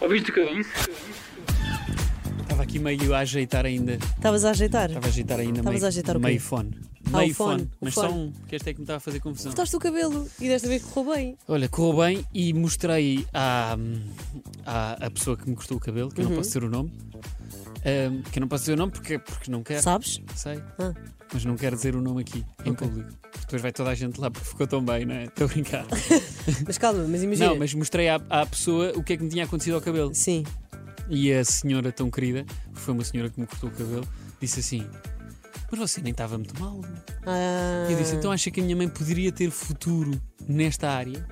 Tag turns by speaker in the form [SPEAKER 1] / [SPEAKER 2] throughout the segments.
[SPEAKER 1] Ouviste o que eu disse?
[SPEAKER 2] Estava aqui meio a ajeitar ainda.
[SPEAKER 3] Estavas a ajeitar?
[SPEAKER 2] Estava a ajeitar ainda
[SPEAKER 3] Estavas
[SPEAKER 2] meio,
[SPEAKER 3] a ajeitar o quê?
[SPEAKER 2] meio fone.
[SPEAKER 3] Ah,
[SPEAKER 2] meio
[SPEAKER 3] o fone, o
[SPEAKER 2] Mas
[SPEAKER 3] fone. Então-
[SPEAKER 2] só um, porque este é que me está a fazer confusão.
[SPEAKER 3] Cortaste o cabelo e desta vez correu bem.
[SPEAKER 2] Olha, correu bem e mostrei à, à, à pessoa que me cortou o cabelo, que eu não
[SPEAKER 3] Uhum.
[SPEAKER 2] posso dizer o nome. ahm, que eu não posso dizer o nome porque, porque não quero.
[SPEAKER 3] Sabes?
[SPEAKER 2] Sei.
[SPEAKER 3] Ah.
[SPEAKER 2] Mas não quero dizer o nome aqui, em público. Depois vai toda a gente lá porque ficou tão bem, não é? Estou a brincar.
[SPEAKER 3] Mas calma, mas imagina.
[SPEAKER 2] não, mas mostrei à, à pessoa o que é que me tinha acontecido ao cabelo.
[SPEAKER 3] Sim.
[SPEAKER 2] E a senhora tão querida, foi uma senhora que me cortou o cabelo, disse assim: Mas você nem estava muito mal.
[SPEAKER 3] Ah,
[SPEAKER 2] E eu disse: Então acha que a minha mãe poderia ter futuro nesta área?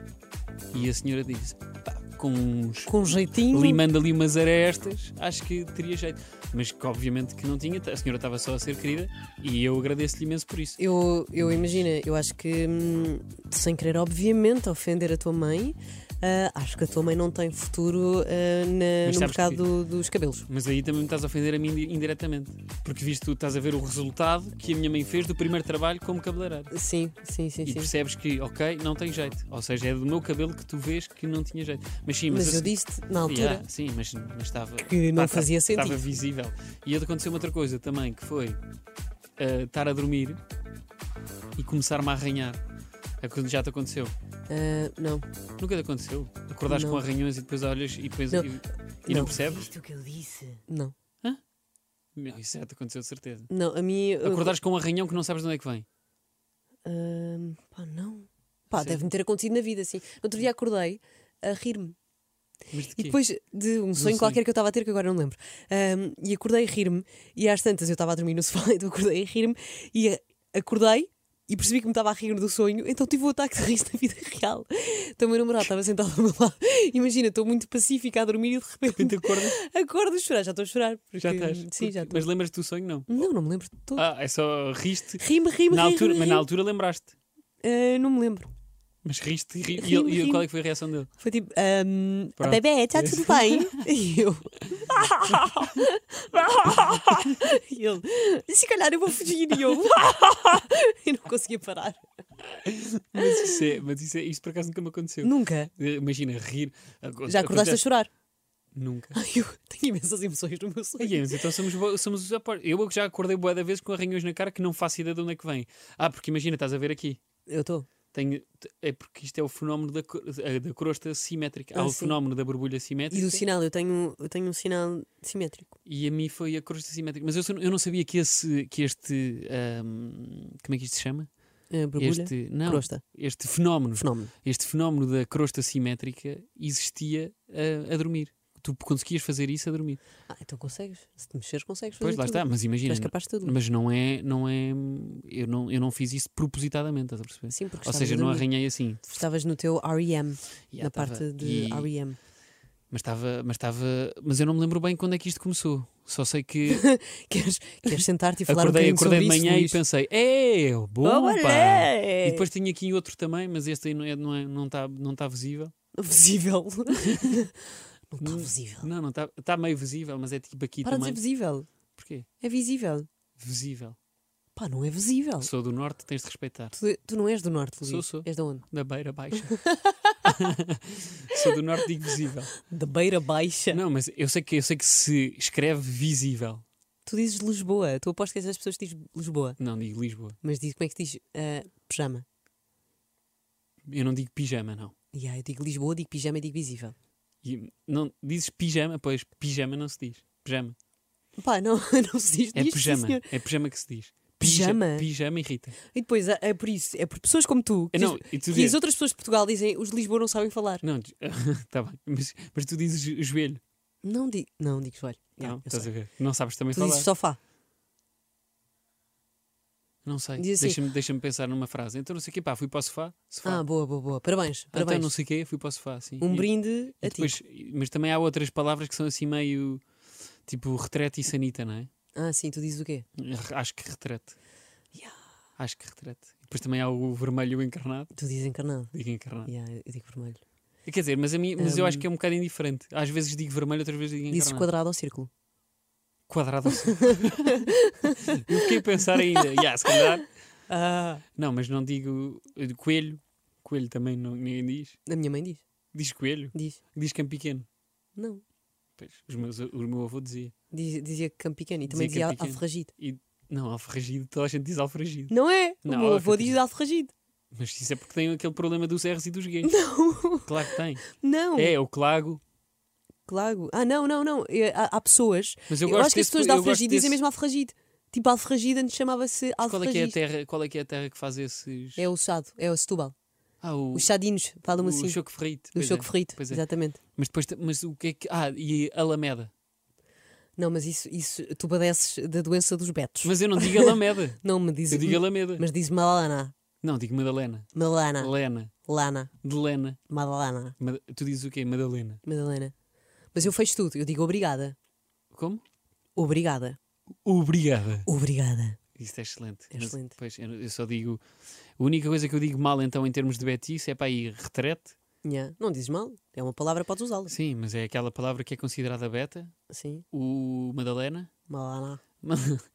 [SPEAKER 2] E a senhora disse: "Pá, Com uns.
[SPEAKER 3] Com um jeitinho.
[SPEAKER 2] Limando ali umas arestas, acho que teria jeito. Mas que obviamente que não tinha, a senhora estava só a ser querida e eu agradeço-lhe imenso por isso.
[SPEAKER 3] Eu, eu imagina, eu acho que hum, sem querer, obviamente, ofender a tua mãe, ah, acho que a tua mãe não tem futuro ah, na-
[SPEAKER 2] Mas
[SPEAKER 3] no
[SPEAKER 2] sabes
[SPEAKER 3] mercado
[SPEAKER 2] que-
[SPEAKER 3] do- dos cabelos.
[SPEAKER 2] Mas aí também me estás a ofender a mim indi- indiretamente. Porque visto tu estás a ver o resultado que a minha mãe fez do primeiro trabalho como cabeleireiro.
[SPEAKER 3] Sim, sim, sim,
[SPEAKER 2] E
[SPEAKER 3] sim.
[SPEAKER 2] percebes que, ok, não tem jeito. Ou seja, é do meu cabelo que tu vês que não tinha jeito. Mas sim, mas,
[SPEAKER 3] Mas eu
[SPEAKER 2] assim-
[SPEAKER 3] disse na altura.
[SPEAKER 2] Yeah, sim, mas, mas estava.
[SPEAKER 3] Que não
[SPEAKER 2] pá, tá-
[SPEAKER 3] fazia sentido.
[SPEAKER 2] Estava visível. E aconteceu uma outra coisa também, que foi ah, estar a dormir e começar-me a arranhar. É quando já te aconteceu.
[SPEAKER 3] Ah, não.
[SPEAKER 2] Nunca te aconteceu. Acordares
[SPEAKER 3] Não.
[SPEAKER 2] com arranhões e depois olhas e depois.
[SPEAKER 3] Não.
[SPEAKER 2] E, e não,
[SPEAKER 3] Não.
[SPEAKER 2] percebes?
[SPEAKER 4] o que eu disse?
[SPEAKER 3] Não.
[SPEAKER 2] Meu, isso já te aconteceu de certeza.
[SPEAKER 3] Não, a mim. eu-
[SPEAKER 2] Acordares com um arranhão que não sabes de onde é que vem.
[SPEAKER 3] Ahm, pá, não. Pá,
[SPEAKER 2] Sim.
[SPEAKER 3] deve-me ter acontecido na vida, assim. No outro dia acordei a rir-me.
[SPEAKER 2] Mas de
[SPEAKER 3] E
[SPEAKER 2] quê?
[SPEAKER 3] depois de um sonho
[SPEAKER 2] sonho.
[SPEAKER 3] qualquer que eu estava a ter, que agora não lembro. Ahm, e acordei a rir-me. E às tantas eu estava a dormir no sofá, então acordei a rir-me. E a- acordei e percebi que me estava a rir do sonho, então tive um ataque de riso na vida real. Então o meu namorado estava sentado ao meu lado. Imagina, estou muito pacífica a dormir e de repente
[SPEAKER 2] Pinta acordas?
[SPEAKER 3] acordo a chorar. Já estou a chorar. porque-
[SPEAKER 2] Já estás.
[SPEAKER 3] Sim, já estou.
[SPEAKER 2] Mas lembras-te do sonho? Não.
[SPEAKER 3] Não, não me lembro de todo.
[SPEAKER 2] Ah, é só riste.
[SPEAKER 3] Rime, rime,
[SPEAKER 2] na
[SPEAKER 3] rime,
[SPEAKER 2] altura, mas
[SPEAKER 3] rime,
[SPEAKER 2] na
[SPEAKER 3] rime.
[SPEAKER 2] altura lembraste.
[SPEAKER 3] Ah, não me lembro.
[SPEAKER 2] Mas riste. ri- e,
[SPEAKER 3] Rime,
[SPEAKER 2] ele- e
[SPEAKER 3] rime.
[SPEAKER 2] qual é que foi a reação dele?
[SPEAKER 3] Foi tipo, um,
[SPEAKER 2] Pronto.
[SPEAKER 3] bebê, está tudo bem? E eu. e ele, se calhar eu vou fugir. E eu. e não conseguia parar.
[SPEAKER 2] Mas isso, é, mas isso, é, isso por acaso nunca me aconteceu.
[SPEAKER 3] Nunca.
[SPEAKER 2] Eh, Imagina, rir. aco-
[SPEAKER 3] Já acordaste a
[SPEAKER 2] acontece-
[SPEAKER 3] chorar?
[SPEAKER 2] Nunca.
[SPEAKER 3] Ai, eu tenho imensas emoções no meu sonho.
[SPEAKER 2] Ai, é, mas então somos, bo- somos os aportes. Eu já acordei boa da vez com arranhões na cara que não faço ideia de onde é que vem. Ah, porque imagina, estás a ver aqui.
[SPEAKER 3] Eu estou.
[SPEAKER 2] Tenho, t- é porque isto é o fenómeno da, cro- eh, da crosta simétrica.
[SPEAKER 3] Ah,
[SPEAKER 2] Há o
[SPEAKER 3] sim.
[SPEAKER 2] fenómeno da borbulha
[SPEAKER 3] E
[SPEAKER 2] simétrica.
[SPEAKER 3] do sinal, eu tenho, eu tenho um sinal simétrico.
[SPEAKER 2] E a mim foi a crosta simétrica. Mas eu, só- eu não sabia que, esse, que este. ahm, como é que isto se chama?
[SPEAKER 3] É, borbulha.
[SPEAKER 2] Este, não,
[SPEAKER 3] Crosta.
[SPEAKER 2] este fenómeno.
[SPEAKER 3] Fenómeno.
[SPEAKER 2] Este fenómeno da crosta simétrica existia ah, a, dormir. Tu conseguias fazer isso a dormir.
[SPEAKER 3] Ah, então consegues. Se te mexeres, consegues fazer.
[SPEAKER 2] Pois lá
[SPEAKER 3] tudo.
[SPEAKER 2] está, mas
[SPEAKER 3] Tu
[SPEAKER 2] imagina.
[SPEAKER 3] és capaz de tudo.
[SPEAKER 2] Mas não é, não é. Eu não, eu não fiz isso propositadamente, estás a perceber?
[SPEAKER 3] Sim, porque
[SPEAKER 2] Ou
[SPEAKER 3] estavas
[SPEAKER 2] seja,
[SPEAKER 3] a
[SPEAKER 2] não
[SPEAKER 3] dormir.
[SPEAKER 2] arranhei assim.
[SPEAKER 3] Estavas no teu REM,
[SPEAKER 2] Ya,
[SPEAKER 3] na
[SPEAKER 2] tava-
[SPEAKER 3] parte de
[SPEAKER 2] e-
[SPEAKER 3] REM.
[SPEAKER 2] Mas estava, mas estava. Mas eu não me lembro bem quando é que isto começou. Só sei que
[SPEAKER 3] Queres, queres sentar-te e falar
[SPEAKER 2] acordei,
[SPEAKER 3] um bocadinho
[SPEAKER 2] acordei de
[SPEAKER 3] sobre isso,
[SPEAKER 2] manhã
[SPEAKER 3] Luís?
[SPEAKER 2] e pensei, é bom
[SPEAKER 3] Olé!
[SPEAKER 2] pá.
[SPEAKER 3] é.
[SPEAKER 2] E depois tinha aqui outro também, mas este aí não está não é, não tá, não tá visível.
[SPEAKER 3] Visível. não está visível.
[SPEAKER 2] Não, não está. Está meio visível, mas é tipo aqui
[SPEAKER 3] Ah. Para de
[SPEAKER 2] Hum. também.
[SPEAKER 3] dizer visível.
[SPEAKER 2] Porquê?
[SPEAKER 3] É visível.
[SPEAKER 2] Visível.
[SPEAKER 3] Pá, não é visível.
[SPEAKER 2] Sou do norte, tens de respeitar.
[SPEAKER 3] Tu, tu não és do norte, Luís.
[SPEAKER 2] Sou, sou.
[SPEAKER 3] És de onde?
[SPEAKER 2] Da beira baixa. Sou do norte, digo visível.
[SPEAKER 3] Da beira baixa.
[SPEAKER 2] Não, mas eu sei que, eu sei que se escreve visível.
[SPEAKER 3] Tu dizes Lisboa. Tu aposto que essas pessoas dizem Lisboa.
[SPEAKER 2] Não digo Lisboa.
[SPEAKER 3] Mas diz, como é que diz? Ah, pijama.
[SPEAKER 2] Eu não digo pijama, não.
[SPEAKER 3] E aí eu digo Lisboa, digo pijama e digo visível.
[SPEAKER 2] E não dizes pijama, pois pijama não se diz. Pijama.
[SPEAKER 3] Pá, não, não se diz.
[SPEAKER 2] É
[SPEAKER 3] diz, sim,
[SPEAKER 2] pijama.
[SPEAKER 3] senhor.
[SPEAKER 2] É pijama que se diz. Pija-
[SPEAKER 3] Pijama.
[SPEAKER 2] Pijama irrita.
[SPEAKER 3] E depois, é, é por isso. É por pessoas como tu. Que,
[SPEAKER 2] Eh, Não,
[SPEAKER 3] dizes-
[SPEAKER 2] e tu
[SPEAKER 3] que as
[SPEAKER 2] dizes.
[SPEAKER 3] outras pessoas de Portugal dizem os de Lisboa não sabem falar.
[SPEAKER 2] Não, tá bem. Mas, mas tu dizes jo- joelho.
[SPEAKER 3] Não, di não digo joelho. Ya,
[SPEAKER 2] não,
[SPEAKER 3] eu
[SPEAKER 2] estás
[SPEAKER 3] sei.
[SPEAKER 2] a ver. Não sabes também
[SPEAKER 3] Tu
[SPEAKER 2] falar.
[SPEAKER 3] dizes sofá.
[SPEAKER 2] Não sei.
[SPEAKER 3] Diz assim-
[SPEAKER 2] Deixa-me deixa-me pensar numa frase. Então não sei o quê, pá, fui para o sofá. sofá.
[SPEAKER 3] Ah, boa, boa, boa. Parabéns.
[SPEAKER 2] Ah, então
[SPEAKER 3] parabéns.
[SPEAKER 2] não sei o quê, fui para o sofá. Assim.
[SPEAKER 3] Um
[SPEAKER 2] E-
[SPEAKER 3] brinde
[SPEAKER 2] e
[SPEAKER 3] a ti.
[SPEAKER 2] depois- Mas também há outras palavras que são assim meio. Tipo retrete e sanita, não é?
[SPEAKER 3] Ah, sim, tu dizes o quê?
[SPEAKER 2] Acho que retrete.
[SPEAKER 3] Yeah.
[SPEAKER 2] Acho que retrete. Depois também há o vermelho encarnado.
[SPEAKER 3] Tu dizes encarnado.
[SPEAKER 2] Digo encarnado.
[SPEAKER 3] Yeah, eu digo vermelho.
[SPEAKER 2] Quer dizer, mas, a mim, mas eu acho
[SPEAKER 3] Um,
[SPEAKER 2] que é um bocado indiferente. Às vezes digo vermelho, outras vezes digo
[SPEAKER 3] Dizes
[SPEAKER 2] encarnado.
[SPEAKER 3] quadrado ou círculo.
[SPEAKER 2] Quadrado. assim. eu fiquei a pensar ainda. Yeah, se calhar.
[SPEAKER 3] Ah.
[SPEAKER 2] Não, mas não digo eu digo coelho. Coelho também não, ninguém diz.
[SPEAKER 3] A minha mãe diz.
[SPEAKER 2] Diz coelho.
[SPEAKER 3] Diz.
[SPEAKER 2] Diz cão pequeno.
[SPEAKER 3] Não.
[SPEAKER 2] Pois, os meus, o meu avô dizia.
[SPEAKER 3] Diz- Dizia Campiqueno e também
[SPEAKER 2] Dizia
[SPEAKER 3] dizia,
[SPEAKER 2] Campiqueno.
[SPEAKER 3] alfarragido.
[SPEAKER 2] Não, alfarragido, toda a gente diz alfarragido.
[SPEAKER 3] Não é?
[SPEAKER 2] Não,
[SPEAKER 3] o meu avô
[SPEAKER 2] alfarragido.
[SPEAKER 3] diz alfarragido.
[SPEAKER 2] Mas isso é porque tem aquele problema dos R's e dos gays.
[SPEAKER 3] Não,
[SPEAKER 2] Claro que tem.
[SPEAKER 3] não.
[SPEAKER 2] É, o Clago.
[SPEAKER 3] Claro. Ah, não, não, não. É, Há, há pessoas.
[SPEAKER 2] Mas eu,
[SPEAKER 3] Eu,
[SPEAKER 2] gosto
[SPEAKER 3] acho que as
[SPEAKER 2] desse-
[SPEAKER 3] pessoas de
[SPEAKER 2] eu gosto
[SPEAKER 3] alfarragido dizem
[SPEAKER 2] desse-
[SPEAKER 3] mesmo alfarragido. Tipo, alfarragido antes
[SPEAKER 2] Qual é,
[SPEAKER 3] chamava-se
[SPEAKER 2] que é, a
[SPEAKER 3] alfarragido.
[SPEAKER 2] terra, qual é que é a terra que faz esses.
[SPEAKER 3] É, o chado, é o Setúbal.
[SPEAKER 2] Ah, o,
[SPEAKER 3] Os chadinos, falam
[SPEAKER 2] o
[SPEAKER 3] assim.
[SPEAKER 2] choco ferrito.
[SPEAKER 3] Do
[SPEAKER 2] Pois é,
[SPEAKER 3] choco frito,
[SPEAKER 2] pois é.
[SPEAKER 3] exatamente.
[SPEAKER 2] Mas depois. te- Mas o que é que. Ah, e Alameda.
[SPEAKER 3] Não, mas isso, isso tu padeces da doença dos betos.
[SPEAKER 2] Mas eu não digo Alameda.
[SPEAKER 3] Não me diz.
[SPEAKER 2] eu digo Alameda.
[SPEAKER 3] Mas diz Malana.
[SPEAKER 2] Não, digo Madalena.
[SPEAKER 3] Malana.
[SPEAKER 2] Lena.
[SPEAKER 3] Lana.
[SPEAKER 2] De Lena.
[SPEAKER 3] Madalana.
[SPEAKER 2] Mad- Tu dizes o quê? Madalena.
[SPEAKER 3] Madalena. Mas eu fecho tudo. Eu digo obrigada.
[SPEAKER 2] Como?
[SPEAKER 3] Obrigada.
[SPEAKER 2] Obrigada.
[SPEAKER 3] Obrigada.
[SPEAKER 2] Isto é excelente.
[SPEAKER 3] É excelente.
[SPEAKER 2] Pois, eu eu só digo. A única coisa que eu digo mal, então, em termos de Betis, é para ir retrete.
[SPEAKER 3] Nha. Não dizes mal. É uma palavra, podes usá-la.
[SPEAKER 2] Sim, mas é aquela palavra que é considerada beta.
[SPEAKER 3] Sim.
[SPEAKER 2] O Madalena.
[SPEAKER 3] Malana.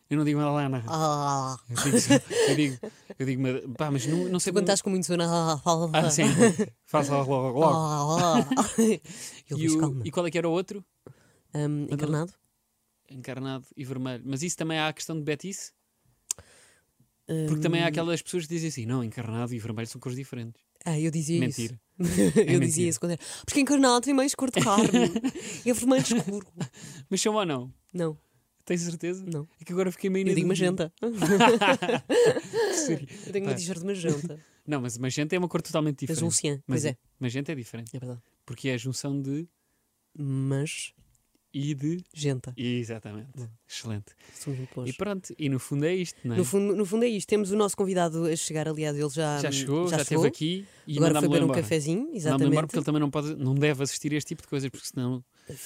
[SPEAKER 2] Eu não digo Madalena.
[SPEAKER 3] Ah.
[SPEAKER 2] Eu digo, eu digo, eu digo Mad- pá, mas não, não sei
[SPEAKER 3] Tu é quando estás com muito sono. Ah, ah,
[SPEAKER 2] Ah, sim. Faça logo, logo, logo.
[SPEAKER 3] ah, ah. E o
[SPEAKER 2] E,
[SPEAKER 3] Luís
[SPEAKER 2] o-
[SPEAKER 3] calma.
[SPEAKER 2] e qual é que era o outro?
[SPEAKER 3] Ahm,
[SPEAKER 2] Madalena.
[SPEAKER 3] encarnado?
[SPEAKER 2] Encarnado e vermelho. Mas isso também há a questão de Betis? Porque também há
[SPEAKER 3] Ahm,
[SPEAKER 2] aquelas pessoas que dizem assim: não, encarnado e vermelho são cores diferentes.
[SPEAKER 3] Ah, eu dizia isso.
[SPEAKER 2] Mentira. É
[SPEAKER 3] eu
[SPEAKER 2] mentira.
[SPEAKER 3] dizia isso quando era. Porque encarnado tem mais cor de carne. é vermelho escuro.
[SPEAKER 2] Mas são ou não?
[SPEAKER 3] Não,
[SPEAKER 2] Tens certeza?
[SPEAKER 3] Não.
[SPEAKER 2] É que agora fiquei meio na
[SPEAKER 3] eu digo
[SPEAKER 2] dúvida.
[SPEAKER 3] magenta.
[SPEAKER 2] Seria-
[SPEAKER 3] Eu tenho uma
[SPEAKER 2] Pá.
[SPEAKER 3] t-shirt magenta.
[SPEAKER 2] Não, mas magenta é uma cor totalmente
[SPEAKER 3] Da
[SPEAKER 2] diferente.
[SPEAKER 3] Juncian. Pois
[SPEAKER 2] Mas-
[SPEAKER 3] é,
[SPEAKER 2] Magenta é diferente.
[SPEAKER 3] é verdade.
[SPEAKER 2] Porque é a junção de
[SPEAKER 3] Mas,
[SPEAKER 2] e de.
[SPEAKER 3] genta.
[SPEAKER 2] Exatamente. Excelente.
[SPEAKER 3] Somos muito
[SPEAKER 2] E
[SPEAKER 3] bons.
[SPEAKER 2] pronto, e no fundo é isto, não é?
[SPEAKER 3] No fundo, no fundo é isto. Temos o nosso convidado a chegar, aliás, ele já,
[SPEAKER 2] já chegou, já,
[SPEAKER 3] chegou.
[SPEAKER 2] esteve aqui e
[SPEAKER 3] Agora foi
[SPEAKER 2] mandámos-lo
[SPEAKER 3] beber um
[SPEAKER 2] embora.
[SPEAKER 3] cafezinho,
[SPEAKER 2] Mandámos-lo embora
[SPEAKER 3] exatamente.
[SPEAKER 2] porque ele também não, pode, não deve assistir a este tipo de coisas, porque senão.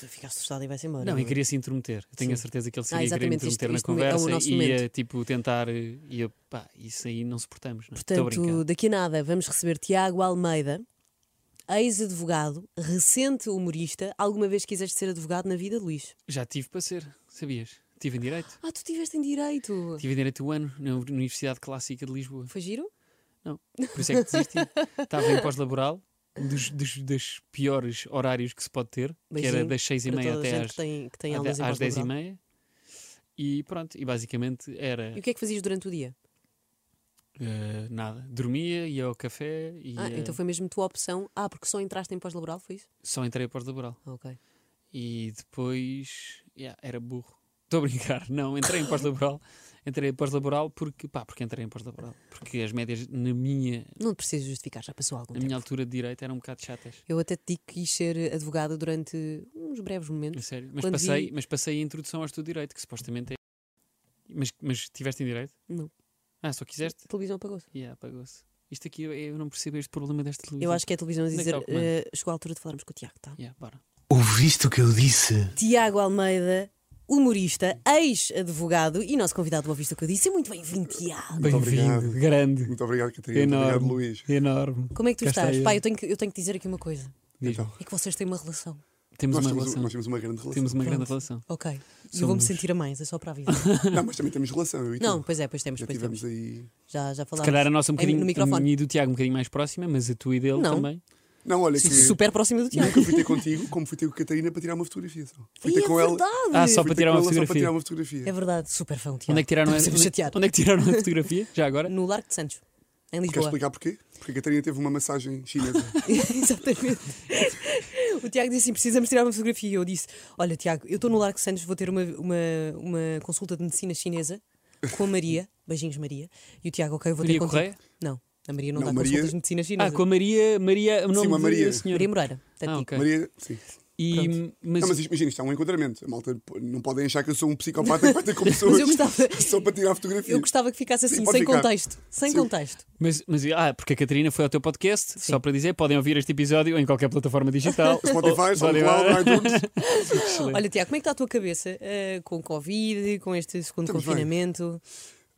[SPEAKER 3] Fica assustado e vai-se embora.
[SPEAKER 2] Não,
[SPEAKER 3] é?
[SPEAKER 2] e queria se intermeter. Eu tenho a
[SPEAKER 3] Sim. Ah,
[SPEAKER 2] certeza que ele seria querer
[SPEAKER 3] exatamente,
[SPEAKER 2] intermeter
[SPEAKER 3] isto-
[SPEAKER 2] na
[SPEAKER 3] isto é o
[SPEAKER 2] conversa
[SPEAKER 3] nosso
[SPEAKER 2] e ia,
[SPEAKER 3] momento.
[SPEAKER 2] tipo, tentar. eh, Ia, pá, isso aí não suportamos, não é? Estou a brincar.
[SPEAKER 3] Portanto, daqui a nada vamos receber Tiago Almeida, ex-advogado, recente humorista. Alguma vez quiseste ser advogado na vida, Luís?
[SPEAKER 2] Já tive para ser, sabias? Tive em direito.
[SPEAKER 3] Ah, tu tiveste em direito.
[SPEAKER 2] Tive em direito um ano na Universidade Clássica de Lisboa.
[SPEAKER 3] Foi giro?
[SPEAKER 2] Por isso é que desisti. Estava em pós-laboral, um dos, dos, dos piores horários que se pode ter, que era
[SPEAKER 3] Beijinho
[SPEAKER 2] das seis e
[SPEAKER 3] Para
[SPEAKER 2] meia
[SPEAKER 3] toda a
[SPEAKER 2] até
[SPEAKER 3] gente
[SPEAKER 2] às,
[SPEAKER 3] que tem, que tem
[SPEAKER 2] até
[SPEAKER 3] aulas em
[SPEAKER 2] às dez e
[SPEAKER 3] pós-laboral.
[SPEAKER 2] meia. E pronto, e basicamente era
[SPEAKER 3] E o que é que fazias durante o dia?
[SPEAKER 2] eh, nada. Dormia, ia ao café e
[SPEAKER 3] Ah,
[SPEAKER 2] eh,
[SPEAKER 3] então foi mesmo tua opção. Ah, porque só entraste em pós-laboral, foi isso?
[SPEAKER 2] só entrei a pós-laboral.
[SPEAKER 3] Ah, ok.
[SPEAKER 2] E depois yeah, era burro. Estou a brincar, não, entrei em pós-laboral. Entrei em pós-laboral porque, pá, porque entrei em pós-laboral. Porque as médias na minha,
[SPEAKER 3] Não te preciso justificar, já passou algum
[SPEAKER 2] na
[SPEAKER 3] tempo.
[SPEAKER 2] minha altura de direita eram um bocado chatas.
[SPEAKER 3] Eu até te digo que quis ser advogada durante uns breves
[SPEAKER 2] A
[SPEAKER 3] momentos.
[SPEAKER 2] sério. Mas
[SPEAKER 3] Quando
[SPEAKER 2] passei,
[SPEAKER 3] vi-
[SPEAKER 2] mas passei a introdução ao estudo de direito, que supostamente é. Mas, mas tiveste em direito?
[SPEAKER 3] Não.
[SPEAKER 2] Ah, só quiseste?
[SPEAKER 3] A televisão apagou-se.
[SPEAKER 2] Yeah, apagou-se. Isto aqui, eu, eu não percebo este problema desta televisão.
[SPEAKER 3] Eu acho que é a televisão a
[SPEAKER 2] Onde é que
[SPEAKER 3] dizer.
[SPEAKER 2] está o comando?
[SPEAKER 3] eh, chegou a altura de falarmos com o Tiago, tá?
[SPEAKER 2] Yeah, bora.
[SPEAKER 1] Ouviste o que eu disse?
[SPEAKER 3] Tiago Almeida, humorista, ex-advogado e nosso convidado, ouviste o que eu disse? É muito bem-vindo, Tiago.
[SPEAKER 2] Bem-vindo,
[SPEAKER 4] obrigado.
[SPEAKER 2] grande,
[SPEAKER 4] Muito obrigado, Catarina.
[SPEAKER 2] Enorme.
[SPEAKER 4] Muito obrigado, Luís.
[SPEAKER 2] enorme.
[SPEAKER 3] Como é que tu
[SPEAKER 2] Cá está
[SPEAKER 3] estás?
[SPEAKER 2] ele.
[SPEAKER 3] Pai, eu tenho, que, eu tenho que dizer aqui uma coisa.
[SPEAKER 2] Diz.
[SPEAKER 4] Então,
[SPEAKER 3] É que vocês têm uma relação.
[SPEAKER 2] Temos
[SPEAKER 4] nós,
[SPEAKER 2] uma
[SPEAKER 4] temos, um-
[SPEAKER 2] relação.
[SPEAKER 4] nós temos uma grande relação.
[SPEAKER 2] Temos uma grande
[SPEAKER 3] Pronto.
[SPEAKER 2] relação.
[SPEAKER 3] Ok. E eu vou-me
[SPEAKER 2] Somos-
[SPEAKER 3] sentir a mais, é só para a vida.
[SPEAKER 4] Não, mas também temos relação, eu e tu.
[SPEAKER 3] Não, pois é, pois temos,
[SPEAKER 4] Já
[SPEAKER 3] pois
[SPEAKER 4] tivemos
[SPEAKER 3] temos.
[SPEAKER 4] aí.
[SPEAKER 3] Já, já
[SPEAKER 2] Se
[SPEAKER 3] falámos.
[SPEAKER 2] calhar a nossa um
[SPEAKER 3] Em-
[SPEAKER 2] bocadinho,
[SPEAKER 3] no
[SPEAKER 2] a
[SPEAKER 3] microfone.
[SPEAKER 2] minha e do Tiago um bocadinho mais próxima, mas a tua e dele
[SPEAKER 3] Não.
[SPEAKER 2] também.
[SPEAKER 4] Não, olha que.
[SPEAKER 3] Super próxima do Tiago.
[SPEAKER 4] Nunca fui ter contigo, como fui ter com a Catarina para tirar uma fotografia só. Fui
[SPEAKER 3] E
[SPEAKER 4] ter
[SPEAKER 3] é
[SPEAKER 4] com ela.
[SPEAKER 3] verdade.
[SPEAKER 2] Ah, só
[SPEAKER 4] fui
[SPEAKER 2] para
[SPEAKER 4] ter
[SPEAKER 2] tirar
[SPEAKER 4] com
[SPEAKER 2] uma
[SPEAKER 3] tipo,
[SPEAKER 4] ela só para
[SPEAKER 2] fotografia.
[SPEAKER 4] tirar uma
[SPEAKER 3] É
[SPEAKER 4] fotografia.
[SPEAKER 3] verdade, super fã, o Tiago.
[SPEAKER 2] Onde é que tiraram,
[SPEAKER 3] Estamos sempre
[SPEAKER 2] onde-
[SPEAKER 3] chateados.
[SPEAKER 2] onde é que tiraram a fotografia? Já agora?
[SPEAKER 3] No Largo de Santos, em
[SPEAKER 4] Queres
[SPEAKER 3] Lisboa.
[SPEAKER 4] explicar porquê? Porque a Catarina teve uma massagem chinesa.
[SPEAKER 3] Exatamente. o Tiago disse assim: precisamos tirar uma fotografia. E eu disse: Olha, Tiago, eu estou no Largo de Santos, vou ter uma, uma, uma consulta de medicina chinesa com a Maria. Beijinhos, Maria. E o Tiago, ok, eu vou
[SPEAKER 2] Maria
[SPEAKER 3] ter contigo.
[SPEAKER 2] Correia?
[SPEAKER 3] Não, a Maria não,
[SPEAKER 4] Não,
[SPEAKER 3] dá
[SPEAKER 4] Maria-
[SPEAKER 3] consultas de medicina
[SPEAKER 2] Ah,
[SPEAKER 3] chinesa.
[SPEAKER 2] com a Maria, Maria, o nome
[SPEAKER 4] uma
[SPEAKER 2] da
[SPEAKER 4] Maria.
[SPEAKER 2] senhora.
[SPEAKER 3] Maria Moreira. tá
[SPEAKER 2] Ah,
[SPEAKER 3] tipo. portanto, Tiago.
[SPEAKER 2] ok.
[SPEAKER 4] Maria, sim.
[SPEAKER 2] E, mas,
[SPEAKER 4] Não, mas isto- imagina, isto é um enquadramento. A malta p- não podem achar que eu sou um psicopata que vai ter com pessoas
[SPEAKER 3] Mas eu gostava,
[SPEAKER 4] só para tirar fotografia.
[SPEAKER 3] eu gostava que ficasse assim,
[SPEAKER 4] Sim, pode
[SPEAKER 3] sem
[SPEAKER 4] ficar.
[SPEAKER 3] contexto. Sem
[SPEAKER 4] Sim.
[SPEAKER 3] contexto.
[SPEAKER 2] mas- mas- ah, porque a Catarina foi ao teu podcast, só para dizer, podem ouvir este episódio em qualquer plataforma digital.
[SPEAKER 4] Spotify,
[SPEAKER 2] Ou-
[SPEAKER 4] SoundCloud, iTunes.
[SPEAKER 3] Olha, Tiago, como é que está a tua cabeça eh, com o Covid, com este segundo
[SPEAKER 4] Estamos bem.
[SPEAKER 3] confinamento?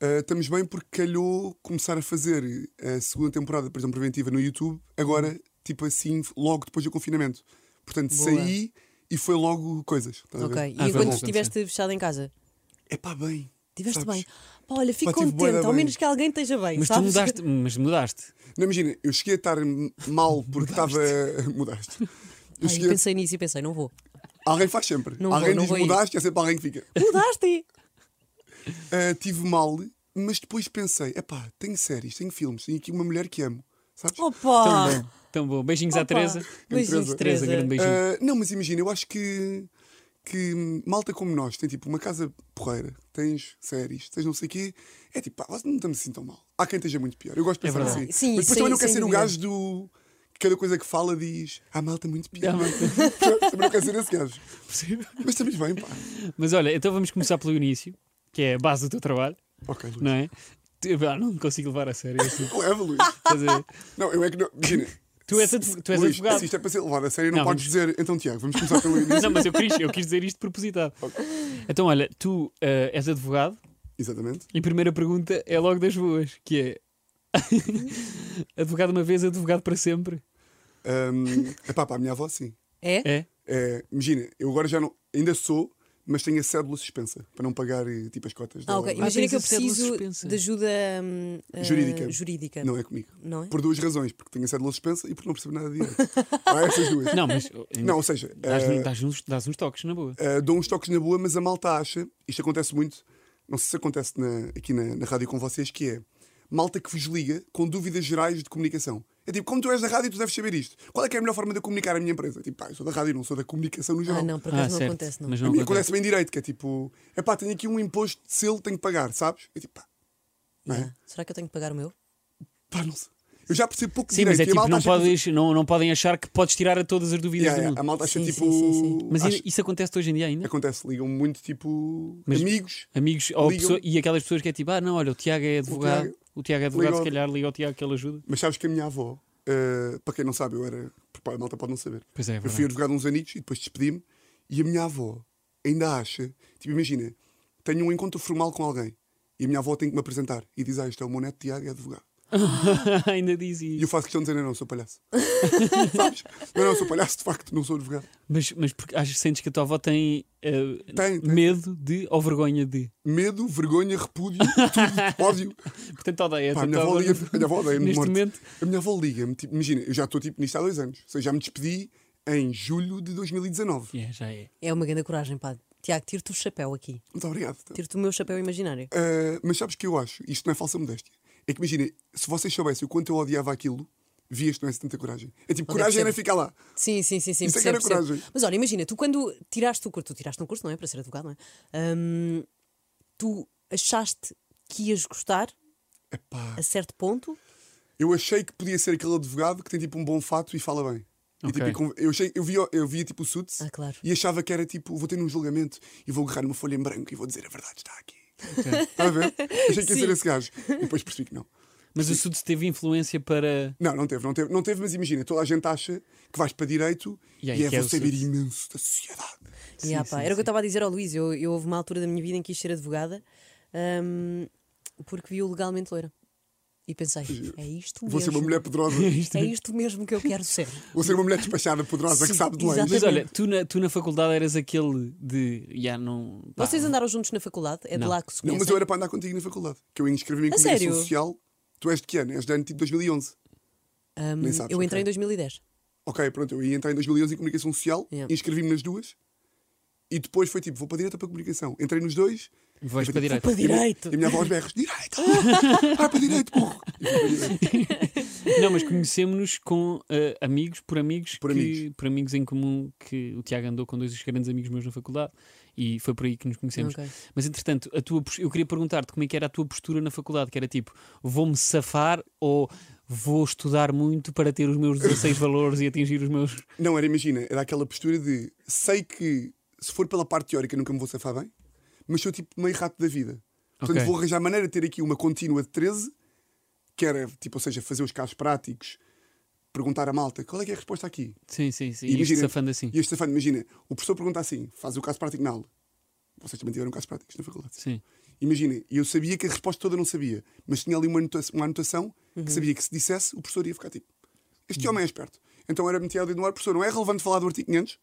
[SPEAKER 4] Uh, estamos bem porque calhou começar a fazer eh, a segunda temporada de prisão preventiva no YouTube, agora, tipo assim, logo depois do confinamento. Portanto,
[SPEAKER 3] Uhum. Boa.
[SPEAKER 4] saí e foi logo coisas. estás a ver?
[SPEAKER 3] Ok. E
[SPEAKER 2] Ah, foi
[SPEAKER 3] enquanto
[SPEAKER 2] bom.
[SPEAKER 3] estiveste fechado em casa?
[SPEAKER 4] É pá, bem.
[SPEAKER 3] Estiveste
[SPEAKER 4] sabes?
[SPEAKER 3] bem. Pá, olha, fico
[SPEAKER 4] tive bué da
[SPEAKER 3] contente, ao
[SPEAKER 4] bem.
[SPEAKER 3] menos que alguém esteja bem.
[SPEAKER 2] Mas tu
[SPEAKER 3] sabes?
[SPEAKER 2] mudaste, mas mudaste.
[SPEAKER 4] Não imagina, eu cheguei a estar mal porque estava. Mudaste.
[SPEAKER 3] Ai,
[SPEAKER 4] Eu
[SPEAKER 3] eu
[SPEAKER 4] cheguei, a-
[SPEAKER 3] pensei nisso e pensei, não vou.
[SPEAKER 4] Alguém faz sempre.
[SPEAKER 3] Não vou,
[SPEAKER 4] alguém
[SPEAKER 3] não
[SPEAKER 4] diz
[SPEAKER 3] vou ir.
[SPEAKER 4] mudaste e é sempre alguém que fica.
[SPEAKER 3] Mudaste!
[SPEAKER 4] Ah, tive mal, mas depois pensei: epá, tenho séries, tenho filmes, tenho aqui uma mulher que amo. Sabes?
[SPEAKER 2] Tão
[SPEAKER 3] Opa!
[SPEAKER 2] bom, tão Então, bom. Beijinhos à
[SPEAKER 3] Opa.
[SPEAKER 2] é Teresa.
[SPEAKER 3] Beijinhos,
[SPEAKER 4] Teresa.
[SPEAKER 2] Teresa, grande
[SPEAKER 3] Teresa.
[SPEAKER 2] beijinho.
[SPEAKER 4] Ah, não, mas imagina, eu acho que, que hum, malta como nós tem tipo uma casa porreira, tens séries, tens não sei o quê, é tipo, pá, não estamos assim tão mal. Há quem esteja muito pior. Eu gosto de
[SPEAKER 2] É
[SPEAKER 4] pensar
[SPEAKER 2] verdade.
[SPEAKER 4] assim.
[SPEAKER 3] Sim,
[SPEAKER 4] mas depois
[SPEAKER 3] sim,
[SPEAKER 4] também não quero
[SPEAKER 3] sem
[SPEAKER 4] ser o
[SPEAKER 3] dúvida.
[SPEAKER 4] gajo do. que Cada coisa que fala diz, ah, malta muito pior.
[SPEAKER 2] Ah,
[SPEAKER 4] também não quero ser esse gajo. Mas estamos bem, pá.
[SPEAKER 2] Mas olha, então vamos começar pelo início, que é a base do teu trabalho,
[SPEAKER 4] Ok, Luís.
[SPEAKER 2] não é? Tu- Ah, não me consigo levar a sério. assim,
[SPEAKER 4] Leva, Luís.
[SPEAKER 2] estás a ver?
[SPEAKER 4] Não, eu é que não. Imagina.
[SPEAKER 2] Tu és advo- tu és
[SPEAKER 4] Luís,
[SPEAKER 2] advogado.
[SPEAKER 4] se isto é para ser levado a sério, não,
[SPEAKER 2] Não,
[SPEAKER 4] podes dizer. Então, Tiago, vamos começar pelo início.
[SPEAKER 2] Não, mas eu quis, eu quis dizer isto propositado. Então, olha, tu ah, és advogado
[SPEAKER 4] Exatamente.
[SPEAKER 2] e a primeira pergunta é logo das boas, que é advogado uma vez, advogado para sempre.
[SPEAKER 4] Ahm, epá, para a minha avó, sim.
[SPEAKER 3] É?
[SPEAKER 2] É?
[SPEAKER 4] É, imagina, eu agora já não. Ainda sou, mas tenho a cédula suspensa para não pagar eh, tipo as cotas. da-
[SPEAKER 3] Ah, ok.
[SPEAKER 2] Ah,
[SPEAKER 3] Imagina
[SPEAKER 2] tens
[SPEAKER 3] que eu
[SPEAKER 2] a cédula
[SPEAKER 3] preciso
[SPEAKER 2] suspensa.
[SPEAKER 3] de ajuda hum, ah,
[SPEAKER 4] Jurídica.
[SPEAKER 3] jurídica.
[SPEAKER 4] Não é comigo.
[SPEAKER 3] Não é?
[SPEAKER 4] Por duas razões, porque tenho a cédula suspensa e porque não percebo nada de direito. Há essas duas.
[SPEAKER 2] Não, mas
[SPEAKER 4] Não, ou seja,
[SPEAKER 2] dás,
[SPEAKER 4] eh,
[SPEAKER 2] dás uns, dás uns toques, na boa.
[SPEAKER 4] eh, dou uns toques na boa, mas a malta acha, isto acontece muito, não sei se acontece na- aqui na, na rádio com vocês, que é malta que vos liga com dúvidas gerais de comunicação. É tipo, como tu és da rádio, tu deves saber isto. Qual é que é a melhor forma de eu comunicar a minha empresa? Tipo, pá, eu sou da rádio, não sou da comunicação no geral.
[SPEAKER 3] Ah, não, por
[SPEAKER 2] Ah,
[SPEAKER 3] acaso não
[SPEAKER 2] certo.
[SPEAKER 3] acontece, não.
[SPEAKER 2] Mas
[SPEAKER 4] A
[SPEAKER 2] não
[SPEAKER 4] mim
[SPEAKER 2] acontece.
[SPEAKER 4] acontece bem direito, que é tipo, é pá, tenho aqui um imposto de selo, tenho que pagar, sabes? É tipo, pá, não é?
[SPEAKER 3] Yeah. Será que eu tenho que pagar o meu?
[SPEAKER 4] pá, não sei. Eu já percebo pouco
[SPEAKER 2] Sim,
[SPEAKER 4] direito.
[SPEAKER 2] mas é
[SPEAKER 4] e a
[SPEAKER 2] tipo,
[SPEAKER 4] malta
[SPEAKER 2] não,
[SPEAKER 4] acha que-
[SPEAKER 2] podes, não, não podem achar que podes tirar a todas as dúvidas
[SPEAKER 4] Yeah,
[SPEAKER 2] do
[SPEAKER 4] yeah,
[SPEAKER 2] mundo.
[SPEAKER 4] a malta acha
[SPEAKER 3] Sim, sim,
[SPEAKER 4] tipo.
[SPEAKER 3] sim, sim.
[SPEAKER 2] Mas
[SPEAKER 4] acha-
[SPEAKER 2] ainda- isso acontece hoje em dia ainda?
[SPEAKER 4] Acontece, ligam muito tipo.
[SPEAKER 2] Mas-
[SPEAKER 4] Amigos.
[SPEAKER 2] Amigos ou
[SPEAKER 4] Ligam-
[SPEAKER 2] pessoa- e aquelas pessoas que é tipo, ah, não, olha, o Tiago é advogado, o
[SPEAKER 4] Tiago-
[SPEAKER 2] Tiago, é advogado,
[SPEAKER 4] Liga ao-
[SPEAKER 2] se calhar liga ao Tiago que ele ajuda.
[SPEAKER 4] Mas sabes que a minha avó, eh, para quem não sabe, eu era. Pá, a malta pode não saber.
[SPEAKER 2] Pois é, é
[SPEAKER 4] eu fui
[SPEAKER 2] verdade.
[SPEAKER 4] advogado uns aninhos e depois despedi-me. E a minha avó ainda acha. Tipo, imagina, tenho um encontro formal com alguém e a minha avó tem que me apresentar e diz: Ah, isto é o meu neto Tiago, é advogado.
[SPEAKER 2] ainda diz
[SPEAKER 4] E
[SPEAKER 2] isso.
[SPEAKER 4] eu faço questão de dizer: Não, não, sou palhaço. sabes? Não, não, sou palhaço, de facto, não sou advogado.
[SPEAKER 2] Mas, mas porque achas, sentes que a tua avó tem, eh,
[SPEAKER 4] Tem, tem.
[SPEAKER 2] medo de ou vergonha de?
[SPEAKER 4] Medo, vergonha, repúdio, tudo, ódio.
[SPEAKER 2] Portanto, odeia.
[SPEAKER 4] Pá, a
[SPEAKER 2] tua
[SPEAKER 4] minha avó
[SPEAKER 2] avó-
[SPEAKER 4] liga-me. A minha avó odeia-me de
[SPEAKER 2] Neste
[SPEAKER 4] morte.
[SPEAKER 2] momento-
[SPEAKER 4] A minha avó liga-me. tipo, imagina, eu já estou tipo, nisto há dois anos. Ou seja, já me despedi em julho de 2019.
[SPEAKER 2] É, já é.
[SPEAKER 3] É uma grande coragem, pá. Tiago, tiro-te o chapéu aqui.
[SPEAKER 4] Muito obrigado. então.
[SPEAKER 3] Tiro-te o meu chapéu imaginário.
[SPEAKER 4] Ah, mas sabes que eu acho? Isto não é falsa modéstia. É que imagina, se vocês soubessem o quanto eu odiava aquilo, vias que não é tanta coragem. É tipo,
[SPEAKER 3] Onde é
[SPEAKER 4] coragem
[SPEAKER 3] que
[SPEAKER 4] era
[SPEAKER 3] serve?
[SPEAKER 4] ficar lá.
[SPEAKER 3] Sim, sim, sim, sim.
[SPEAKER 4] Isso é que era
[SPEAKER 3] percebo, percebo.
[SPEAKER 4] coragem.
[SPEAKER 3] Mas olha, imagina, tu quando tiraste o curso, tu tiraste um curso, não é? Para ser advogado, não é? Hum, tu achaste que ias gostar
[SPEAKER 4] Epá.
[SPEAKER 3] a certo ponto?
[SPEAKER 4] Eu achei que podia ser aquele advogado que tem tipo um bom fato e fala bem. E, tipo,
[SPEAKER 2] Ok.
[SPEAKER 4] e con- eu, achei, eu, via, eu via tipo o Suits
[SPEAKER 3] Ah, claro.
[SPEAKER 4] e achava que era tipo, vou ter um julgamento e vou agarrar uma folha em branco e vou dizer a verdade está aqui. Está a ver? Achei que ia
[SPEAKER 3] Sim.
[SPEAKER 4] ser esse gajo. E depois percebi que não.
[SPEAKER 2] Mas o Sudes teve influência para.
[SPEAKER 4] Não, não teve, não teve, não teve, mas imagina, toda a gente acha que vais para direito e,
[SPEAKER 2] E aí
[SPEAKER 4] é
[SPEAKER 2] que é
[SPEAKER 4] vou
[SPEAKER 2] o
[SPEAKER 4] saber
[SPEAKER 2] Suits.
[SPEAKER 4] imenso da sociedade.
[SPEAKER 2] Sim,
[SPEAKER 3] Yeah, pá,
[SPEAKER 2] sim,
[SPEAKER 3] era o que eu
[SPEAKER 2] sim.
[SPEAKER 3] estava a dizer ao Luís. Eu, eu houve uma altura da minha vida em que quis ser advogada hum, porque vi-o legalmente loira. E pensei, é isto mesmo.
[SPEAKER 4] Vou ser uma mulher poderosa,
[SPEAKER 3] É isto mesmo que eu quero ser.
[SPEAKER 4] vou ser uma mulher despachada, poderosa, é que
[SPEAKER 3] Sim,
[SPEAKER 4] sabe de leis.
[SPEAKER 2] Mas
[SPEAKER 3] exatamente.
[SPEAKER 2] olha, tu na, tu na faculdade eras aquele de. Já não. pá,
[SPEAKER 3] Vocês andaram juntos na faculdade? É de
[SPEAKER 2] Não.
[SPEAKER 3] lá que se
[SPEAKER 4] Não,
[SPEAKER 3] conhecem?
[SPEAKER 4] mas eu era para andar contigo na faculdade, que eu inscrevi-me em
[SPEAKER 3] A
[SPEAKER 4] comunicação
[SPEAKER 3] sério?
[SPEAKER 4] social. Tu és de que ano? És de ano tipo 2011.
[SPEAKER 3] Hum,
[SPEAKER 4] nem sabes,
[SPEAKER 3] eu entrei
[SPEAKER 4] ok.
[SPEAKER 3] em 2010.
[SPEAKER 4] Ok, pronto, eu ia entrar em 2011 em comunicação social,
[SPEAKER 3] Yeah.
[SPEAKER 4] inscrevi-me nas duas e depois foi tipo, vou para direita ou para comunicação. Entrei nos dois.
[SPEAKER 2] Vais
[SPEAKER 4] e foi,
[SPEAKER 2] para direita.
[SPEAKER 4] tipo, "Vou
[SPEAKER 3] Para
[SPEAKER 4] E a minha-
[SPEAKER 3] direito.
[SPEAKER 4] E a minha voz berros: direita! Vai para direito, burro! E fui para direito.
[SPEAKER 2] Não, mas conhecemos-nos com eh, amigos, por amigos,
[SPEAKER 4] Por
[SPEAKER 2] que-
[SPEAKER 4] amigos.
[SPEAKER 2] por amigos em comum que o Tiago andou com dois dos grandes amigos meus na faculdade e foi por aí que nos conhecemos.
[SPEAKER 3] Ok.
[SPEAKER 2] Mas entretanto, a tua, pos- eu queria perguntar-te como é que era a tua postura na faculdade, que era tipo, vou-me safar ou vou estudar muito para ter os meus 16 valores e atingir os meus.
[SPEAKER 4] Não, era, imagina, era aquela postura de sei que se for pela parte teórica nunca me vou safar bem, mas sou tipo meio rato da vida. Portanto,
[SPEAKER 2] Ok.
[SPEAKER 4] vou arranjar maneira de ter aqui uma contínua de 13, que era, tipo, ou seja, fazer os casos práticos, perguntar à malta qual é que é a resposta aqui.
[SPEAKER 2] Sim, sim, sim.
[SPEAKER 4] E
[SPEAKER 2] E
[SPEAKER 4] imagina-
[SPEAKER 2] safando assim.
[SPEAKER 4] E este safado, imagina, o professor pergunta assim: faz o caso prático na aula. Vocês também tiveram casos práticos na faculdade.
[SPEAKER 2] Sim.
[SPEAKER 4] Imagina, e eu sabia que a resposta toda não sabia, mas tinha ali uma anotação, uma anotação que sabia que se dissesse, o professor ia ficar tipo: Este homem é esperto. Então era metia ali no ar, professor, não é relevante falar do artigo 500?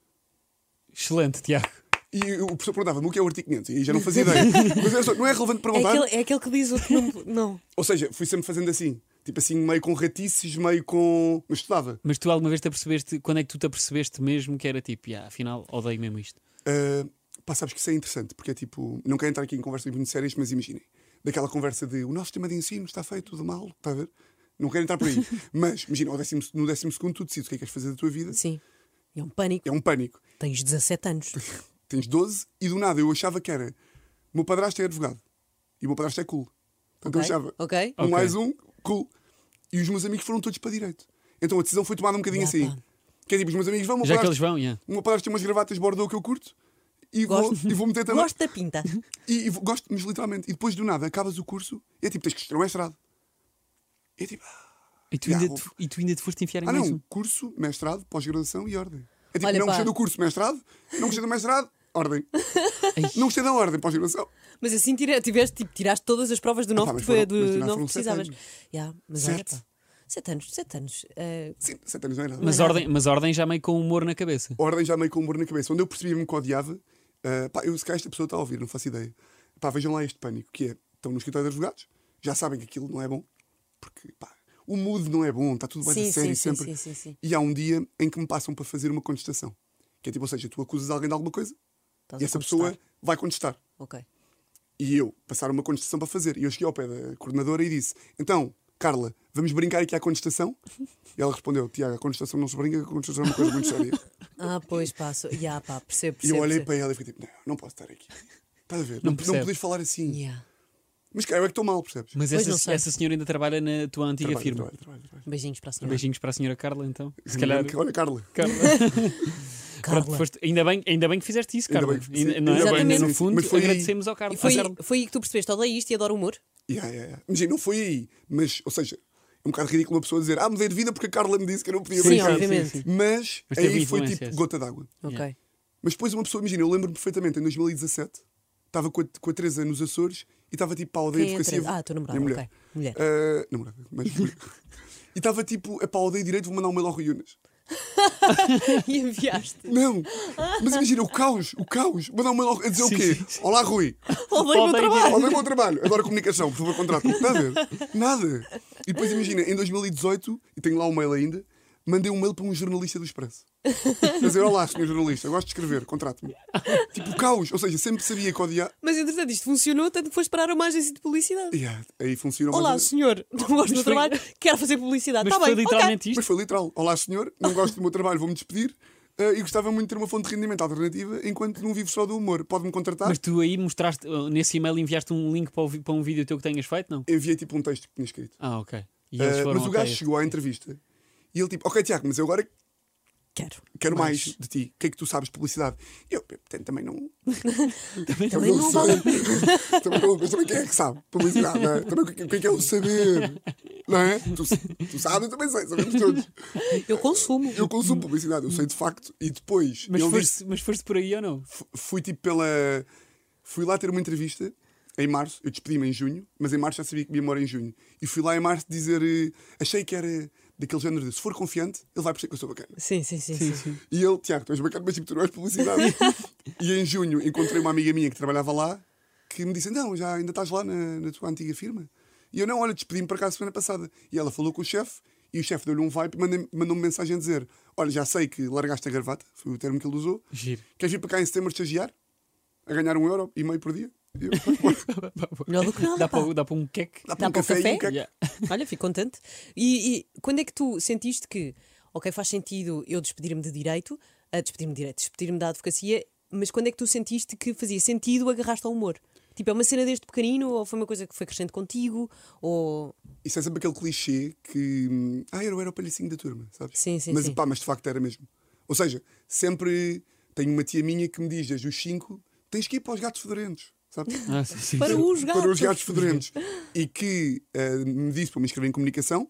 [SPEAKER 2] Excelente, Tiago.
[SPEAKER 4] E o professor perguntava-me o que é o artigo 500, e aí já não fazia ideia. mas era só, não é relevante
[SPEAKER 3] É
[SPEAKER 4] perguntar?
[SPEAKER 3] aquele, é aquele que diz o que não. não.
[SPEAKER 4] Ou seja, fui sempre fazendo assim. Tipo assim, meio com ratices, meio com. Mas estudava.
[SPEAKER 2] Mas tu alguma vez te apercebeste, quando é que tu te apercebeste mesmo que era tipo, "Ya, afinal odeio mesmo isto?
[SPEAKER 4] Uh, pá, sabes que isso é interessante, porque é tipo, não quero entrar aqui em conversas muito sérias, mas imaginem, daquela conversa de o nosso sistema de ensino está feito de mal, está a ver? Não quero entrar por aí, mas imagina, ao décimo, no décimo segundo tu decides o que é que queres fazer da tua vida,
[SPEAKER 3] Sim. E é um pânico.
[SPEAKER 4] é um pânico.
[SPEAKER 3] Tens 17 anos.
[SPEAKER 4] Tens 12 e do nada eu achava que era o meu padrasto é advogado e o meu padrasto é cool. Portanto,
[SPEAKER 3] Ok?
[SPEAKER 4] eu achava
[SPEAKER 3] Ok?
[SPEAKER 4] um
[SPEAKER 2] Ok.
[SPEAKER 4] mais um, cool. E os meus amigos foram todos para direito. Então a decisão foi tomada um bocadinho
[SPEAKER 3] Ya,
[SPEAKER 4] assim.
[SPEAKER 3] pá.
[SPEAKER 4] Que é tipo, os meus amigos vão, o meu
[SPEAKER 2] Já que
[SPEAKER 4] padrasto-
[SPEAKER 2] eles vão, yeah.
[SPEAKER 4] o meu padrasto tem umas gravatas bordou que eu curto e, vou,
[SPEAKER 3] Gosto.
[SPEAKER 4] e vou meter também.
[SPEAKER 3] Gosto da pinta.
[SPEAKER 4] E, e vo- gosto, mas literalmente. E depois do nada acabas o curso e é tipo, tens que estudar o mestrado. E é tipo,
[SPEAKER 2] E tu,
[SPEAKER 4] Ya,
[SPEAKER 2] ainda
[SPEAKER 4] houve.
[SPEAKER 2] te, e tu ainda te foste enfiar em
[SPEAKER 4] ah
[SPEAKER 2] mais
[SPEAKER 4] não,
[SPEAKER 2] um.
[SPEAKER 4] curso, mestrado, pós-graduação e ordem. É tipo,
[SPEAKER 3] É Olha,
[SPEAKER 4] não
[SPEAKER 3] pá.
[SPEAKER 4] gostei do curso, mestrado, não gostei do mestrado, ordem. não gostei da ordem, pós-graduação.
[SPEAKER 3] Mas assim tira- tiveste, tipo, tiraste todas as provas do 9
[SPEAKER 4] Ah, pá,
[SPEAKER 3] que
[SPEAKER 4] mas
[SPEAKER 3] foi a
[SPEAKER 4] foram-
[SPEAKER 3] do
[SPEAKER 4] mas tiraram
[SPEAKER 3] 9 que
[SPEAKER 4] foram sete
[SPEAKER 3] precisavas.
[SPEAKER 4] anos.
[SPEAKER 3] Yeah, mas olha,
[SPEAKER 4] Sete.
[SPEAKER 3] pá. 7 anos, 7 anos. Eh,
[SPEAKER 4] Sim, sete anos não é nada.
[SPEAKER 2] Mas ordem, mas ordem já meio com humor na cabeça.
[SPEAKER 4] Ordem já meio com um burro na cabeça. Onde eu percebia-me que odiava, ah, pá, eu se calhar esta pessoa está a ouvir, não faço ideia. Pá, vejam lá este pânico, que é, estão no escritório de advogados, já sabem que aquilo não é bom, porque, pá, o mood não é bom, está tudo bem
[SPEAKER 3] sim,
[SPEAKER 4] a
[SPEAKER 3] sim,
[SPEAKER 4] sério
[SPEAKER 3] sim,
[SPEAKER 4] sempre.
[SPEAKER 3] sim, sim, sim.
[SPEAKER 4] E há um dia em que me passam para fazer uma contestação. Que é tipo, ou seja, tu acusas alguém de alguma coisa
[SPEAKER 3] Estás
[SPEAKER 4] e
[SPEAKER 3] a
[SPEAKER 4] essa
[SPEAKER 3] contestar.
[SPEAKER 4] pessoa vai contestar.
[SPEAKER 3] Ok.
[SPEAKER 4] E eu passaram uma contestação para fazer. E eu cheguei ao pé da coordenadora e disse: Então, Carla, vamos brincar aqui à contestação? E ela respondeu: Tiago, a contestação não se brinca, a contestação é uma coisa muito séria.
[SPEAKER 3] Ah, pois, passo. Yeah, pá, percebo,
[SPEAKER 4] e eu
[SPEAKER 3] percebo.
[SPEAKER 4] olhei
[SPEAKER 3] percebo.
[SPEAKER 4] para ela e fiquei tipo: Não, não posso estar aqui. Estás a ver?
[SPEAKER 2] Não
[SPEAKER 4] Não, não,
[SPEAKER 2] percebe.
[SPEAKER 4] podes falar assim.
[SPEAKER 3] Yeah.
[SPEAKER 4] Mas cara, eu é que estou mal, percebes?
[SPEAKER 2] Mas
[SPEAKER 3] Pois não
[SPEAKER 2] essa,
[SPEAKER 3] sei.
[SPEAKER 2] essa senhora ainda trabalha na tua antiga
[SPEAKER 4] Trabalho,
[SPEAKER 2] firma.
[SPEAKER 4] trabalho, trabalho, trabalho.
[SPEAKER 3] Beijinhos para a senhora.
[SPEAKER 2] Beijinhos para a senhora Carla, então. Se calhar.
[SPEAKER 4] Olha, Carla.
[SPEAKER 2] Carla.
[SPEAKER 3] Carla.
[SPEAKER 2] Pronto, foste- ainda, bem, ainda bem que fizeste isso,
[SPEAKER 4] Ainda
[SPEAKER 2] Carla.
[SPEAKER 4] bem que-
[SPEAKER 2] Ainda-
[SPEAKER 4] sim,
[SPEAKER 2] não é?
[SPEAKER 3] ainda
[SPEAKER 2] Ainda
[SPEAKER 3] bem,
[SPEAKER 2] no
[SPEAKER 4] sim, sim.
[SPEAKER 2] fundo,
[SPEAKER 4] Mas foi aí-
[SPEAKER 2] agradecemos ao Carla.
[SPEAKER 3] E foi,
[SPEAKER 2] à Carla.
[SPEAKER 3] foi aí que tu percebeste, odeio isto e adoro humor?
[SPEAKER 4] Yeah, yeah, yeah. Imagina, não foi aí. Mas, ou seja, é um bocado ridículo uma pessoa dizer ah, mudei de vida porque a Carla me disse que eu não podia
[SPEAKER 3] Sim,
[SPEAKER 4] brincar.
[SPEAKER 3] obviamente.
[SPEAKER 4] Mas,
[SPEAKER 2] Mas teve
[SPEAKER 4] aí foi
[SPEAKER 2] influência,
[SPEAKER 4] tipo
[SPEAKER 2] essa.
[SPEAKER 4] gota d'água.
[SPEAKER 3] Ok.
[SPEAKER 2] Yeah.
[SPEAKER 4] Mas depois uma pessoa, imagina, eu lembro-me perfeitamente, em 2017, estava com a, com a Teresa nos Açores e estava tipo para a aldeia
[SPEAKER 3] Quem é a
[SPEAKER 4] educativa.
[SPEAKER 3] Teresa? Ah, tua namorada,
[SPEAKER 4] Minha
[SPEAKER 3] ok. Mulher.
[SPEAKER 4] Ah, namorada, mas. e estava tipo, é para a aldeia direito, vou mandar um mail ao Rui Unas.
[SPEAKER 3] e enviaste.
[SPEAKER 4] Não! Mas imagina, o caos, o caos. Mandar um mail ao. A dizer
[SPEAKER 2] Sim,
[SPEAKER 4] o quê?
[SPEAKER 2] sim, sim.
[SPEAKER 4] Olá, Rui.
[SPEAKER 3] Odeio o meu
[SPEAKER 2] Odeio
[SPEAKER 3] trabalho.
[SPEAKER 4] Olá, bom trabalho. Adoro comunicação, por favor, contrato. Nada. Nada. E depois imagina, em 2018, e tenho lá um mail ainda, mandei um mail para um jornalista do Expresso. A dizer, olá, senhor jornalista, eu gosto de escrever, contrato-me. Tipo, caos. Ou seja, sempre sabia que odiar.
[SPEAKER 3] Mas entretanto isto funcionou, tanto que foste parar a uma agência de publicidade.
[SPEAKER 4] Yeah, aí funcionou
[SPEAKER 3] Olá,
[SPEAKER 4] mais ou menos.
[SPEAKER 3] senhor, não gosto
[SPEAKER 2] Mas foi-
[SPEAKER 3] do meu trabalho, quero fazer publicidade.
[SPEAKER 2] Mas
[SPEAKER 3] Está
[SPEAKER 2] foi
[SPEAKER 3] Ah, tá bem,
[SPEAKER 2] literalmente
[SPEAKER 4] Mas
[SPEAKER 2] isto.
[SPEAKER 4] foi literal. Olá, senhor, não gosto do meu trabalho, vou-me despedir. eh, e gostava muito de ter uma fonte de rendimento alternativa enquanto não vivo só do humor. Pode-me contratar?
[SPEAKER 2] Mas tu aí mostraste, uh, nesse e-mail enviaste um link para, o vi- para um vídeo teu que tenhas feito, não?
[SPEAKER 4] Enviei tipo um texto que tinha escrito.
[SPEAKER 2] Ah, ok. E
[SPEAKER 4] Eh,
[SPEAKER 2] eles foram,
[SPEAKER 4] mas o
[SPEAKER 2] ok,
[SPEAKER 4] gajo chegou à entrevista e ele tipo, ok, Tiago, mas eu agora
[SPEAKER 3] Quero.
[SPEAKER 4] quero mais, de ti. O que é que tu sabes de publicidade? E eu, portanto, também não.
[SPEAKER 3] Também não
[SPEAKER 4] sei.
[SPEAKER 3] vale.
[SPEAKER 4] também não, mas também quem é que sabe publicidade? Não é? Também o que, o que é que é o saber? Não é? Tu, tu sabes, eu também sei, sabemos todos.
[SPEAKER 3] Eu consumo.
[SPEAKER 4] Eu consumo publicidade, eu sei de facto. E depois,
[SPEAKER 2] Mas
[SPEAKER 4] ele disse,
[SPEAKER 2] foste, mas foste por aí ou não?
[SPEAKER 4] fu- fui tipo pela. Fui lá ter uma entrevista em março, eu despedi-me em junho, mas em março já sabia que me ia embora em junho. E fui lá em março dizer. eh, Achei que era daquele género de se for confiante, ele vai perceber que eu sou bacana.
[SPEAKER 3] Sim, sim, sim. sim.
[SPEAKER 4] E ele, Tiago, tu és bacana, mas tipo, tu não és publicidade. e em junho encontrei uma amiga minha que trabalhava lá que me disse: Não, já ainda estás lá na, na tua antiga firma? E eu, não, olha, despedi-me para cá a semana passada. E ela falou com o chefe e o chefe deu-lhe um vibe e mandei- mandou-me mensagem a dizer: Olha, já sei que largaste a gravata, foi o termo que ele usou.
[SPEAKER 2] Giro.
[SPEAKER 4] Queres vir para cá em setembro estagiar? A ganhar um euro e meio por dia? E eu, "Bora."
[SPEAKER 3] Melhor do que nada.
[SPEAKER 2] Dá
[SPEAKER 3] pá.
[SPEAKER 2] para, dá para um queque?
[SPEAKER 4] Dá
[SPEAKER 3] Dá
[SPEAKER 4] para um
[SPEAKER 3] para o
[SPEAKER 4] café,
[SPEAKER 3] café?
[SPEAKER 4] e um queque.
[SPEAKER 2] Yeah.
[SPEAKER 3] Olha, fico contente. E, e quando é que tu sentiste que, ok, faz sentido eu despedir-me de direito, a despedir-me de direito, despedir-me da advocacia, mas quando é que tu sentiste que fazia sentido agarrar-te ao humor? Tipo, é uma cena desde pequenino ou foi uma coisa que foi crescendo contigo? Ou.
[SPEAKER 4] Isso é sempre aquele clichê que. hum, Ah, eu era o palhacinho da turma, sabes?
[SPEAKER 3] Sim, sim,
[SPEAKER 4] mas,
[SPEAKER 3] sim.
[SPEAKER 4] Pá, mas de facto era mesmo. Ou seja, sempre tenho uma tia minha que me diz desde os 5: tens que ir para os gatos fedorentos, sabes?
[SPEAKER 2] Ah, sim, sim.
[SPEAKER 3] Para
[SPEAKER 2] sim.
[SPEAKER 3] os
[SPEAKER 4] Para os
[SPEAKER 3] gatos.
[SPEAKER 4] gatos fedorentos. e que ah, me disse para me inscrever em comunicação.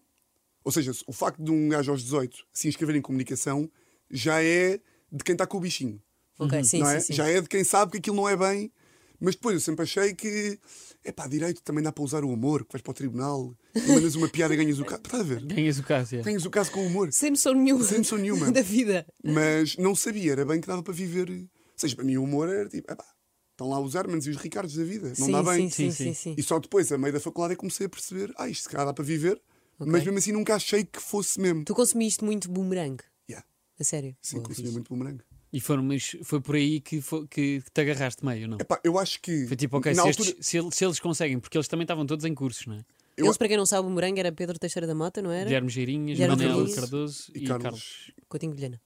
[SPEAKER 4] Ou seja, o facto de um gajo aos 18 se inscrever em comunicação já é de quem está com o bichinho
[SPEAKER 3] Ok, sim,
[SPEAKER 4] não
[SPEAKER 3] sim,
[SPEAKER 4] é?
[SPEAKER 3] sim.
[SPEAKER 4] Já é de quem sabe que aquilo não é bem. Mas depois eu sempre achei que, é pá, direito também dá para usar o humor, que vais para o tribunal, e mandas uma piada e ganhas o caso. Estás a ver?
[SPEAKER 2] Ganhas o caso, é. yeah.
[SPEAKER 4] Ganhas o caso com humor.
[SPEAKER 3] Sem noção nenhuma.
[SPEAKER 4] Sem noção nenhuma.
[SPEAKER 3] da vida.
[SPEAKER 4] Mas não sabia, era bem que dava para viver. Ou seja, para mim o humor era tipo, é pá, estão lá os Hermanos e os Ricardos da vida, não
[SPEAKER 3] sim,
[SPEAKER 4] dá
[SPEAKER 3] sim,
[SPEAKER 4] bem.
[SPEAKER 2] Sim,
[SPEAKER 3] sim, sim,
[SPEAKER 2] sim.
[SPEAKER 3] sim.
[SPEAKER 4] é E só depois, a meio da faculdade, eu comecei a perceber, ah, isto se calhar dá para viver,
[SPEAKER 3] ok?
[SPEAKER 4] Mas mesmo assim nunca achei que fosse mesmo.
[SPEAKER 3] Tu consumiste muito boomerang,
[SPEAKER 4] Yeah.
[SPEAKER 3] a sério.
[SPEAKER 4] Sim,
[SPEAKER 3] Boa,
[SPEAKER 4] consumia
[SPEAKER 3] fixe.
[SPEAKER 4] muito boomerang.
[SPEAKER 2] E foram, mas foi por aí que, fo- que te agarraste meio, não?
[SPEAKER 4] Epá, eu acho que.
[SPEAKER 2] Foi tipo, ok, se,
[SPEAKER 4] na altura,
[SPEAKER 2] estes- se eles, se eles conseguem, porque eles também estavam todos em cursos, não é?
[SPEAKER 4] eu-
[SPEAKER 3] Eles, para quem não sabe, o boomerang era Pedro Teixeira da Mata, não era?
[SPEAKER 2] Guilherme Geirinhas,
[SPEAKER 3] Guilherme
[SPEAKER 2] Manuel
[SPEAKER 3] Cardoso.
[SPEAKER 2] Cardoso e,
[SPEAKER 4] E
[SPEAKER 2] Carlos.
[SPEAKER 4] Carlos.
[SPEAKER 3] Coutinho Vilhena.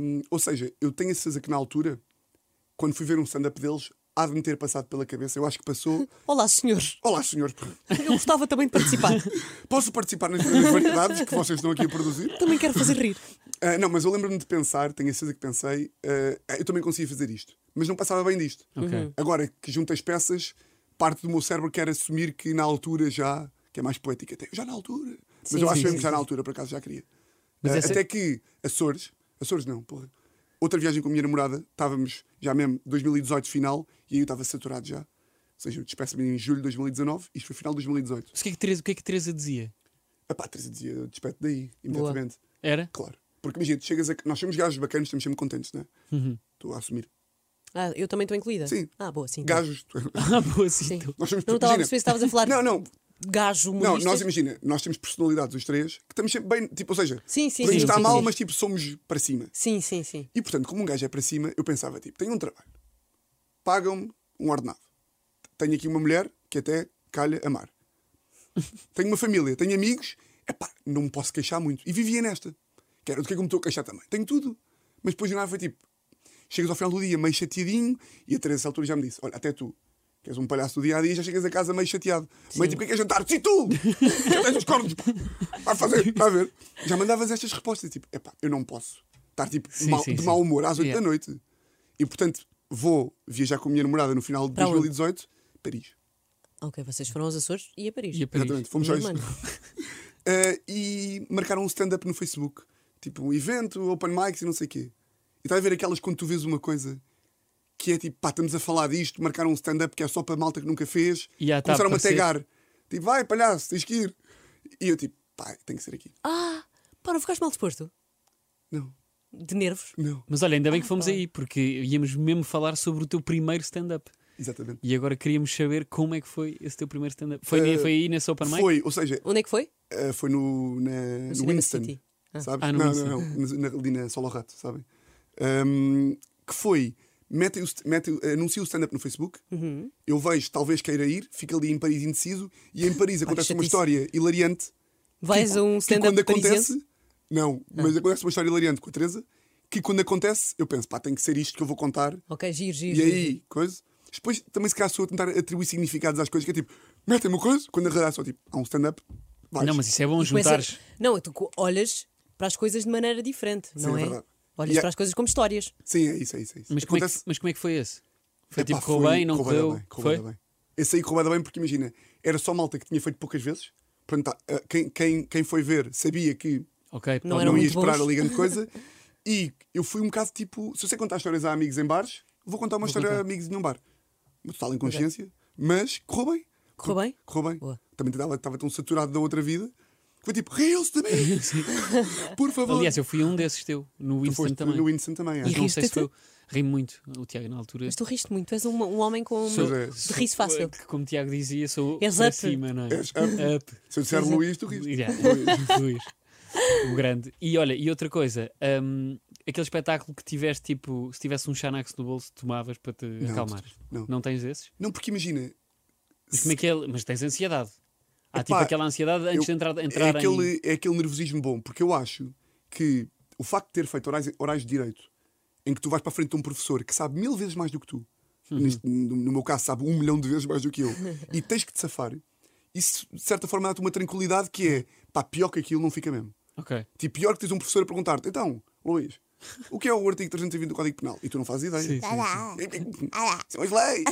[SPEAKER 4] hum, ou seja, eu tenho a certeza que na altura, quando fui ver um stand-up deles, há de me ter passado pela cabeça. Eu acho que passou.
[SPEAKER 3] Olá, senhores.
[SPEAKER 4] Olá, senhor,
[SPEAKER 3] Eu gostava também de participar.
[SPEAKER 4] posso participar nas nas variedades que vocês estão aqui a produzir?
[SPEAKER 3] também quero fazer rir.
[SPEAKER 4] Ah, não, mas eu lembro-me de pensar, tenho a certeza que pensei, ah, eu também conseguia fazer isto, mas não passava bem disto.
[SPEAKER 2] Ok.
[SPEAKER 3] Uhum.
[SPEAKER 4] Agora que junto as peças, parte do meu cérebro quer assumir que na altura já, que é mais poética até, eu já na altura. Mas
[SPEAKER 3] Sim, sim,
[SPEAKER 4] eu acho mesmo
[SPEAKER 3] sim,
[SPEAKER 4] que já na
[SPEAKER 3] sim.
[SPEAKER 4] altura, por acaso já queria.
[SPEAKER 2] Mas
[SPEAKER 4] Ah,
[SPEAKER 2] essa-
[SPEAKER 4] Até que Açores, Açores não, porra. Outra viagem com a minha namorada, estávamos já mesmo 2018 final, e aí eu estava saturado já. Ou seja, eu despeço-me em julho de 2019, isto foi final de 2018.
[SPEAKER 2] Mas o que, é que Teresa, o que é que Teresa dizia?
[SPEAKER 4] A Patrícia dizia, eu despeço daí, imediatamente.
[SPEAKER 2] Era?
[SPEAKER 4] Claro. Porque imagina, tu chegas a... nós somos gajos bacanas, estamos sempre contentes, não é? Estou a assumir.
[SPEAKER 3] Ah, eu também estou incluída?
[SPEAKER 4] Sim.
[SPEAKER 3] Ah, boa, sim.
[SPEAKER 4] Gajos.
[SPEAKER 2] Ah, boa, sim.
[SPEAKER 3] Sim.
[SPEAKER 2] então.
[SPEAKER 4] Nós somos
[SPEAKER 3] Eu não estava a
[SPEAKER 4] imagina-
[SPEAKER 3] perceber se estavas a falar
[SPEAKER 4] Não, não.
[SPEAKER 3] gajo,
[SPEAKER 4] Não,
[SPEAKER 3] humoristas.
[SPEAKER 4] nós imagina, nós temos personalidades os três que estamos sempre bem, tipo, ou seja,
[SPEAKER 3] Sim, sim,
[SPEAKER 4] podemos
[SPEAKER 3] sim,
[SPEAKER 4] estar
[SPEAKER 3] sim,
[SPEAKER 4] mal,
[SPEAKER 3] sim.
[SPEAKER 4] mas tipo, somos para cima.
[SPEAKER 3] Sim, sim, sim.
[SPEAKER 4] E portanto, como um gajo é para cima, eu pensava, tipo, tenho um trabalho, pagam-me um ordenado, tenho aqui uma mulher que até calha amar, tenho uma família, tenho amigos, epá, não me posso queixar muito. E vivia nesta, que era do que é que eu me estou a queixar também. Tenho tudo, mas depois de nada foi tipo, chegas ao final do dia meio chateadinho e a Teresa, nessa altura, já me disse: Olha, até tu. Que és um palhaço do dia a dia e já chegas a casa meio chateado. Meio tipo, o que é que é jantar? Se tu! Já tens os cornos! pá. Vai fazer, vai ver. Já mandavas estas respostas, tipo, epá, eu não posso estar tipo
[SPEAKER 2] Sim,
[SPEAKER 4] mal-
[SPEAKER 2] sim,
[SPEAKER 4] de
[SPEAKER 2] sim.
[SPEAKER 4] mau humor às 8
[SPEAKER 2] Yeah.
[SPEAKER 4] da noite. E portanto, vou viajar com a minha namorada no final de
[SPEAKER 3] Para onde?
[SPEAKER 4] 2018, Paris.
[SPEAKER 3] Ok, vocês foram aos Açores e a Paris.
[SPEAKER 2] E a Paris.
[SPEAKER 4] Exatamente, fomos
[SPEAKER 3] Mas,
[SPEAKER 4] só
[SPEAKER 3] mano,
[SPEAKER 4] isso. Eh, e marcaram um stand-up no Facebook. Tipo, um evento, open mics e não sei o quê. E estás a ver aquelas quando tu vês uma coisa que é tipo, pá, estamos a falar disto, marcaram um stand-up que é só para malta que nunca fez.
[SPEAKER 2] E já está a
[SPEAKER 4] começaram a
[SPEAKER 2] aparecer.
[SPEAKER 4] tagar. Tipo, vai, palhaço, tens que ir. E eu tipo, pá, tem que ser aqui.
[SPEAKER 3] Ah, pá, não ficaste mal disposto?
[SPEAKER 4] Não,
[SPEAKER 3] De nervos?
[SPEAKER 4] não.
[SPEAKER 2] Mas olha, ainda bem que fomos aí, porque íamos mesmo falar sobre o teu primeiro stand-up.
[SPEAKER 4] Exatamente.
[SPEAKER 2] E agora queríamos saber como é que foi esse teu primeiro stand-up. Foi,
[SPEAKER 4] Eh,
[SPEAKER 2] foi aí nessa Open Mic?
[SPEAKER 4] Foi, ou seja,
[SPEAKER 3] Onde é que foi?
[SPEAKER 4] eh, foi no, na, no
[SPEAKER 3] Cinema
[SPEAKER 4] Winston.
[SPEAKER 3] City. Ah.
[SPEAKER 4] Sabes?
[SPEAKER 2] Ah, no
[SPEAKER 4] não,
[SPEAKER 2] Winston.
[SPEAKER 4] não, não, Na, na, ali na Solo Rato, sabem? Ahm, que foi, metem o, st- metem, anuncia o stand-up no Facebook,
[SPEAKER 3] Uhum.
[SPEAKER 4] eu vejo, talvez queira ir, fica ali em Paris indeciso, e em Paris acontece uma
[SPEAKER 3] chatice.
[SPEAKER 4] história hilariante.
[SPEAKER 3] Vais a um
[SPEAKER 4] que quando
[SPEAKER 3] stand-up
[SPEAKER 4] acontece.
[SPEAKER 3] parisiense? Ah.
[SPEAKER 4] Não, mas acontece uma história hilariante com a Teresa, que quando acontece, eu penso, pá, tem que ser isto que eu vou contar,
[SPEAKER 3] Ok, giro, giro.
[SPEAKER 4] e
[SPEAKER 3] giro.
[SPEAKER 4] aí, coisa. Depois também se calhar sou a tentar atribuir significados às coisas, que é tipo, metem-me uma coisa, quando a realidade é só tipo, há um stand-up, vais.
[SPEAKER 2] Não, mas isso é bom
[SPEAKER 3] Começa-
[SPEAKER 2] juntares.
[SPEAKER 3] Não, tu co- olhas para as coisas de maneira diferente, não
[SPEAKER 4] é
[SPEAKER 3] é?
[SPEAKER 4] verdade.
[SPEAKER 3] Olhas
[SPEAKER 4] E é-
[SPEAKER 3] para as coisas como histórias.
[SPEAKER 4] Sim, é isso, é isso. É isso.
[SPEAKER 2] Mas, como é que,
[SPEAKER 4] Acontece-
[SPEAKER 2] mas como é que foi esse? Foi
[SPEAKER 4] Epá,
[SPEAKER 2] tipo, correu bem, não
[SPEAKER 4] correu bué da
[SPEAKER 2] correu?
[SPEAKER 4] bem, correu bué
[SPEAKER 2] Foi?
[SPEAKER 4] da bem. Esse aí correu bué da bem porque imagina, era só malta que tinha feito poucas vezes. Portanto, tá, ah, quem, quem, quem foi ver sabia que
[SPEAKER 2] Ok,
[SPEAKER 3] Não
[SPEAKER 2] pá,
[SPEAKER 3] eram
[SPEAKER 4] não ia
[SPEAKER 3] muito
[SPEAKER 4] esperar
[SPEAKER 3] bons.
[SPEAKER 4] ali grande coisa. E eu fui um bocado tipo, se eu sei contar histórias a amigos em bares, vou contar uma história a amigos num bar. Uma total inconsciência, mas correu bem.
[SPEAKER 3] Correu bem?
[SPEAKER 4] Correu bem.
[SPEAKER 3] Boa.
[SPEAKER 4] Também estava, estava tão saturado da outra vida que foi tipo, riam-se também! Por favor!
[SPEAKER 2] Aliás, eu fui um desses teu, no
[SPEAKER 4] Tu
[SPEAKER 2] Winston
[SPEAKER 4] foste
[SPEAKER 2] também.
[SPEAKER 4] no Winston também.
[SPEAKER 3] E
[SPEAKER 4] é.
[SPEAKER 2] Não sei se
[SPEAKER 3] Riste-te?
[SPEAKER 2] foi. Ri muito, o Tiago, na altura.
[SPEAKER 3] Mas tu riste muito, és um, um homem com
[SPEAKER 4] Sou-
[SPEAKER 3] de riso fácil.
[SPEAKER 2] Que, como o Tiago dizia, sou
[SPEAKER 3] És
[SPEAKER 2] para
[SPEAKER 3] up.
[SPEAKER 2] cima, não é?
[SPEAKER 4] És up.
[SPEAKER 2] Up.
[SPEAKER 4] Se eu disser
[SPEAKER 3] é.
[SPEAKER 4] Luís, tu riste.
[SPEAKER 2] Yeah, Luís. O grande. E olha, e outra coisa, hum, aquele espetáculo que tiveste, tipo, se tivesse um Xanax no bolso, tomavas para te acalmar.
[SPEAKER 4] não.
[SPEAKER 2] Não tens esses?
[SPEAKER 4] Não, porque imagina,
[SPEAKER 2] Mas, como é que é? Mas tens ansiedade. Há
[SPEAKER 4] Epá,
[SPEAKER 2] tipo aquela ansiedade antes
[SPEAKER 4] eu-
[SPEAKER 2] de entrar,
[SPEAKER 4] é
[SPEAKER 2] entrar em.
[SPEAKER 4] aquele, é aquele nervosismo bom, porque eu acho que o facto de ter feito orais, orais de direito, em que tu vais para a frente de um professor que sabe mil vezes mais do que tu,
[SPEAKER 2] Uhum.
[SPEAKER 4] neste- no, no meu caso, sabe um milhão de vezes mais do que eu, e tens que te safar, isso de certa forma dá-te uma tranquilidade que é pá, pior que aquilo não fica mesmo.
[SPEAKER 2] Ok.
[SPEAKER 4] Tipo, pior que tens um professor a perguntar-te, então, Luís, o que é o artigo 320 do Código Penal? E tu não fazes ideia.
[SPEAKER 2] Sim, sim, sim.
[SPEAKER 4] São as leis!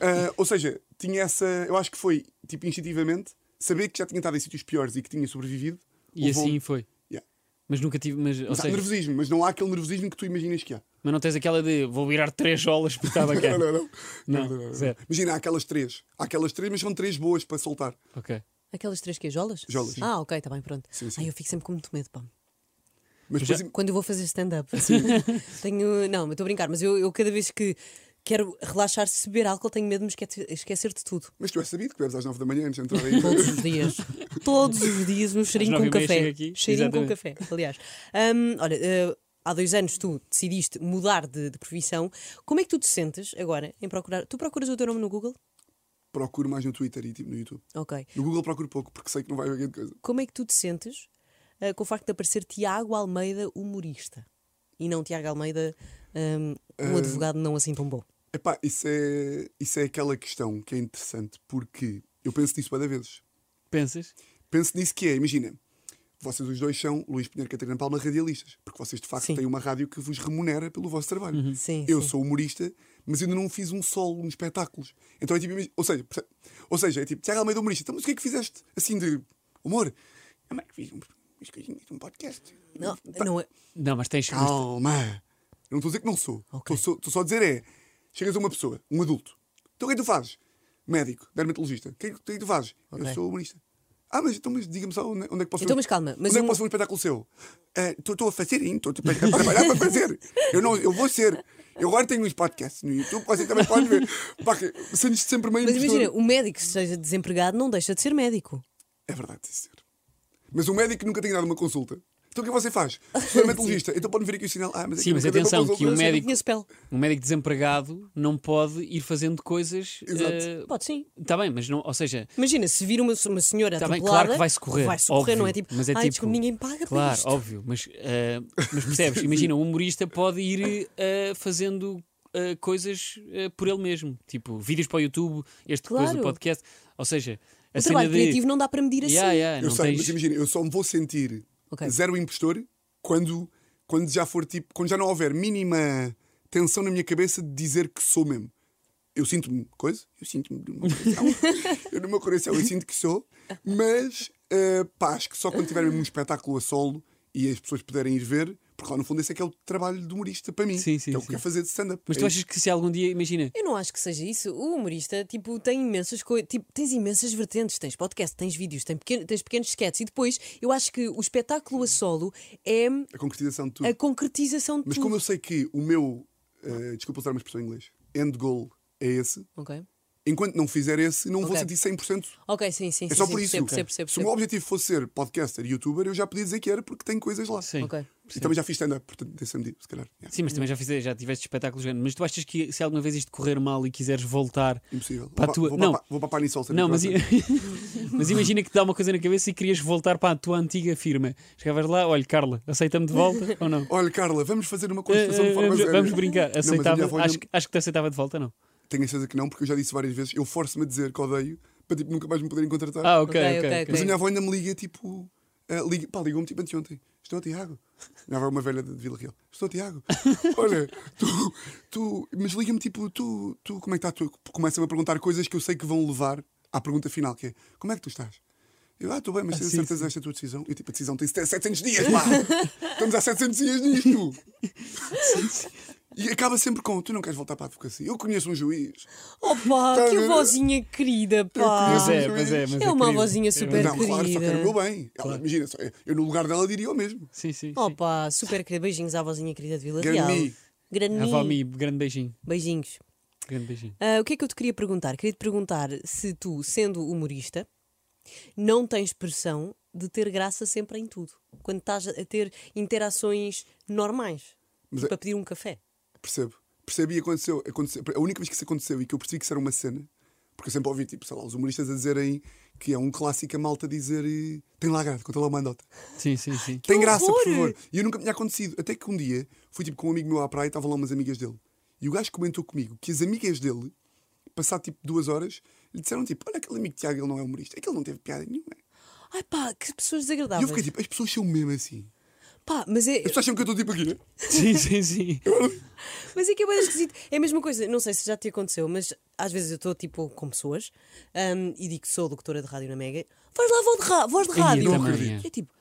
[SPEAKER 4] Ah, ou seja, tinha essa. Eu acho que foi, tipo, instintivamente, saber que já tinha estado em sítios piores e que tinha sobrevivido.
[SPEAKER 2] E
[SPEAKER 4] levou-
[SPEAKER 2] assim foi.
[SPEAKER 4] um- Yeah.
[SPEAKER 2] Mas nunca tive. Mas, ou
[SPEAKER 4] Mas há
[SPEAKER 2] seja,
[SPEAKER 4] nervosismo, mas não há aquele nervosismo que tu imaginas que há.
[SPEAKER 2] mas não tens aquela de vou virar três olas porque estava cá.
[SPEAKER 4] Não, não, não.
[SPEAKER 2] É. Não, zero.
[SPEAKER 4] Imagina, há aquelas três. Há aquelas três, mas são três boas para soltar.
[SPEAKER 2] Ok.
[SPEAKER 3] Aquelas três queijolas?
[SPEAKER 4] Jolas.
[SPEAKER 3] Ah, ok, está bem, pronto.
[SPEAKER 4] Sim, sim.
[SPEAKER 3] Ai, eu fico sempre com muito medo, pá.
[SPEAKER 4] Mas
[SPEAKER 2] Já-
[SPEAKER 4] depois,
[SPEAKER 3] assim, Quando eu vou fazer stand-up, assim, tenho. Não, mas estou a brincar, mas eu, eu cada vez que Quero relaxar se beber álcool, tenho medo de me esquece- esquecer de tudo.
[SPEAKER 4] Mas tu és sabido que bebes às 9 da manhã antes de entrar aí.
[SPEAKER 3] Todos os dias. Todos os dias, um cheirinho
[SPEAKER 2] nove
[SPEAKER 3] com
[SPEAKER 2] e meia chego
[SPEAKER 3] café.
[SPEAKER 2] aqui,
[SPEAKER 3] Cheirinho com
[SPEAKER 2] exatamente.
[SPEAKER 3] café, aliás. Hum, olha, eh, há dois anos tu decidiste mudar de, de profissão. Como é que tu te sentes agora em procurar? Tu procuras o teu nome no Google?
[SPEAKER 4] procuro mais no Twitter e tipo no YouTube.
[SPEAKER 3] Ok.
[SPEAKER 4] No Google procuro pouco, porque sei que não vai haver grande coisa.
[SPEAKER 3] Como é que tu te sentes eh, com o facto de aparecer Tiago Almeida, humorista? E não Tiago Almeida, hum,
[SPEAKER 2] Eh,
[SPEAKER 3] um advogado não assim tão bom.
[SPEAKER 4] Epá, isso é, isso é aquela questão que é interessante, porque eu penso nisso várias vezes.
[SPEAKER 2] Pensas?
[SPEAKER 4] Penso nisso que é, imagina, vocês os dois são, Luís Pinheiro e Catarina Palma, radialistas, porque vocês de facto
[SPEAKER 3] Sim. Uhum.
[SPEAKER 4] têm uma rádio que vos remunera pelo vosso trabalho.
[SPEAKER 3] Sim,
[SPEAKER 4] eu
[SPEAKER 3] sim.
[SPEAKER 4] sou humorista, mas ainda não fiz um solo nos espetáculos. Então é tipo, imagi- ou seja, perce- ou seja, é tipo, Tiago Almeida humorista, então mas o que é que fizeste assim de humor? Ah, mas fiz um, umas coisinhas, um podcast.
[SPEAKER 3] Não, não é.
[SPEAKER 2] Não, mas tens. mas-
[SPEAKER 4] Calma! Eu não estou a dizer que não sou. Estou só- estou só a dizer é: chegas a uma pessoa, um adulto. Então o que é que tu fazes? Médico, dermatologista. O que é que, o que é que tu fazes?
[SPEAKER 3] Ok.
[SPEAKER 4] Eu sou humorista. Ah, mas então mas diga-me só onde, onde é que posso
[SPEAKER 3] Então,
[SPEAKER 4] ver-
[SPEAKER 3] mas calma, mas
[SPEAKER 4] onde é
[SPEAKER 3] um-
[SPEAKER 4] que posso ver um espetáculo seu? Ah, Estou estou a fazer ainda, estou a trabalhar para fazer. Eu, não, eu vou ser. Eu agora tenho uns podcasts no YouTube, você também pode ver. Pá, que- sentes-te sempre meio
[SPEAKER 3] Mas
[SPEAKER 4] impostor.
[SPEAKER 3] imagina, o médico que seja desempregado não deixa de ser médico.
[SPEAKER 4] É verdade, sim, senhor. Mas o médico nunca tem dado uma consulta. Então o que é que você faz? Sou dermatologista. Então pode vir aqui o sinal. Ah, mas é
[SPEAKER 2] Sim,
[SPEAKER 4] que
[SPEAKER 2] mas
[SPEAKER 4] nunca dei uma
[SPEAKER 2] atenção, que o
[SPEAKER 4] consulta.
[SPEAKER 3] Eu não
[SPEAKER 2] médico-
[SPEAKER 3] conheço pele.
[SPEAKER 2] Um médico desempregado não pode ir fazendo coisas.
[SPEAKER 4] Exato.
[SPEAKER 3] Pode sim.
[SPEAKER 2] Está bem, mas não. Ou seja,
[SPEAKER 3] Imagina, se vir uma, uma senhora
[SPEAKER 2] Tá bem,
[SPEAKER 3] atropelada...
[SPEAKER 2] claro que vai-se correr.
[SPEAKER 3] Vai-se correr,
[SPEAKER 2] óbvio,
[SPEAKER 3] não é tipo...
[SPEAKER 2] mas é
[SPEAKER 3] "Ai,
[SPEAKER 2] tipo,
[SPEAKER 3] desculpe, ninguém paga para
[SPEAKER 2] Claro,
[SPEAKER 3] isto.
[SPEAKER 2] óbvio. Mas, eh, mas percebes? Imagina, um humorista pode ir eh, fazendo eh, coisas eh, por ele mesmo. Tipo, vídeos para o YouTube, este coisa
[SPEAKER 3] Claro.
[SPEAKER 2] do podcast. Ou seja, a
[SPEAKER 3] O
[SPEAKER 2] cena
[SPEAKER 3] trabalho
[SPEAKER 2] de.
[SPEAKER 3] criativo não dá para medir assim.
[SPEAKER 2] Yeah, yeah,
[SPEAKER 4] é Eu
[SPEAKER 2] Ah, não
[SPEAKER 4] sei,
[SPEAKER 2] tens-
[SPEAKER 4] mas imagina, eu só me vou sentir
[SPEAKER 3] Ok.
[SPEAKER 4] zero impostor quando, quando já for tipo, quando já não houver mínima tensão na minha cabeça de dizer que sou mesmo. Eu sinto-me coisa, eu sinto-me no meu coração, eu, no meu coração eu sinto que sou, mas eh, pá, acho que só quando tiver mesmo um espetáculo a solo e as pessoas puderem ir ver, porque lá no fundo esse é aquele trabalho de humorista para mim,
[SPEAKER 2] Sim, sim,
[SPEAKER 4] que é o
[SPEAKER 2] sim.
[SPEAKER 4] que é fazer de stand-up.
[SPEAKER 2] Mas
[SPEAKER 4] É
[SPEAKER 2] tu
[SPEAKER 4] isso.
[SPEAKER 2] achas que se algum dia, imagina,
[SPEAKER 3] Eu não acho que seja isso. O humorista, tipo, tem imensas coisas. Tipo, tens imensas vertentes. Tens podcast, tens vídeos, tens, pequeno- tens pequenos sketches. E depois, eu acho que o espetáculo a solo é
[SPEAKER 4] a concretização de tudo.
[SPEAKER 2] É
[SPEAKER 3] a concretização de
[SPEAKER 4] Hum. Mas
[SPEAKER 3] tudo.
[SPEAKER 4] como eu sei que o meu, eh, desculpa usar uma expressão em inglês, end goal é esse,
[SPEAKER 3] Ok.
[SPEAKER 4] enquanto não fizer esse, não vou
[SPEAKER 3] Ok.
[SPEAKER 4] sentir 100%.
[SPEAKER 3] Ok, sim, sim.
[SPEAKER 4] É
[SPEAKER 3] sim,
[SPEAKER 4] só
[SPEAKER 3] sim,
[SPEAKER 4] por isso. um
[SPEAKER 3] percebo, percebo, percebo,
[SPEAKER 4] Se o meu objetivo fosse ser podcaster e youtuber, eu já podia dizer que era porque tem coisas lá.
[SPEAKER 2] sim.
[SPEAKER 3] Ok.
[SPEAKER 4] E também já fiz stand-up, portanto, dessa medida, se calhar. Yeah.
[SPEAKER 2] Sim, mas também já fizeste, já tiveste espetáculos grandes. Mas tu achas que se alguma vez isto correr mal e quiseres voltar
[SPEAKER 4] Impossível. Vou
[SPEAKER 2] para
[SPEAKER 4] pa-
[SPEAKER 2] a tua.
[SPEAKER 4] Vou,
[SPEAKER 2] não,
[SPEAKER 4] papar- vou papar nisso ao ser
[SPEAKER 2] não mas,
[SPEAKER 4] microfone.
[SPEAKER 2] mas imagina que te dá uma coisa na cabeça e querias voltar para a tua antiga firma. Chegavas lá, olha, Carla, aceita-me de volta ou não?
[SPEAKER 4] Olha, Carla, vamos fazer uma
[SPEAKER 2] Eh,
[SPEAKER 4] construção
[SPEAKER 2] eh,
[SPEAKER 4] de forma
[SPEAKER 2] vamos,
[SPEAKER 4] séria.
[SPEAKER 2] vamos brincar.
[SPEAKER 4] Não, mas a minha
[SPEAKER 2] Aceitava,
[SPEAKER 4] avó ainda-
[SPEAKER 2] acho, que- acho que te aceitava de volta, não?
[SPEAKER 4] Tenho a certeza que não, porque eu já disse várias vezes. Eu forço-me a dizer que odeio para tipo, nunca mais me poderem contratar.
[SPEAKER 2] Ah, ok,
[SPEAKER 3] Ok,
[SPEAKER 2] ok.
[SPEAKER 3] ok,
[SPEAKER 2] ok.
[SPEAKER 3] ok.
[SPEAKER 4] Mas a minha avó ainda me liga, tipo. ah, liga, pá, ligou-me tipo anteontem. Estou, Tiago. A Minha avó é uma velha de Vila Real. Estou, Tiago. Olha, tu. tu mas liga-me, tipo, tu, tu. Como é que está? Tu começa-me a perguntar coisas que eu sei que vão levar à pergunta final, que é: Como é que tu estás? Eu, ah, estou bem, mas tens a
[SPEAKER 2] sim,
[SPEAKER 4] certeza desta tua decisão? Eu, tipo, a decisão tem 700 dias, pá! Estamos há 700 dias nisto! E acaba sempre com: Tu não queres voltar para a advocacia? Eu conheço um juiz.
[SPEAKER 3] Opa,
[SPEAKER 4] Tá, né?
[SPEAKER 3] que vozinha querida, pá.
[SPEAKER 2] Mas é, mas é. Mas
[SPEAKER 3] É uma
[SPEAKER 2] querido.
[SPEAKER 3] vozinha
[SPEAKER 2] É
[SPEAKER 3] super
[SPEAKER 2] verdade.
[SPEAKER 4] não, claro, só quero o meu bem. Ela,
[SPEAKER 2] Claro.
[SPEAKER 4] Imagina, só- eu no lugar dela diria o mesmo.
[SPEAKER 2] Sim, sim. sim.
[SPEAKER 3] Opa, super querida. Beijinhos à vozinha querida de Vila
[SPEAKER 4] Grande
[SPEAKER 3] Real.
[SPEAKER 4] Mi.
[SPEAKER 3] Grande
[SPEAKER 2] A avó Mi,
[SPEAKER 3] Mi.
[SPEAKER 2] grande beijinho.
[SPEAKER 3] Beijinhos.
[SPEAKER 2] Grande beijinho.
[SPEAKER 3] Ah, o que é que eu te queria perguntar? Queria te perguntar se tu, sendo humorista, não tens pressão de ter graça sempre em tudo. Quando estás a ter interações normais.
[SPEAKER 4] Mas
[SPEAKER 3] tipo
[SPEAKER 4] é-
[SPEAKER 3] a pedir um café.
[SPEAKER 4] Percebo. Percebi e aconteceu, aconteceu. A única vez que isso aconteceu e que eu percebi que isso era uma cena, porque eu sempre ouvi, tipo, sei lá, os humoristas a dizerem que é um clássico a malta dizer eh, tem lá graça, conta lá uma andota.
[SPEAKER 2] Sim, sim, sim.
[SPEAKER 4] Tem graça, por
[SPEAKER 3] horror!
[SPEAKER 4] favor. E eu nunca me tinha acontecido. Até que um dia fui tipo com um amigo meu à praia e estavam lá umas amigas dele. E o gajo comentou comigo que as amigas dele, passado tipo duas horas, lhe disseram tipo: Olha, aquele amigo Tiago, ele não é humorista, aquele não teve piada nenhuma.
[SPEAKER 3] Ai pá, que pessoas
[SPEAKER 4] E eu
[SPEAKER 3] desagradáveis.
[SPEAKER 4] fiquei tipo: As pessoas são mesmo assim.
[SPEAKER 3] Pá, mas é,
[SPEAKER 4] As pessoas acham que eu estou tipo aqui, né?
[SPEAKER 2] Sim, sim, sim.
[SPEAKER 3] mas é que é bem esquisito. É a mesma coisa, não sei se já te aconteceu, mas às vezes eu estou tipo com pessoas hum, e digo que sou locutora de rádio na Mega. Faz lá voz de, ra- voz de
[SPEAKER 2] eu
[SPEAKER 3] rádio.
[SPEAKER 2] também, é.
[SPEAKER 3] E é tipo,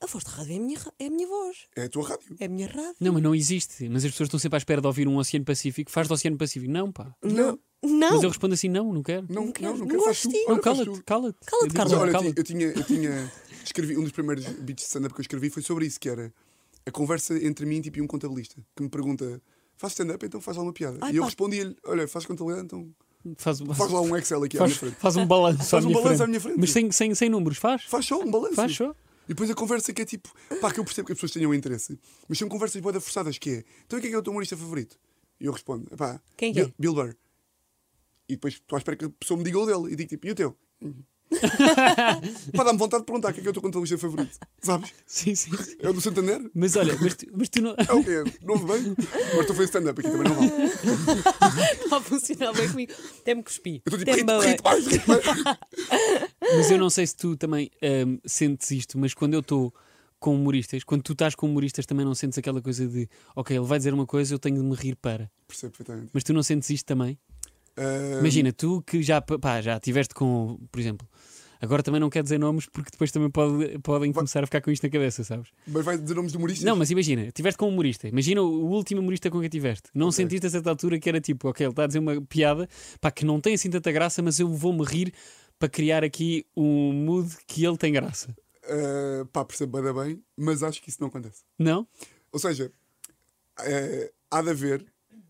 [SPEAKER 3] a voz de rádio é a minha, ra- é a minha voz.
[SPEAKER 4] É a tua rádio.
[SPEAKER 3] É a minha rádio.
[SPEAKER 2] Não, mas não existe. Mas as pessoas estão sempre à espera de ouvir um Oceano Pacífico. Faz do Oceano Pacífico. Não, pá.
[SPEAKER 4] Não,
[SPEAKER 3] Não.
[SPEAKER 2] Mas eu respondo assim: não, não quero.
[SPEAKER 4] não, não,
[SPEAKER 3] quero,
[SPEAKER 4] não,
[SPEAKER 3] não
[SPEAKER 4] quero, faz
[SPEAKER 3] gosto
[SPEAKER 4] tu.
[SPEAKER 3] de ti.
[SPEAKER 4] Olha,
[SPEAKER 2] Não,
[SPEAKER 4] faz
[SPEAKER 2] cala-te,
[SPEAKER 4] tu.
[SPEAKER 2] cala-te.
[SPEAKER 3] Cala-te,
[SPEAKER 2] Eu digo,
[SPEAKER 3] Carla.
[SPEAKER 4] Mas olha, eu ti-
[SPEAKER 2] cala-te.
[SPEAKER 4] eu tinha, eu tinha escrevi, um dos primeiros beats de stand-up que eu escrevi foi sobre isso, que era a conversa entre mim tipo, e um contabilista, que me pergunta Faz stand-up, então faz lá uma piada.
[SPEAKER 3] Ai,
[SPEAKER 4] e eu
[SPEAKER 3] pá.
[SPEAKER 4] respondi-lhe: Olha, faz contabilidade, então
[SPEAKER 2] Faz,
[SPEAKER 4] faz lá um Excel aqui à
[SPEAKER 2] faz-
[SPEAKER 4] minha frente.
[SPEAKER 2] faz um balanço,
[SPEAKER 4] Faz
[SPEAKER 2] à,
[SPEAKER 4] um
[SPEAKER 2] minha
[SPEAKER 4] balanço
[SPEAKER 2] frente.
[SPEAKER 4] à minha frente.
[SPEAKER 2] Mas sem, sem, sem números, faz?
[SPEAKER 4] Faz show, um balanço.
[SPEAKER 2] Faz show.
[SPEAKER 4] E depois a conversa que é tipo, pá, que eu percebo que as pessoas tenham interesse, mas são conversas boas forçadas, que é, então quem é que é o teu humorista favorito? E eu respondo, pá,
[SPEAKER 3] Quem
[SPEAKER 4] Bill,
[SPEAKER 3] é?
[SPEAKER 4] Bill Burr. E depois estou à espera que a pessoa me diga o dele, e digo tipo, e o teu? pá, dá-me vontade de perguntar quem é que é o teu contabilista favorito, sabes?
[SPEAKER 2] Sim, sim. sim.
[SPEAKER 4] É o do Santander?
[SPEAKER 2] Mas olha, mas tu, mas tu não.
[SPEAKER 4] É o quê? Novo Banco? Agora estou a fazer stand-up aqui, também não vale. Eu
[SPEAKER 3] Está a funcionar bem comigo. Até me cuspi.
[SPEAKER 4] estou tipo,
[SPEAKER 3] Até me
[SPEAKER 4] rito,
[SPEAKER 3] babei.
[SPEAKER 4] rito mais, rito mais.
[SPEAKER 2] Mas eu não sei se tu também hum, sentes isto, mas quando eu estou com humoristas, quando tu estás com humoristas, também não sentes aquela coisa de ok, ele vai dizer uma coisa, eu tenho de me rir para.
[SPEAKER 4] Percebo perfeitamente.
[SPEAKER 2] Mas tu não sentes isto também?
[SPEAKER 4] Ah,
[SPEAKER 2] Imagina, tu que já, pá, já tiveste com, por exemplo, agora também não quero dizer nomes porque depois também pode- podem começar a ficar com isto na cabeça, sabes?
[SPEAKER 4] Mas vai dizer nomes de humoristas?
[SPEAKER 2] Não, mas imagina, tiveste com um humorista, imagina o o último humorista com quem tiveste. Não
[SPEAKER 4] Ok.
[SPEAKER 2] sentiste a certa altura que era tipo, ok, ele está a dizer uma piada pá, que não tem assim tanta graça, mas eu vou-me rir para criar aqui um mood que ele tem graça.
[SPEAKER 4] Ah, pá, percebo bem, bem, mas acho que isso não acontece.
[SPEAKER 2] Não?
[SPEAKER 4] Ou seja, eh, há de haver.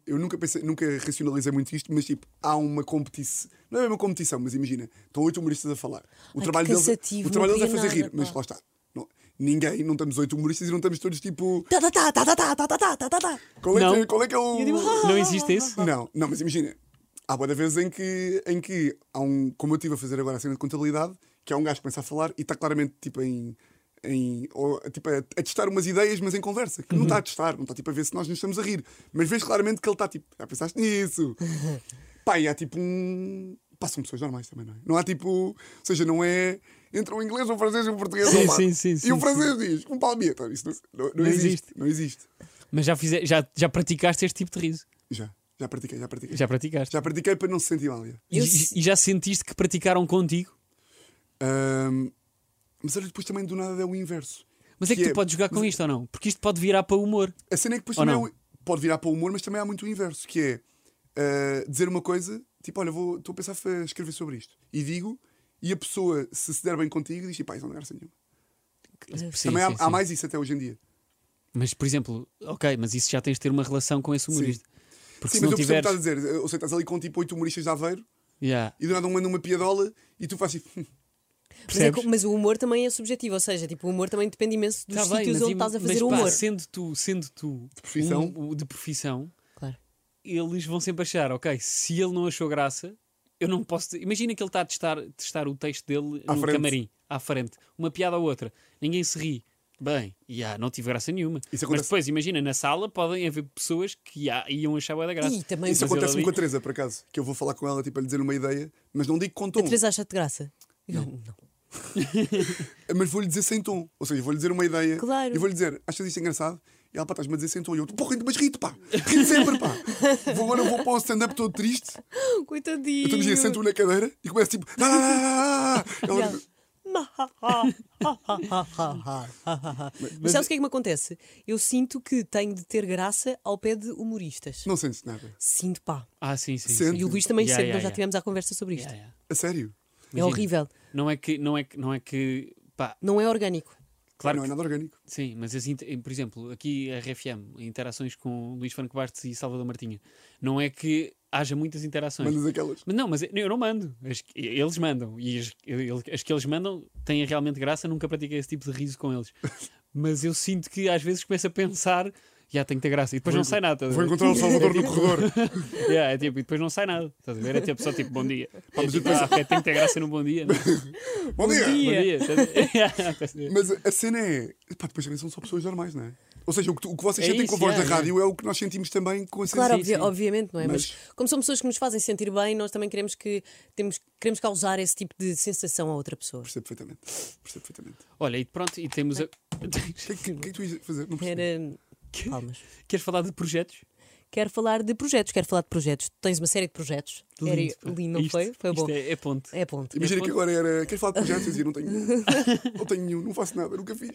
[SPEAKER 4] Eu nunca pensei, nunca racionalizei muito isto, mas tipo, há uma competição. Não é bem uma competição, mas imagina, estão oito humoristas a falar. O
[SPEAKER 3] que
[SPEAKER 4] trabalho deles,
[SPEAKER 3] cansativo,
[SPEAKER 4] o trabalho
[SPEAKER 3] não
[SPEAKER 4] deles é
[SPEAKER 3] queria
[SPEAKER 4] fazer rir,
[SPEAKER 3] nada,
[SPEAKER 4] mas
[SPEAKER 3] pá.
[SPEAKER 4] lá está. Não- ninguém, não estamos oito humoristas e não estamos todos tipo.
[SPEAKER 3] Tá, tá, tá, tá, tá, tá, tá, tá, tá, tá, tá.
[SPEAKER 4] Qual é,
[SPEAKER 2] Não.
[SPEAKER 4] Que, qual é que é o.
[SPEAKER 3] digo, "Ah,
[SPEAKER 2] Não existe isso?
[SPEAKER 4] Não, não, mas imagina, há boa vezes em que, em que há um, como eu estive a fazer agora a cena de contabilidade, que há um gajo que começa a falar e está claramente tipo em. em ou, tipo, a, a testar umas ideias, mas em conversa, que não
[SPEAKER 2] Uhum.
[SPEAKER 4] está a testar, não está tipo a ver se nós nos estamos a rir, mas vês claramente que ele está tipo, já pensaste nisso? Pá, e há tipo um. Pá, são pessoas normais também, não é? Não há tipo. Ou seja, não é. Entre um inglês, um francês e um português.
[SPEAKER 2] Sim,
[SPEAKER 4] ao lado.
[SPEAKER 2] sim, sim, sim,
[SPEAKER 4] E o
[SPEAKER 2] sim.
[SPEAKER 4] francês diz, um palmito. Isso não, não, não
[SPEAKER 2] Não
[SPEAKER 4] existe.
[SPEAKER 2] existe.
[SPEAKER 4] Não existe.
[SPEAKER 2] Mas já, fize, já, já praticaste este tipo de riso?
[SPEAKER 4] Já, já pratiquei, já pratiquei.
[SPEAKER 2] Já praticaste?
[SPEAKER 4] Já pratiquei para não se sentir mal. já.
[SPEAKER 2] E,
[SPEAKER 3] Eu
[SPEAKER 2] e-
[SPEAKER 3] se-
[SPEAKER 2] e já sentiste que praticaram contigo?
[SPEAKER 4] Ahm, mas olha, depois também do nada é o inverso.
[SPEAKER 2] Mas é que,
[SPEAKER 4] Que
[SPEAKER 2] tu
[SPEAKER 4] é-
[SPEAKER 2] podes jogar com isto ou não? Porque isto pode virar para o humor.
[SPEAKER 4] A cena é que depois
[SPEAKER 2] Ou
[SPEAKER 4] também
[SPEAKER 2] não?
[SPEAKER 4] é o- pode virar para o humor, mas também há muito o inverso, que é ah, dizer uma coisa, tipo, olha, vou, estou a pensar a escrever sobre isto. E digo, e a pessoa, se se der bem contigo, diz, pá, isso não é graça nenhuma.
[SPEAKER 3] é
[SPEAKER 2] Sim,
[SPEAKER 4] também há,
[SPEAKER 2] sim,
[SPEAKER 4] há
[SPEAKER 2] sim.
[SPEAKER 4] mais isso até hoje em dia.
[SPEAKER 2] Mas, por exemplo, ok, mas isso já tens de ter uma relação com esse humorista. Porque
[SPEAKER 4] Sim,
[SPEAKER 2] se
[SPEAKER 4] mas
[SPEAKER 2] não
[SPEAKER 4] eu percebo o
[SPEAKER 2] tiveres.
[SPEAKER 4] que tá estás a dizer. Ou seja, estás ali com tipo oito humoristas de Aveiro,
[SPEAKER 2] Yeah.
[SPEAKER 4] e do nada um manda uma piadola, e tu fazes tipo,
[SPEAKER 3] Mas, é
[SPEAKER 2] Percebes?
[SPEAKER 3] co- mas o humor também é subjetivo, ou seja, tipo, o humor também depende imenso dos
[SPEAKER 2] Tá bem,
[SPEAKER 3] sítios
[SPEAKER 2] mas
[SPEAKER 3] onde
[SPEAKER 2] im-
[SPEAKER 3] estás a
[SPEAKER 2] mas
[SPEAKER 3] fazer o
[SPEAKER 2] pá,
[SPEAKER 3] humor.
[SPEAKER 2] sendo tu, sendo tu de
[SPEAKER 4] profissão?
[SPEAKER 2] de profissão,
[SPEAKER 3] Claro.
[SPEAKER 2] eles vão sempre achar, ok, se ele não achou graça, eu não posso. te- Imagina que ele está a testar, testar o texto dele
[SPEAKER 4] À
[SPEAKER 2] no
[SPEAKER 4] frente.
[SPEAKER 2] camarim, à frente, uma piada ou outra, ninguém se ri. Bem, e ah, não tive graça nenhuma.
[SPEAKER 4] Isso
[SPEAKER 2] Mas
[SPEAKER 4] acontece-
[SPEAKER 2] depois, imagina, na sala podem haver pessoas que ah, iam achar bué da graça.
[SPEAKER 3] Ih, também
[SPEAKER 2] Mas
[SPEAKER 4] isso
[SPEAKER 2] ele
[SPEAKER 4] acontece-me
[SPEAKER 2] ali-
[SPEAKER 4] com a Teresa, por acaso, que eu vou falar com ela, tipo, a lhe dizer uma ideia, mas não digo com tom.
[SPEAKER 3] A Teresa acha-te graça? Não. não.
[SPEAKER 4] mas vou-lhe dizer sem tom. Ou seja, vou-lhe dizer uma ideia
[SPEAKER 3] Claro.
[SPEAKER 4] e vou-lhe dizer, achas isto engraçado? E ela, pá, estás-me a dizer sem tom. E eu, porra, mas rito, pá, rito sempre, pá. Vou, agora vou para o stand-up todo triste, eu
[SPEAKER 3] Coitadinho.
[SPEAKER 4] estou a dizer, sento-me na cadeira e começo tipo, "Ah, ah, ah, ah." Ela, "Ah,
[SPEAKER 3] Não. Mas sabes o que é que me acontece? Eu sinto que tenho de ter graça ao pé de humoristas.
[SPEAKER 4] não sentes nada.
[SPEAKER 3] Sinto, pá.
[SPEAKER 2] Ah, sim, sim.
[SPEAKER 4] Sente.
[SPEAKER 2] sim.
[SPEAKER 3] E o Luís também
[SPEAKER 2] Yeah,
[SPEAKER 3] sente,
[SPEAKER 2] yeah,
[SPEAKER 3] nós já
[SPEAKER 2] yeah.
[SPEAKER 3] tivemos a conversa sobre isto.
[SPEAKER 2] Yeah, yeah.
[SPEAKER 4] A sério.
[SPEAKER 3] É
[SPEAKER 2] Imagina.
[SPEAKER 3] horrível.
[SPEAKER 2] Não é que, não é que, não é que, pá,
[SPEAKER 3] Não é orgânico.
[SPEAKER 2] claro
[SPEAKER 4] não é
[SPEAKER 2] que
[SPEAKER 4] nada orgânico.
[SPEAKER 2] Sim, mas assim, por exemplo, aqui a RFM, interações com Luís Franco Bastos e Salvador Martinha, não é que haja muitas interações.
[SPEAKER 4] Mandas aquelas.
[SPEAKER 2] Mas não, mas eu não mando. As que- eles mandam. E as, ele- as que eles mandam têm realmente graça, nunca pratiquei esse tipo de riso com eles. Mas eu sinto que às vezes começo a pensar, já tem que ter graça, e depois não sai nada. estás a
[SPEAKER 4] Vou
[SPEAKER 2] ver?
[SPEAKER 4] encontrar o Salvador no corredor.
[SPEAKER 2] Yeah, é tipo, e depois não sai nada. Estás a ver? É tipo só tipo bom dia.
[SPEAKER 4] Pá, mas
[SPEAKER 2] É tipo,
[SPEAKER 4] eu
[SPEAKER 2] ah, ok, tem que ter graça no bom dia. não é?
[SPEAKER 4] Bom dia!
[SPEAKER 2] Bom dia. estás a ver? Yeah, estás a ver?
[SPEAKER 4] Mas a- a cena é, pá, depois também são só pessoas normais, não é? Ou seja, o que, tu- o que vocês
[SPEAKER 2] É
[SPEAKER 4] sentem
[SPEAKER 2] isso,
[SPEAKER 4] com a voz
[SPEAKER 2] yeah,
[SPEAKER 4] da
[SPEAKER 2] yeah.
[SPEAKER 4] rádio é o que nós sentimos também com a cena.
[SPEAKER 3] Claro,
[SPEAKER 2] sim,
[SPEAKER 3] obvi-
[SPEAKER 2] sim.
[SPEAKER 3] obviamente, não é? Mas...
[SPEAKER 4] Mas-
[SPEAKER 3] como são pessoas que nos fazem sentir bem, nós também queremos que temos, queremos causar esse tipo de sensação a outra pessoa.
[SPEAKER 4] Percebo perfeitamente. Percebo perfeitamente.
[SPEAKER 2] Olha, e pronto, e temos a.
[SPEAKER 4] O que, é que- o que é que tu ias fazer? Não percebi.
[SPEAKER 3] Era hum, palmas.
[SPEAKER 2] Queres falar de projetos?
[SPEAKER 3] Quero falar de projetos, quero falar de projetos. Tu tens uma série de projetos. Era lindo, não
[SPEAKER 2] Isto-
[SPEAKER 3] foi? Foi
[SPEAKER 2] isto
[SPEAKER 3] bom.
[SPEAKER 2] É, é ponte.
[SPEAKER 3] É ponto.
[SPEAKER 4] Imagina que agora era. Queres falar de projetos? Eu dizia, não tenho nenhum. Não tenho nenhum, não faço nada, nunca fiz.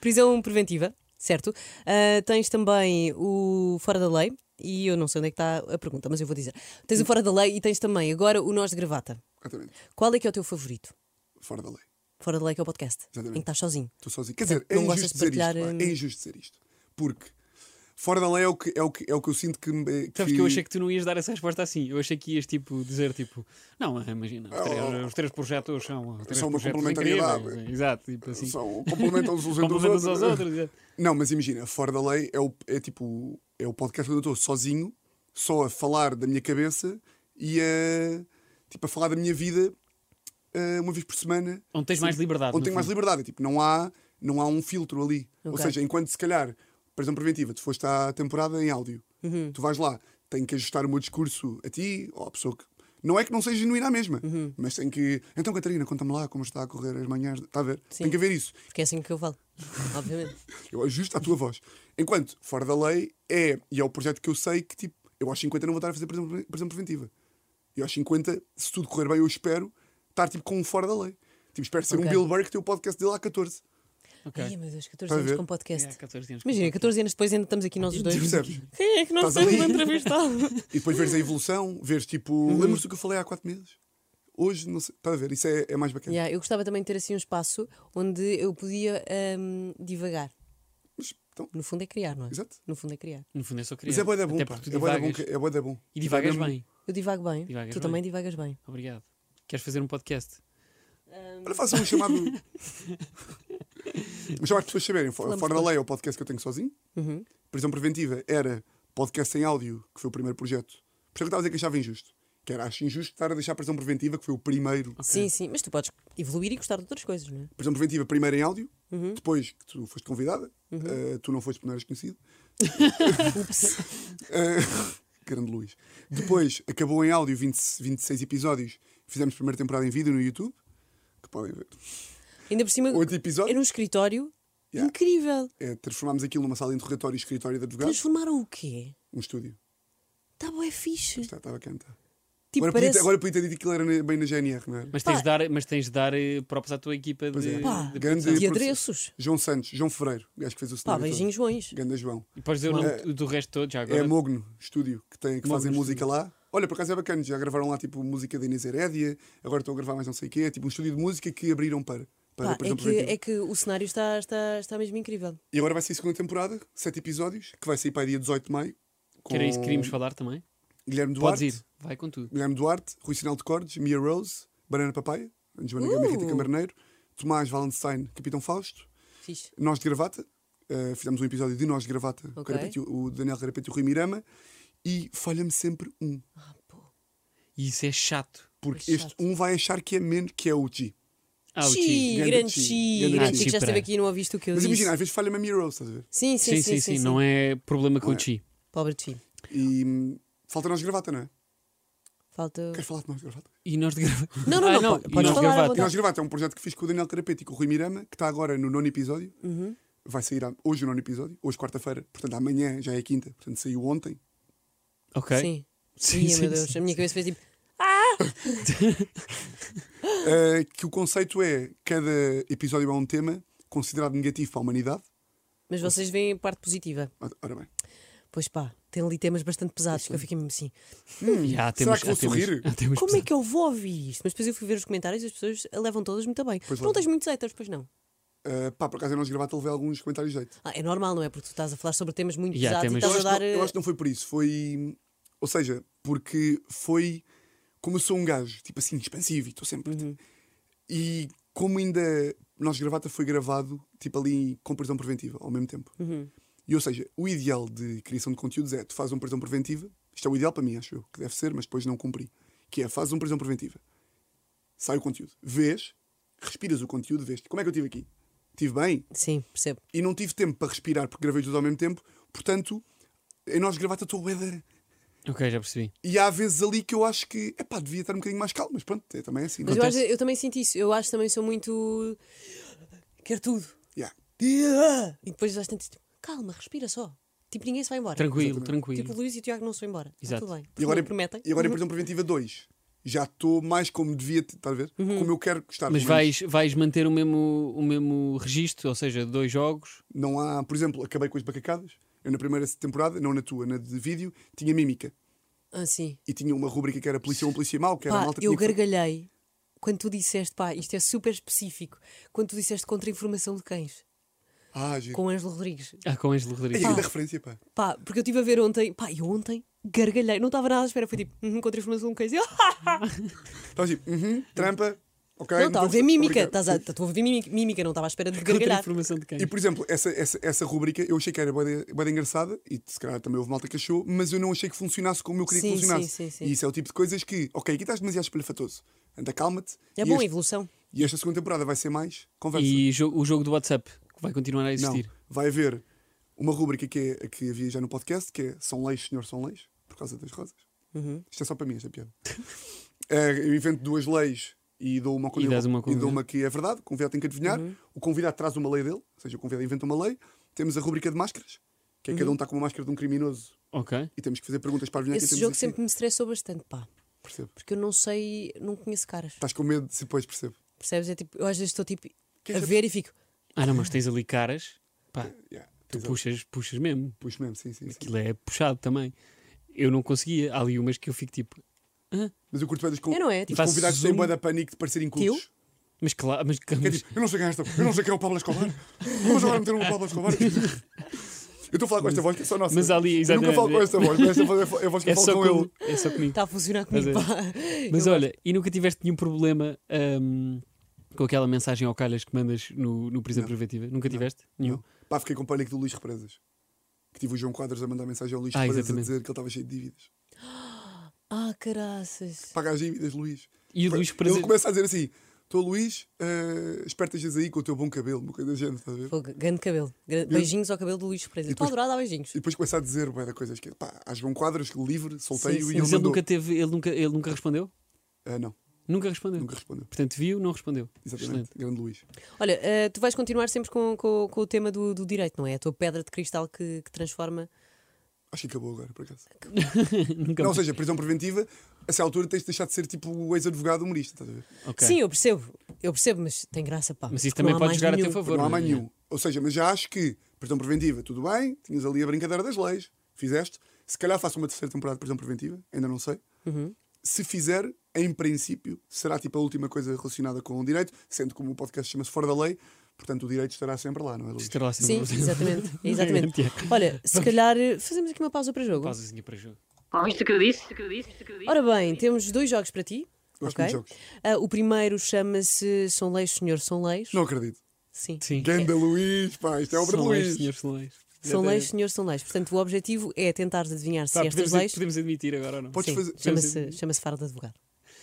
[SPEAKER 3] Prisão preventiva, certo? Ah, tens também o Fora da Lei, e eu não sei onde é que está a pergunta, mas eu vou dizer. Tens o Fora da Lei e tens também agora o Nós de Gravata.
[SPEAKER 4] Exatamente.
[SPEAKER 3] Qual é que é o teu favorito?
[SPEAKER 4] Fora da lei.
[SPEAKER 3] Fora da Lei que é o podcast,
[SPEAKER 4] Exatamente.
[SPEAKER 3] em que estás sozinho.
[SPEAKER 4] Estou sozinho. Quer dizer, é
[SPEAKER 3] Não gostas
[SPEAKER 4] injusto
[SPEAKER 3] de
[SPEAKER 2] eh,
[SPEAKER 4] dizer isto.
[SPEAKER 3] partilhar,
[SPEAKER 4] pá.
[SPEAKER 3] hum.
[SPEAKER 4] É injusto dizer isto. Porque Fora da lei é o que, é o que, é o que eu sinto que. me-
[SPEAKER 2] Sabes que eu achei que tu não ias dar essa resposta assim. Eu achei que ias tipo, dizer tipo, não, imagina, os três,
[SPEAKER 4] Ah,
[SPEAKER 2] os três projetos são, os três
[SPEAKER 4] são uma
[SPEAKER 2] projetos
[SPEAKER 4] complementaridade.
[SPEAKER 2] incríveis. Exato, tipo assim.
[SPEAKER 4] São, complementam-se uns entre os
[SPEAKER 2] Complementam-se aos
[SPEAKER 4] outros.
[SPEAKER 2] outros. exato.
[SPEAKER 4] Não, mas imagina, Fora da Lei é, o, é tipo. É o podcast onde eu estou sozinho, só a falar da minha cabeça e a. Tipo, a falar da minha vida eh, uma vez por semana.
[SPEAKER 2] Onde tens mais liberdade.
[SPEAKER 4] Onde
[SPEAKER 2] no
[SPEAKER 4] tenho mais
[SPEAKER 2] fundo.
[SPEAKER 4] liberdade. É Tipo, não há, não há um filtro ali. Ou
[SPEAKER 3] Ok.
[SPEAKER 4] seja, enquanto se calhar, prisão preventiva, tu foste à temporada em áudio,
[SPEAKER 3] Uhum.
[SPEAKER 4] tu vais lá, tenho que ajustar o meu discurso a ti ou à pessoa que. Não é que não seja genuína a mesma,
[SPEAKER 3] Uhum.
[SPEAKER 4] mas tem que. Então, Catarina, conta-me lá como está a correr as manhãs. Está a ver?
[SPEAKER 3] Sim.
[SPEAKER 4] Tem que haver isso.
[SPEAKER 3] Porque é assim que eu falo. Obviamente.
[SPEAKER 4] Eu ajusto à tua voz. Enquanto Fora da Lei é, e é o projeto que eu sei que, tipo, eu aos 50 não vou estar a fazer prisão, prisão preventiva. E aos 50, se tudo correr bem, eu espero estar, tipo, com um Fora da Lei. Tipo, espero ser um
[SPEAKER 3] Ok.
[SPEAKER 4] Bill Burr que tem o podcast dele há 14.
[SPEAKER 2] Ok.
[SPEAKER 3] Ai, meu Deus, 14
[SPEAKER 4] Vai
[SPEAKER 3] anos
[SPEAKER 4] ver.
[SPEAKER 3] com podcast.
[SPEAKER 2] É, 14 anos.
[SPEAKER 3] Imagina, 14 anos depois ainda estamos aqui nós os dois.
[SPEAKER 4] Tipo, Percebes?
[SPEAKER 3] Quem é que nós
[SPEAKER 4] Estás
[SPEAKER 3] temos
[SPEAKER 4] ali.
[SPEAKER 3] entrevistado?
[SPEAKER 4] E depois veres a evolução, veres tipo,
[SPEAKER 2] Uhum.
[SPEAKER 4] lembras-te do que eu falei há 4 meses? Hoje, não sei, está a ver, isso é, é mais bacana.
[SPEAKER 3] Yeah, eu gostava também de ter assim um espaço onde eu podia ahm, divagar.
[SPEAKER 4] Mas, então,
[SPEAKER 3] No fundo é criar, não é?
[SPEAKER 4] Exato.
[SPEAKER 3] No fundo é criar.
[SPEAKER 2] No fundo é só criar.
[SPEAKER 4] mas é boa da bom,
[SPEAKER 2] Até
[SPEAKER 4] pá.
[SPEAKER 2] porque tu
[SPEAKER 4] é boa da bom,
[SPEAKER 2] divagas.
[SPEAKER 4] que- é bué da bom.
[SPEAKER 2] E divagas
[SPEAKER 4] Mesmo-
[SPEAKER 2] bem.
[SPEAKER 3] Eu divago bem.
[SPEAKER 2] Divagas
[SPEAKER 3] tu
[SPEAKER 2] bem.
[SPEAKER 3] também divagas bem.
[SPEAKER 2] Obrigado. Queres fazer um podcast?
[SPEAKER 4] Olha, faça um chamado. Mas só para as pessoas saberem, fora,
[SPEAKER 3] Falamos
[SPEAKER 4] fora da
[SPEAKER 3] com-
[SPEAKER 4] lei é o podcast que eu tenho sozinho.
[SPEAKER 3] Uhum.
[SPEAKER 4] Prisão Preventiva era podcast em áudio, que foi o primeiro projeto. Por isso é que eu estava a dizer que achava injusto. Que era, acho injusto estar a deixar Prisão Preventiva, que foi o primeiro.
[SPEAKER 3] Sim, sim. Mas tu podes evoluir e gostar de outras coisas, não é?
[SPEAKER 4] Prisão Preventiva, primeiro em áudio,
[SPEAKER 3] Uhum.
[SPEAKER 4] depois que tu foste convidada, eh, tu não foste porque não eras conhecido. Eh, grande Luís. Depois acabou em áudio 20, 26 episódios. Fizemos primeira temporada em vídeo no YouTube, que podem ver.
[SPEAKER 3] Ainda por cima,
[SPEAKER 4] Oito episódios.
[SPEAKER 3] era um escritório
[SPEAKER 4] Yeah.
[SPEAKER 3] incrível.
[SPEAKER 4] Eh, transformámos aquilo numa sala de interrogatório e escritório de advogados,
[SPEAKER 3] Transformaram o quê?
[SPEAKER 4] um estúdio.
[SPEAKER 3] Está bué fixe.
[SPEAKER 4] Está- Estava a cantar.
[SPEAKER 3] Tipo,
[SPEAKER 4] agora, podia,
[SPEAKER 3] parece...
[SPEAKER 4] ter- agora podia ter dito que aquilo era na- bem na GNR, não era?
[SPEAKER 2] Mas
[SPEAKER 3] Pá.
[SPEAKER 2] tens, de dar, mas tens de dar eh, próprios à tua equipa
[SPEAKER 4] Pois é.
[SPEAKER 2] de,
[SPEAKER 3] Pá.
[SPEAKER 2] de
[SPEAKER 4] Grande-
[SPEAKER 2] produção.
[SPEAKER 3] De
[SPEAKER 4] produção.
[SPEAKER 3] adereços.
[SPEAKER 4] João Santos, João Ferreiro, o gajo que fez o
[SPEAKER 3] Pá,
[SPEAKER 4] cenário todo.
[SPEAKER 3] beijinhos bons.
[SPEAKER 4] Ganda João.
[SPEAKER 2] E podes dizer o nome do- do resto todo já
[SPEAKER 4] É
[SPEAKER 2] agora.
[SPEAKER 4] a Mogno Estúdio que, tem, que
[SPEAKER 2] Mogno
[SPEAKER 4] fazem música
[SPEAKER 2] Estúdio.
[SPEAKER 4] lá. Olha, por acaso é bacana, já gravaram lá tipo música da Inês Herédia, agora estão a gravar mais não sei o quê. É tipo um estúdio de música que abriram para. para
[SPEAKER 3] Pá,
[SPEAKER 4] por
[SPEAKER 3] é,
[SPEAKER 4] exemplo,
[SPEAKER 3] que,
[SPEAKER 4] Ventura.
[SPEAKER 3] é que o cenário está, está, está mesmo incrível.
[SPEAKER 4] E agora vai sair a segunda temporada, sete episódios, que vai sair para aí dia 18 de maio. Com
[SPEAKER 2] Que era isso que queríamos falar também.
[SPEAKER 4] Guilherme Duarte,
[SPEAKER 2] Podes ir. Vai com tudo.
[SPEAKER 4] Guilherme Duarte, Rui Sinal de Cordes, Mia Rose, Banana Papaya, Joana Gama e Rita
[SPEAKER 3] Uh!
[SPEAKER 4] Camarneiro, Tomás Valenstein, Capitão Fausto,
[SPEAKER 3] Fixe.
[SPEAKER 4] Nós de Gravata. eh, fizemos um episódio de Nós de Gravata, com o
[SPEAKER 3] Ok.
[SPEAKER 4] Carapete, o Daniel Carapete e o Rui Mirama. E falha-me sempre um.
[SPEAKER 3] Ah, pô.
[SPEAKER 2] E isso é chato.
[SPEAKER 4] Porque
[SPEAKER 3] É
[SPEAKER 4] este um vai achar que é menos que é o G.
[SPEAKER 2] Ah, o
[SPEAKER 3] Chi,
[SPEAKER 4] Ganda
[SPEAKER 3] grande
[SPEAKER 4] Chi.
[SPEAKER 3] Chi.
[SPEAKER 4] Ganda
[SPEAKER 3] Ah, tu
[SPEAKER 2] Chi
[SPEAKER 3] que já esteve
[SPEAKER 2] Pereira.
[SPEAKER 3] aqui e não ouviste o que eu
[SPEAKER 4] Mas
[SPEAKER 3] disse.
[SPEAKER 4] imagina, às vezes falha-me a Mia Rose, estás a ver?
[SPEAKER 3] Sim,
[SPEAKER 2] Sim,
[SPEAKER 3] sim,
[SPEAKER 2] sim, sim. Não é problema com o Chi.
[SPEAKER 3] Pobre de Chi.
[SPEAKER 4] E hum, falta nós de gravata, não é?
[SPEAKER 3] Falta.
[SPEAKER 4] Queres falar de nós de gravata?
[SPEAKER 2] E nós de grava...
[SPEAKER 3] Não, não,
[SPEAKER 2] Ah,
[SPEAKER 3] não,
[SPEAKER 2] não.
[SPEAKER 3] po-
[SPEAKER 2] E
[SPEAKER 3] podes
[SPEAKER 2] nós
[SPEAKER 3] falar à
[SPEAKER 2] gravata.
[SPEAKER 4] E nós
[SPEAKER 3] vontade.
[SPEAKER 4] de gravata é um projeto que fiz com o Daniel Carapete e com o Rui Mirama, que está agora no nono episódio.
[SPEAKER 3] Uhum.
[SPEAKER 4] Vai sair a- hoje o nono episódio, hoje quarta-feira, portanto amanhã já é quinta, portanto saiu ontem.
[SPEAKER 2] Ok.
[SPEAKER 3] Sim.
[SPEAKER 2] Sim,
[SPEAKER 3] Ia,
[SPEAKER 2] sim,
[SPEAKER 3] meu Deus.
[SPEAKER 2] sim.
[SPEAKER 3] A minha cabeça fez tipo.
[SPEAKER 4] Uh, que o conceito é cada episódio é um tema considerado negativo para a humanidade.
[SPEAKER 3] Mas vocês veem a parte positiva.
[SPEAKER 4] Ora- Ora bem,
[SPEAKER 3] Pois pá, tem ali temas bastante pesados que eu fiquei mesmo assim.
[SPEAKER 2] E há
[SPEAKER 4] será
[SPEAKER 2] temas-
[SPEAKER 4] que vou
[SPEAKER 2] há temas-
[SPEAKER 4] sorrir?
[SPEAKER 2] há temas
[SPEAKER 3] Como é que eu vou ouvir isto? Mas depois eu fui ver os comentários e as pessoas a levam todas muito bem.
[SPEAKER 4] Pois
[SPEAKER 3] não
[SPEAKER 4] levam.
[SPEAKER 3] tens muitos haters, pois não.
[SPEAKER 4] Uh, pá, por acaso eu nós de gravata levei alguns comentários de jeito.
[SPEAKER 3] Ah, é normal, não é? Porque tu estás a falar sobre temas muito
[SPEAKER 2] Yeah,
[SPEAKER 3] pesados
[SPEAKER 4] Eu
[SPEAKER 2] temas-
[SPEAKER 3] e
[SPEAKER 4] acho,
[SPEAKER 3] estás a dar.
[SPEAKER 4] que, não- eu
[SPEAKER 3] eh,
[SPEAKER 4] acho que não foi por isso, foi. Ou seja, porque foi. Como eu sou um gajo, tipo assim, expansivo, e estou sempre.
[SPEAKER 3] Uhum.
[SPEAKER 4] tipo, E como ainda. Nós de gravata foi gravado, tipo ali, com prisão preventiva, ao mesmo tempo.
[SPEAKER 3] Uhum.
[SPEAKER 4] E ou seja, o ideal de criação de conteúdos é tu fazes uma prisão preventiva, isto é o ideal para mim, acho eu, que deve ser, mas depois não cumpri. Que é fazes uma prisão preventiva, sai o conteúdo, vês, respiras o conteúdo, vês como é que eu estive aqui? Estive bem?
[SPEAKER 3] Sim, percebo.
[SPEAKER 4] e não tive tempo para respirar porque gravei tudo ao mesmo tempo, portanto, em nós de gravata estou bué da-
[SPEAKER 2] Ok, já percebi.
[SPEAKER 4] E há vezes ali que eu acho que, epá, devia estar um bocadinho mais calmo, mas pronto, é, também é assim.
[SPEAKER 3] Mas
[SPEAKER 4] Não?
[SPEAKER 3] eu,
[SPEAKER 2] Acontece.
[SPEAKER 3] acho- eu também sinto isso. Eu acho também sou muito. Quero tudo.
[SPEAKER 4] Yeah.
[SPEAKER 3] E depois às tantas, tipo, calma, respira só. Tipo, ninguém se vai embora.
[SPEAKER 2] Tranquilo,
[SPEAKER 3] Tipo, o
[SPEAKER 2] tranquilo.
[SPEAKER 3] Luís e o Tiago não se vão embora. Está
[SPEAKER 2] Exato.
[SPEAKER 3] tudo bem.
[SPEAKER 4] E agora,
[SPEAKER 3] Não prometem. Uhum.
[SPEAKER 4] e agora em prisão preventiva 2, já estou mais como devia, t- estás a ver?
[SPEAKER 3] Uhum.
[SPEAKER 4] Como eu quero estar.
[SPEAKER 2] Mas
[SPEAKER 4] pelo menos.
[SPEAKER 2] vais, vais manter o mesmo, o mesmo registro, ou seja, dois jogos.
[SPEAKER 4] Não há, por exemplo, acabei com as bacacadas. Eu na primeira temporada, não na tua, na de vídeo, tinha mímica.
[SPEAKER 3] Ah, sim.
[SPEAKER 4] E tinha uma rubrica que era polícia ou polícia mau, que era a
[SPEAKER 3] Pá,
[SPEAKER 4] malta que
[SPEAKER 3] eu
[SPEAKER 4] tinha que-
[SPEAKER 3] gargalhei quando tu disseste, pá, isto é super específico, quando tu disseste contra a informação de cães.
[SPEAKER 4] Ah, giro.
[SPEAKER 3] com o Ângelo Rodrigues.
[SPEAKER 2] Ah, com Ângelo Rodrigues.
[SPEAKER 4] E ainda
[SPEAKER 3] Pá.
[SPEAKER 4] referência, pá.
[SPEAKER 3] Pá, porque eu estive a ver ontem, pá, eu ontem gargalhei, não estava nada à espera, foi tipo, uhum, encontrei informação um queijo. e eu,
[SPEAKER 4] Estás tipo, uhum, trampa, ok. então
[SPEAKER 3] não, estava a
[SPEAKER 4] tô-
[SPEAKER 3] ver mímica,
[SPEAKER 4] obrigado.
[SPEAKER 3] estás a, estou a ver mímica, mímica, não estava à espera de
[SPEAKER 2] Contra a
[SPEAKER 3] gargalhar.
[SPEAKER 2] informação de quem?
[SPEAKER 4] E por exemplo, essa, essa, essa rubrica eu achei que era bem engraçada e se calhar também houve malta que achou, mas eu não achei que funcionasse como eu queria
[SPEAKER 3] Sim,
[SPEAKER 4] que funcionasse.
[SPEAKER 3] sim, sim, sim.
[SPEAKER 4] E isso é o tipo de coisas que, ok, aqui estás demasiado espalhafatoso. Anda, calma-te.
[SPEAKER 3] É
[SPEAKER 4] E
[SPEAKER 3] bom, a
[SPEAKER 4] este-
[SPEAKER 3] evolução.
[SPEAKER 4] E esta segunda temporada vai ser mais conversa.
[SPEAKER 2] E jo- o jogo do WhatsApp, que vai continuar a
[SPEAKER 4] Não,
[SPEAKER 2] existir.
[SPEAKER 4] vai haver uma rubrica que, é, a que havia já no podcast, que é São Leis, Senhor São Leis, por causa das rosas. Isto é só para mim, esta piada. É, eu invento duas leis e dou uma, ao
[SPEAKER 2] E dás
[SPEAKER 4] convidado-
[SPEAKER 2] uma ao
[SPEAKER 4] e dou
[SPEAKER 2] convidado.
[SPEAKER 4] uma que é verdade, o convidado tem que adivinhar, o convidado traz uma lei dele, ou seja, o convidado inventa uma lei, temos a rubrica de máscaras, que é cada um está com uma máscara de um criminoso
[SPEAKER 2] Ok.
[SPEAKER 4] e temos é que fazer perguntas para adivinhar quem
[SPEAKER 3] Esse
[SPEAKER 4] temos assim.
[SPEAKER 3] jogo
[SPEAKER 4] aqui.
[SPEAKER 3] sempre me estressou bastante, pá.
[SPEAKER 4] Percebo.
[SPEAKER 3] Porque eu não sei, não conheço caras.
[SPEAKER 4] Estás com medo, se pois percebo.
[SPEAKER 3] Percebes? É tipo, eu às vezes estou tipo
[SPEAKER 4] Que
[SPEAKER 3] a
[SPEAKER 4] é-
[SPEAKER 3] ver e fico,
[SPEAKER 2] Ah, não, mas tens ali caras. Pá,
[SPEAKER 4] Yeah,
[SPEAKER 2] tu
[SPEAKER 4] tens a-
[SPEAKER 2] puxas, puxas mesmo.
[SPEAKER 4] Puxo mesmo, sim, sim, sim.
[SPEAKER 2] Aquilo é puxado também. Eu não conseguia. Há ali umas que eu fico tipo.
[SPEAKER 4] Mas eu curto bem dos con-
[SPEAKER 3] É, não é? Tipo,
[SPEAKER 4] dos convidados que têm
[SPEAKER 2] zoom.
[SPEAKER 4] boa da pânico de parecerem cultos.
[SPEAKER 2] Mas claro, mas,
[SPEAKER 4] Que é
[SPEAKER 2] mas,
[SPEAKER 4] tipo, eu não sei quem é esta, eu não sei quem é o Pablo Escobar. Vamos agora meter um Pablo Escobar. Eu estou a falar com esta voz que é só nossa.
[SPEAKER 2] mas há ali,
[SPEAKER 4] eu nunca
[SPEAKER 2] exatamente.
[SPEAKER 4] falo com esta voz, mas esta voz é a voz que
[SPEAKER 2] é,
[SPEAKER 4] eu
[SPEAKER 2] só
[SPEAKER 4] falo com ele.
[SPEAKER 2] comigo, é só comigo.
[SPEAKER 3] está a funcionar comigo,
[SPEAKER 2] Mas é.
[SPEAKER 3] pá.
[SPEAKER 2] Mas
[SPEAKER 3] Tá, Eu
[SPEAKER 2] olha, e nunca tiveste nenhum problema hum, com aquela mensagem ao calhas que mandas no, no prisão
[SPEAKER 4] Não.
[SPEAKER 2] preventiva? Nunca tiveste? Nenhum?
[SPEAKER 4] Não. Pá, fiquei com pânico do Luís Represas. Que tive o João Quadros a mandar mensagem ao Luís
[SPEAKER 2] Ah,
[SPEAKER 4] Represas
[SPEAKER 2] exatamente.
[SPEAKER 4] a dizer que ele estava cheio de dívidas.
[SPEAKER 3] Ah, caraças.
[SPEAKER 4] Paga as dívidas, Luís.
[SPEAKER 2] E o Luís
[SPEAKER 4] Ele
[SPEAKER 2] Prazer...
[SPEAKER 4] começa a dizer assim: Estou Luís, uh, espero que estejas aí com o teu bom cabelo, uma coisa da gente, estás a ver?
[SPEAKER 3] Pô, grande cabelo. Gra- Beijinhos ao cabelo do Luís Preza. Estou a
[SPEAKER 4] depois-
[SPEAKER 3] adorar dar beijinhos.
[SPEAKER 4] E depois começa a dizer bué da coisas que pá, há João Quadros livre, solteio
[SPEAKER 3] Sim,
[SPEAKER 4] e
[SPEAKER 3] sim.
[SPEAKER 4] ele
[SPEAKER 2] Mas ele
[SPEAKER 4] mandou.
[SPEAKER 2] nunca teve, ele nunca, ele nunca respondeu?
[SPEAKER 4] Ah, não,
[SPEAKER 2] Nunca respondeu.
[SPEAKER 4] nunca respondeu.
[SPEAKER 2] Portanto, viu, não respondeu.
[SPEAKER 4] Exatamente,
[SPEAKER 2] Excelente.
[SPEAKER 4] grande Luís.
[SPEAKER 3] Olha, eh, tu vais continuar sempre com, com- com o tema do, do direito, não é? A tua pedra de cristal que, que transforma.
[SPEAKER 4] Acho que acabou agora, por acaso.
[SPEAKER 2] Nunca
[SPEAKER 4] Não, ou seja, prisão preventiva, a essa altura tens de deixar de ser tipo o ex-advogado humorista, estás a ver?
[SPEAKER 2] Ok.
[SPEAKER 3] Sim, eu percebo. Eu percebo, mas tem graça, pá.
[SPEAKER 2] Mas isso
[SPEAKER 3] porque
[SPEAKER 2] também
[SPEAKER 3] não há
[SPEAKER 2] pode
[SPEAKER 3] mais
[SPEAKER 2] jogar a
[SPEAKER 3] nenhum.
[SPEAKER 2] teu favor.
[SPEAKER 4] não há
[SPEAKER 2] não é?
[SPEAKER 4] mais nenhum. Ou seja, mas já acho que prisão preventiva, tudo bem, tinhas ali a brincadeira das leis, fizeste. Se calhar faço uma terceira temporada de prisão preventiva, ainda não sei.
[SPEAKER 2] Uhum.
[SPEAKER 4] Se fizer, em princípio, será tipo a última coisa relacionada com o direito, sendo como o podcast chama-se Fora da Lei, portanto o direito estará sempre lá, não é, Luís?
[SPEAKER 2] Estará lá
[SPEAKER 3] Sim,
[SPEAKER 2] sempre
[SPEAKER 3] exatamente. exatamente.
[SPEAKER 2] Mentira.
[SPEAKER 3] Olha, se calhar eh, fazemos aqui uma pausa para jogo.
[SPEAKER 2] Pausazinha assim para jogo.
[SPEAKER 5] Ouviste o que eu disse? Ouviste o que eu disse? Ouviste o que eu disse?
[SPEAKER 3] Ora bem, temos dois jogos para ti.
[SPEAKER 4] Gosto
[SPEAKER 3] ok?
[SPEAKER 4] muito de jogos.
[SPEAKER 3] Ah, o primeiro chama-se São Leis, Senhor, São Leis.
[SPEAKER 4] Não acredito.
[SPEAKER 3] Sim.
[SPEAKER 2] Sim.
[SPEAKER 4] Ganda Luís, pá, isto é obra de
[SPEAKER 2] É. São leis,
[SPEAKER 4] Luís.
[SPEAKER 2] senhores, são leis.
[SPEAKER 3] São leis, senhor, são leis. Portanto, o objetivo é tentar adivinhar se
[SPEAKER 4] Tá,
[SPEAKER 2] Pá,
[SPEAKER 3] estas
[SPEAKER 2] podemos,
[SPEAKER 3] leis.
[SPEAKER 2] podemos admitir agora ou não?
[SPEAKER 4] Podes
[SPEAKER 3] Sim,
[SPEAKER 4] fazer-
[SPEAKER 3] Chama-se chama Fara de Advogado.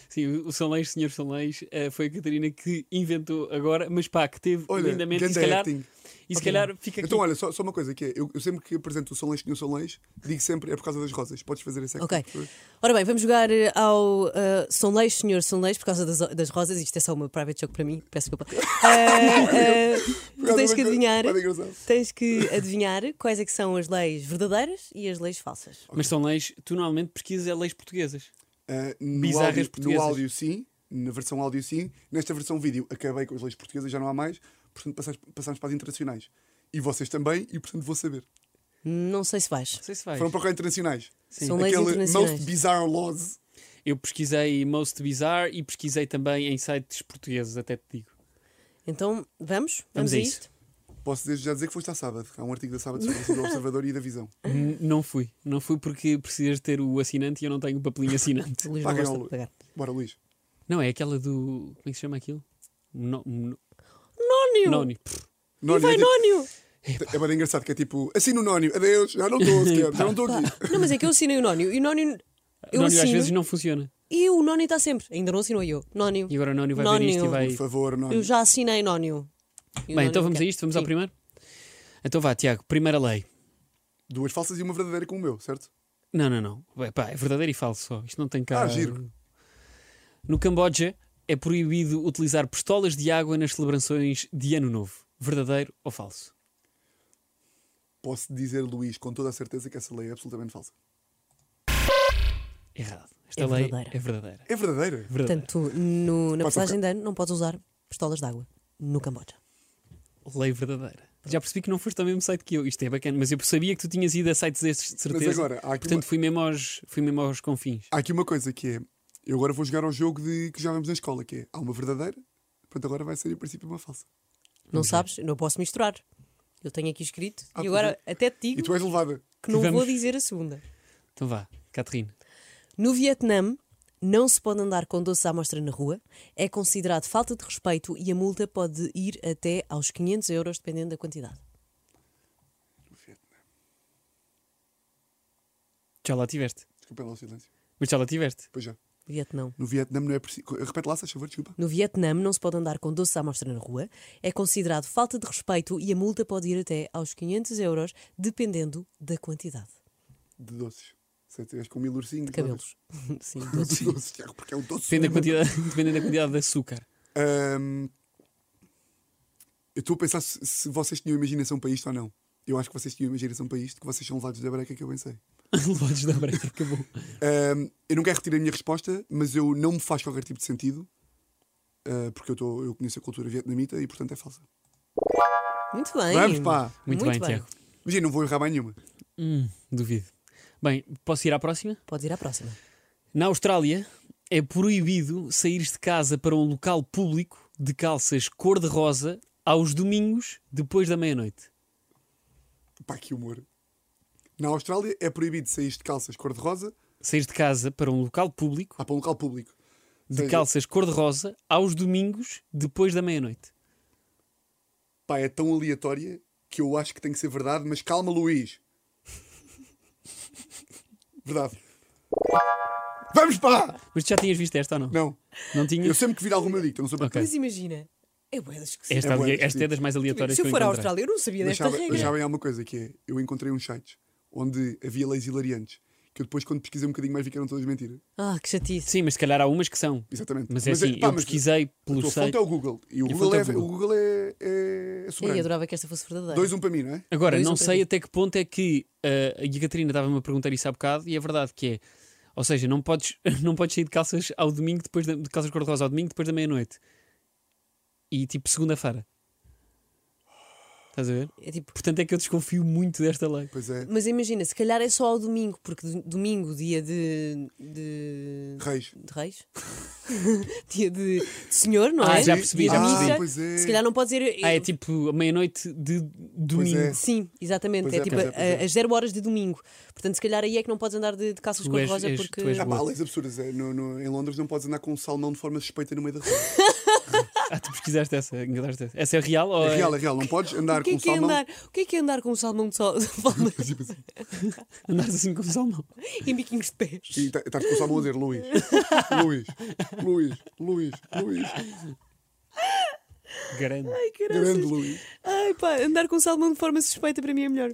[SPEAKER 2] Sim, o São Leis, Senhor São Leis, eh, foi a Catarina que inventou agora, mas pá, que teve
[SPEAKER 4] Olha,
[SPEAKER 2] lindamente. E
[SPEAKER 4] ganda
[SPEAKER 2] se calhar,
[SPEAKER 4] acting.
[SPEAKER 2] e se calhar fica aqui.
[SPEAKER 4] Então, olha, só, só uma coisa que é: eu, eu sempre que apresento o São Leis, que não são leis, digo sempre é por causa das rosas. Podes fazer é esse acting,
[SPEAKER 3] Ok.
[SPEAKER 4] por favor?
[SPEAKER 3] Ora bem, vamos jogar eh, ao eh, São Leis, Senhor, São Leis, por causa das, das rosas. Isto é só uma private joke para mim, peço desculpa. Eh, eh, tu tens
[SPEAKER 4] causa da
[SPEAKER 3] que
[SPEAKER 4] coisa-
[SPEAKER 3] adivinhar.
[SPEAKER 4] Vai dar engraçado.
[SPEAKER 3] Tens que adivinhar quais é que são as leis verdadeiras e as leis falsas.
[SPEAKER 2] Mas são leis, tu normalmente pesquisas é leis portuguesas.
[SPEAKER 4] Ah, no,
[SPEAKER 2] Bizarras
[SPEAKER 4] áudio, no
[SPEAKER 2] portuguesas.
[SPEAKER 4] áudio, sim. Na versão áudio, sim. Nesta versão vídeo, acabei com as leis portuguesas, já não há mais. Portanto, passas- passamos para as internacionais. E vocês também, e portanto vou saber.
[SPEAKER 3] Não sei se vais.
[SPEAKER 2] Não sei se vais.
[SPEAKER 4] Foram procurar internacionais.
[SPEAKER 2] Sim.
[SPEAKER 3] São leis internacionais.
[SPEAKER 4] Most Bizarre Laws.
[SPEAKER 2] Eu pesquisei Most Bizarre e pesquisei também em sites portugueses, até te digo.
[SPEAKER 3] Então, vamos? Vamos,
[SPEAKER 2] Vamos
[SPEAKER 3] a
[SPEAKER 2] a
[SPEAKER 3] isto?
[SPEAKER 4] Posso desde já dizer que foste à sábado. Há um artigo da sábado sobre isso, do Observador e da Visão.
[SPEAKER 2] N- Não fui. Não fui porque precisas ter o assinante e eu não tenho o papelinho assinante.
[SPEAKER 3] O Luís não
[SPEAKER 4] Paguem
[SPEAKER 3] gosta
[SPEAKER 4] ao
[SPEAKER 3] de
[SPEAKER 4] Luís.
[SPEAKER 3] pagar.
[SPEAKER 4] Bora, Luís.
[SPEAKER 2] não, é aquela do. Como é que se chama aquilo? No, no,
[SPEAKER 3] Nónio!
[SPEAKER 2] Noni. Pff,
[SPEAKER 3] E
[SPEAKER 4] Nónio,
[SPEAKER 3] vai
[SPEAKER 4] é tipo-
[SPEAKER 3] Nónio!
[SPEAKER 4] É bem engraçado que é tipo, assino o Nónio, adeus, já não estou sequer, já não estou aqui.
[SPEAKER 3] Não, mas é que eu assinei o Nónio e o Nónio. Eu
[SPEAKER 2] Nónio às
[SPEAKER 3] assino
[SPEAKER 2] vezes não funciona.
[SPEAKER 3] e o Nónio está sempre. Ainda não assinou eu. Nónio.
[SPEAKER 2] E agora o Nónio vai
[SPEAKER 3] Nónio.
[SPEAKER 2] ver
[SPEAKER 4] é
[SPEAKER 2] isto e vai.
[SPEAKER 4] Por favor, Nónio.
[SPEAKER 3] Eu já assinei Nónio. E o
[SPEAKER 2] Bem,
[SPEAKER 3] Nónio
[SPEAKER 2] então vamos
[SPEAKER 3] quer.
[SPEAKER 2] a isto, vamos ao
[SPEAKER 3] Sim.
[SPEAKER 2] primeiro? Então vá, Tiago, primeira lei.
[SPEAKER 4] Duas falsas e uma verdadeira com o meu, certo?
[SPEAKER 2] Não, não, não. É, pá, é verdadeiro e falso só. Isto não tem cara.
[SPEAKER 4] Ah, giro.
[SPEAKER 2] No Camboja é proibido utilizar pistolas de água nas celebrações de Ano Novo. Verdadeiro ou falso?
[SPEAKER 4] Posso dizer, Luís, com toda a certeza que essa lei é absolutamente falsa.
[SPEAKER 2] Errado. Esta
[SPEAKER 3] É
[SPEAKER 2] lei
[SPEAKER 3] verdadeira.
[SPEAKER 2] é verdadeira.
[SPEAKER 4] É verdadeira.
[SPEAKER 2] Verdadeira.
[SPEAKER 3] Portanto, tu, no- na
[SPEAKER 4] Pode
[SPEAKER 3] passagem de ano não podes usar pistolas de água no Camboja.
[SPEAKER 2] Lei verdadeira. Já percebi que não foste ao mesmo site que eu. Isto é bacana, mas eu sabia que tu tinhas ido a sites destes, de certeza.
[SPEAKER 4] Mas agora, há aqui,
[SPEAKER 2] Portanto, fui mesmo aos, fui mesmo aos confins.
[SPEAKER 4] uma, há aqui uma coisa que é. Eu agora vou jogar ao jogo de que já vemos na escola, que é há uma verdadeira, pronto, agora vai ser em princípio uma falsa.
[SPEAKER 3] Não sabes? Não posso misturar. Eu tenho aqui escrito
[SPEAKER 4] Ah,
[SPEAKER 3] e
[SPEAKER 4] pois
[SPEAKER 3] agora até te
[SPEAKER 4] E
[SPEAKER 3] digo
[SPEAKER 4] tu és levada.
[SPEAKER 3] que não
[SPEAKER 2] é. Tivemos.
[SPEAKER 3] vou dizer a segunda.
[SPEAKER 2] Então vá, Catherine.
[SPEAKER 3] No Vietnã, não se pode andar com doces à mostra na rua, é considerado falta de respeito e a multa pode ir até aos 500 euros, dependendo da quantidade.
[SPEAKER 2] Já lá tiveste.
[SPEAKER 4] Desculpa lá o silêncio.
[SPEAKER 2] Mas já lá tiveste.
[SPEAKER 4] Pois já.
[SPEAKER 3] Vietnã.
[SPEAKER 4] No Vietnã não é preciso. Repete lá, se faz favor, desculpa.
[SPEAKER 3] No Vietnã, não se pode andar com doces à mostra na rua, é considerado falta de respeito e a multa pode ir até aos 500 euros, dependendo da quantidade
[SPEAKER 4] De doces. Se estiveres com mil ursinhos.
[SPEAKER 3] de cabelos. Sim, doces.
[SPEAKER 4] Doces, doces, Tiago, porque é um doce.
[SPEAKER 2] Depende da quantidade, depende da quantidade de açúcar.
[SPEAKER 4] Ahm, eu estou a pensar se, se vocês tinham imaginação para isto ou não. Eu acho que vocês tinham imaginação para isto, que vocês são levados da breca que eu pensei.
[SPEAKER 2] Lodes da breca, acabou.
[SPEAKER 4] Ahm, eu não quero retirar a minha resposta, mas eu não me faz qualquer tipo de sentido, ah, porque eu, tô, eu conheço a cultura vietnamita e portanto é falsa.
[SPEAKER 3] Muito bem.
[SPEAKER 4] Vamos, pá.
[SPEAKER 2] Muito, bem, Tiago.
[SPEAKER 4] Imagina, não vou errar mais nenhuma.
[SPEAKER 2] Hum, duvido. Bem, posso ir à próxima?
[SPEAKER 3] Pode ir à próxima.
[SPEAKER 2] Na Austrália é proibido sair de casa para um local público de calças cor-de-rosa aos domingos depois da meia-noite.
[SPEAKER 4] Pá, que humor. Na Austrália é proibido sair de calças cor-de-rosa
[SPEAKER 2] Sair de casa para um local público
[SPEAKER 4] ah, para um local público.
[SPEAKER 2] de
[SPEAKER 4] Seja,
[SPEAKER 2] calças cor-de-rosa aos domingos depois da meia-noite.
[SPEAKER 4] Pá, é tão aleatória que eu acho que tem que ser verdade, mas calma, Luís. Verdade. Vamos, pá!
[SPEAKER 2] Mas tu já tinhas visto esta ou não?
[SPEAKER 4] Não,
[SPEAKER 2] Não
[SPEAKER 4] eu
[SPEAKER 2] tinhas?
[SPEAKER 4] sempre que vir alguma dica, não sou para
[SPEAKER 2] Ok.
[SPEAKER 3] Mas imagina, é bué das que se-
[SPEAKER 2] Esta,
[SPEAKER 4] É bué,
[SPEAKER 2] esta é das mais aleatórias
[SPEAKER 3] Se eu
[SPEAKER 2] que
[SPEAKER 3] for à
[SPEAKER 2] encontrei.
[SPEAKER 3] Austrália, eu não sabia
[SPEAKER 4] Mas
[SPEAKER 3] desta
[SPEAKER 4] sabem
[SPEAKER 3] regra.
[SPEAKER 4] mas sabem há uma coisa que é: eu encontrei uns sites onde havia leis hilariantes que eu depois, quando pesquisei um bocadinho mais, vi que eram todas mentira.
[SPEAKER 3] Ah, que chatice.
[SPEAKER 2] Sim, mas se calhar há umas que são.
[SPEAKER 4] Exatamente.
[SPEAKER 2] Mas é
[SPEAKER 4] é-
[SPEAKER 2] assim,
[SPEAKER 4] pá,
[SPEAKER 2] eu pesquisei
[SPEAKER 4] A
[SPEAKER 2] pelo
[SPEAKER 4] tua
[SPEAKER 2] site.
[SPEAKER 4] fonte é o Google. E o
[SPEAKER 2] E a
[SPEAKER 4] Google
[SPEAKER 2] fonte
[SPEAKER 4] é,
[SPEAKER 2] é o Google.
[SPEAKER 4] o Google é, é, é
[SPEAKER 3] Eu
[SPEAKER 4] soberano.
[SPEAKER 3] adorava que esta fosse verdadeira.
[SPEAKER 4] 2-1 um para mim, não é?
[SPEAKER 2] Agora,
[SPEAKER 3] Dois
[SPEAKER 2] não
[SPEAKER 3] ou três
[SPEAKER 2] sei
[SPEAKER 3] dias.
[SPEAKER 2] até que ponto é que ah, a Catarina estava-me a perguntar isso há bocado e é verdade que é. Ou seja, não podes, não podes sair de calças ao domingo depois da- de calças cor-de-rosa ao domingo depois da meia-noite. E tipo segunda-feira. Estás a ver?
[SPEAKER 3] É tipo,
[SPEAKER 2] Portanto, é que eu desconfio muito desta lei.
[SPEAKER 4] Pois é.
[SPEAKER 3] mas imagina, se calhar é só ao domingo, porque do- domingo, dia de. de,
[SPEAKER 4] Reis.
[SPEAKER 3] de reis? dia de, de senhor, não
[SPEAKER 2] Ah,
[SPEAKER 3] é?
[SPEAKER 2] já percebi,
[SPEAKER 3] Dia de
[SPEAKER 2] já
[SPEAKER 3] missa.
[SPEAKER 2] percebi.
[SPEAKER 4] Pois é.
[SPEAKER 3] Se calhar não pode eh, dizer.
[SPEAKER 2] Ah, é tipo meia-noite de domingo.
[SPEAKER 4] é.
[SPEAKER 3] Sim, exatamente.
[SPEAKER 4] Pois
[SPEAKER 3] É,
[SPEAKER 4] é,
[SPEAKER 3] tipo
[SPEAKER 4] pois é, pois
[SPEAKER 3] a-
[SPEAKER 4] é.
[SPEAKER 3] às zero horas de domingo. Portanto, se calhar aí é que não podes andar de, de calças
[SPEAKER 2] Tu
[SPEAKER 3] cor de
[SPEAKER 2] és-
[SPEAKER 3] rosa
[SPEAKER 2] és-
[SPEAKER 3] porque.
[SPEAKER 2] tu és
[SPEAKER 4] Ah, pá, há
[SPEAKER 2] boa.
[SPEAKER 4] leis absurdas. é. No- no- em Londres não podes andar com um salmão de forma suspeita no meio da rua.
[SPEAKER 2] Ah, tu pesquisaste essa, encontraste essa. Essa é real ou
[SPEAKER 4] É real, é real. Não podes andar
[SPEAKER 3] o que
[SPEAKER 4] com
[SPEAKER 3] é
[SPEAKER 4] um
[SPEAKER 3] que é
[SPEAKER 4] salmão.
[SPEAKER 3] andar? O que é que é andar com um salmão de sol- de palmas
[SPEAKER 2] andares assim com o salmão?
[SPEAKER 3] e biquinhos de pés?
[SPEAKER 4] E tá- estás com o salmão a dizer Luís. Luís. Luís. Luís. Luís.
[SPEAKER 2] Grande.
[SPEAKER 3] Ai,
[SPEAKER 4] Grande
[SPEAKER 3] caralho.
[SPEAKER 4] Luís.
[SPEAKER 3] Ai, pá, andar com um salmão de forma suspeita para mim é melhor.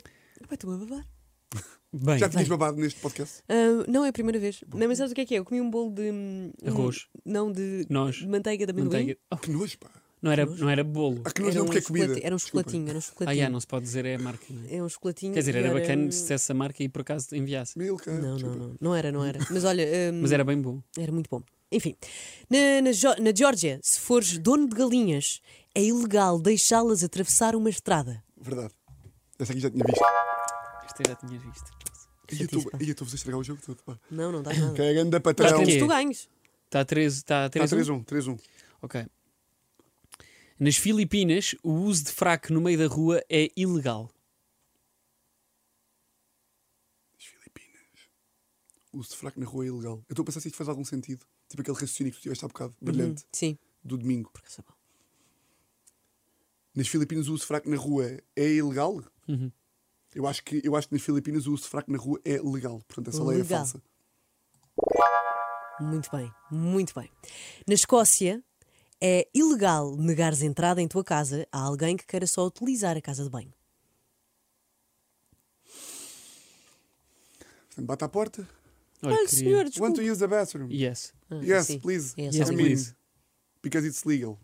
[SPEAKER 3] Pá, estou a babar.
[SPEAKER 2] Bem,
[SPEAKER 4] Já tinhas babado neste podcast?
[SPEAKER 3] Ah, não é a primeira vez. Não, mas sabes o que é que é? Eu comi um bolo de. hum,
[SPEAKER 2] Arroz.
[SPEAKER 3] não, de.
[SPEAKER 2] Nós.
[SPEAKER 3] de manteiga de amendoim.
[SPEAKER 2] manteiga. Oh,
[SPEAKER 4] Que nojo, pá.
[SPEAKER 2] não, era, não era bolo.
[SPEAKER 4] Ah, que nojo
[SPEAKER 3] Era um
[SPEAKER 4] não, porque é
[SPEAKER 3] chocolate-
[SPEAKER 4] comida.
[SPEAKER 3] Era um
[SPEAKER 4] Desculpa.
[SPEAKER 3] chocolatinho, era um
[SPEAKER 2] Ah,
[SPEAKER 3] chocolatinho.
[SPEAKER 2] já, não se pode dizer é a marca. Não é?
[SPEAKER 3] É um chocolatinho.
[SPEAKER 2] Quer dizer,
[SPEAKER 3] e
[SPEAKER 2] era bacana
[SPEAKER 3] hum,
[SPEAKER 2] se dissesse a marca e por acaso enviasse.
[SPEAKER 4] Milka.
[SPEAKER 3] Não, não,
[SPEAKER 4] desculpa.
[SPEAKER 3] não. Não era, não era. Mas olha. hum,
[SPEAKER 2] Mas era bem bom.
[SPEAKER 3] Era muito bom. Enfim, na, na, Jo- na Geórgia, se fores dono de galinhas, é ilegal deixá-las atravessar uma estrada.
[SPEAKER 4] Verdade. Essa aqui já tinha visto.
[SPEAKER 2] Esta já tinhas visto.
[SPEAKER 4] E eu
[SPEAKER 3] Chatice, Ah.
[SPEAKER 4] estou- e eu estou-vos a estragar o jogo todo, pá.
[SPEAKER 3] Não, não dá nada.
[SPEAKER 4] Que é grande
[SPEAKER 3] Mas
[SPEAKER 4] patrão.
[SPEAKER 2] Mas
[SPEAKER 3] temos
[SPEAKER 2] quê?
[SPEAKER 3] tu ganhos.
[SPEAKER 2] Está a 13. Está a
[SPEAKER 4] Está
[SPEAKER 2] 3.
[SPEAKER 4] 3-1. 3-1.
[SPEAKER 2] Ok. Nas Filipinas, o uso de fraco no meio da rua é ilegal.
[SPEAKER 4] As Filipinas. O uso de fraco na rua é ilegal. Eu estou a pensar se isto faz algum sentido. Tipo aquele raciocínio que tu tiveste há bocado,
[SPEAKER 3] Uhum.
[SPEAKER 4] brilhante,
[SPEAKER 3] Sim.
[SPEAKER 4] do domingo.
[SPEAKER 3] Porque é bom.
[SPEAKER 4] Nas Filipinas o uso de fraco na rua é ilegal?
[SPEAKER 2] Uhum.
[SPEAKER 4] Eu acho que, eu acho que nas Filipinas o uso de fraco na rua é legal. Portanto, essa lei é
[SPEAKER 3] Legal.
[SPEAKER 4] falsa.
[SPEAKER 3] Muito bem, muito bem. Na Escócia, é ilegal negares entrada em tua casa a alguém que queira só utilizar a casa de banho.
[SPEAKER 4] Portanto, bate à porta.
[SPEAKER 2] Olha, queria-
[SPEAKER 3] senhor,
[SPEAKER 4] Want
[SPEAKER 3] desculpe.
[SPEAKER 4] to use the bathroom?
[SPEAKER 2] Yes.
[SPEAKER 3] Ah,
[SPEAKER 4] Yes,
[SPEAKER 3] sim.
[SPEAKER 4] please.
[SPEAKER 3] Yes,
[SPEAKER 2] Yes,
[SPEAKER 4] I mean,
[SPEAKER 2] please.
[SPEAKER 4] Because it's legal.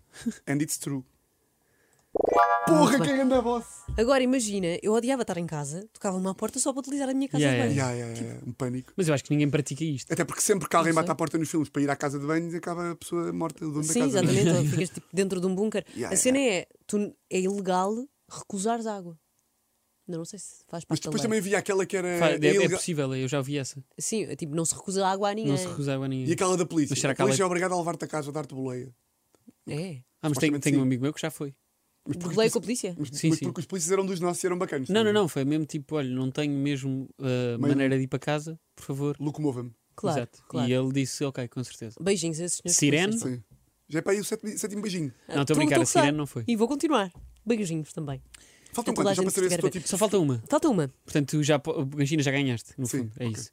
[SPEAKER 4] And it's true. Porra, quem anda a voz?
[SPEAKER 3] Agora imagina, eu odiava estar em casa, tocava-me à porta só para utilizar a minha casa
[SPEAKER 2] Yeah,
[SPEAKER 3] de banho.
[SPEAKER 4] Yeah, yeah, yeah, Um pânico.
[SPEAKER 2] Mas eu acho que ninguém pratica isto.
[SPEAKER 4] Até porque sempre que alguém
[SPEAKER 3] Não sei.
[SPEAKER 4] bate à porta nos filmes para ir à casa de banho, acaba a pessoa morta do dono
[SPEAKER 3] Sim,
[SPEAKER 4] da casa de banho.
[SPEAKER 3] exatamente, ou ficas tipo, dentro de um bunker.
[SPEAKER 4] Yeah,
[SPEAKER 3] a cena é, tu, é ilegal recusares água. Não, não sei se faz
[SPEAKER 4] Mas
[SPEAKER 3] parte da
[SPEAKER 4] depois
[SPEAKER 3] lei.
[SPEAKER 4] também havia aquela que era.
[SPEAKER 2] Fa- É, é
[SPEAKER 4] ilegal-
[SPEAKER 2] possível, eu já vi essa.
[SPEAKER 3] Sim, é tipo, não se recusa água a ninguém.
[SPEAKER 2] Não se recusava a
[SPEAKER 4] E
[SPEAKER 2] ninguém.
[SPEAKER 4] aquela da polícia.
[SPEAKER 2] Mas será
[SPEAKER 4] a
[SPEAKER 2] que há
[SPEAKER 4] polícia
[SPEAKER 2] lei-
[SPEAKER 4] é obrigada a levar-te a casa, a dar-te boleia.
[SPEAKER 3] É.
[SPEAKER 2] Ah, mas tenho,
[SPEAKER 4] supostamente
[SPEAKER 2] tenho um
[SPEAKER 4] sim.
[SPEAKER 2] amigo meu que já foi.
[SPEAKER 4] Mas porque
[SPEAKER 3] Bolei
[SPEAKER 4] os
[SPEAKER 3] com a polícia?
[SPEAKER 4] Mas,
[SPEAKER 2] Sim,
[SPEAKER 4] mas
[SPEAKER 2] sim.
[SPEAKER 4] porque os polícias eram dos nossos e eram bacanos.
[SPEAKER 2] Não, não, não. Foi mesmo tipo, olha, não tenho mesmo uh,
[SPEAKER 4] Meio-
[SPEAKER 2] maneira de ir para casa, por favor.
[SPEAKER 4] Locomova-me.
[SPEAKER 3] Claro,
[SPEAKER 2] Exato.
[SPEAKER 3] claro.
[SPEAKER 2] E ele disse, ok, com certeza.
[SPEAKER 3] Beijinhos a esses senhores.
[SPEAKER 2] Sirene?
[SPEAKER 3] polícias.
[SPEAKER 4] Sim. Já é para aí o sétimo, sétimo beijinho.
[SPEAKER 2] Não, estou a brincar, a
[SPEAKER 3] Ah, Tu- tu que sabes.
[SPEAKER 2] sirene não foi.
[SPEAKER 3] E vou continuar. Beijinhos também.
[SPEAKER 4] Faltam
[SPEAKER 3] Toda a
[SPEAKER 4] quantas? um Já
[SPEAKER 3] gente
[SPEAKER 4] para saber se
[SPEAKER 3] estiver
[SPEAKER 4] estou
[SPEAKER 3] a ver.
[SPEAKER 4] tipo.
[SPEAKER 2] Só falta uma.
[SPEAKER 3] Falta uma.
[SPEAKER 2] Portanto, tu já, po- imagina, já ganhaste, no
[SPEAKER 4] Sim,
[SPEAKER 2] fundo. É
[SPEAKER 4] ok.
[SPEAKER 2] isso.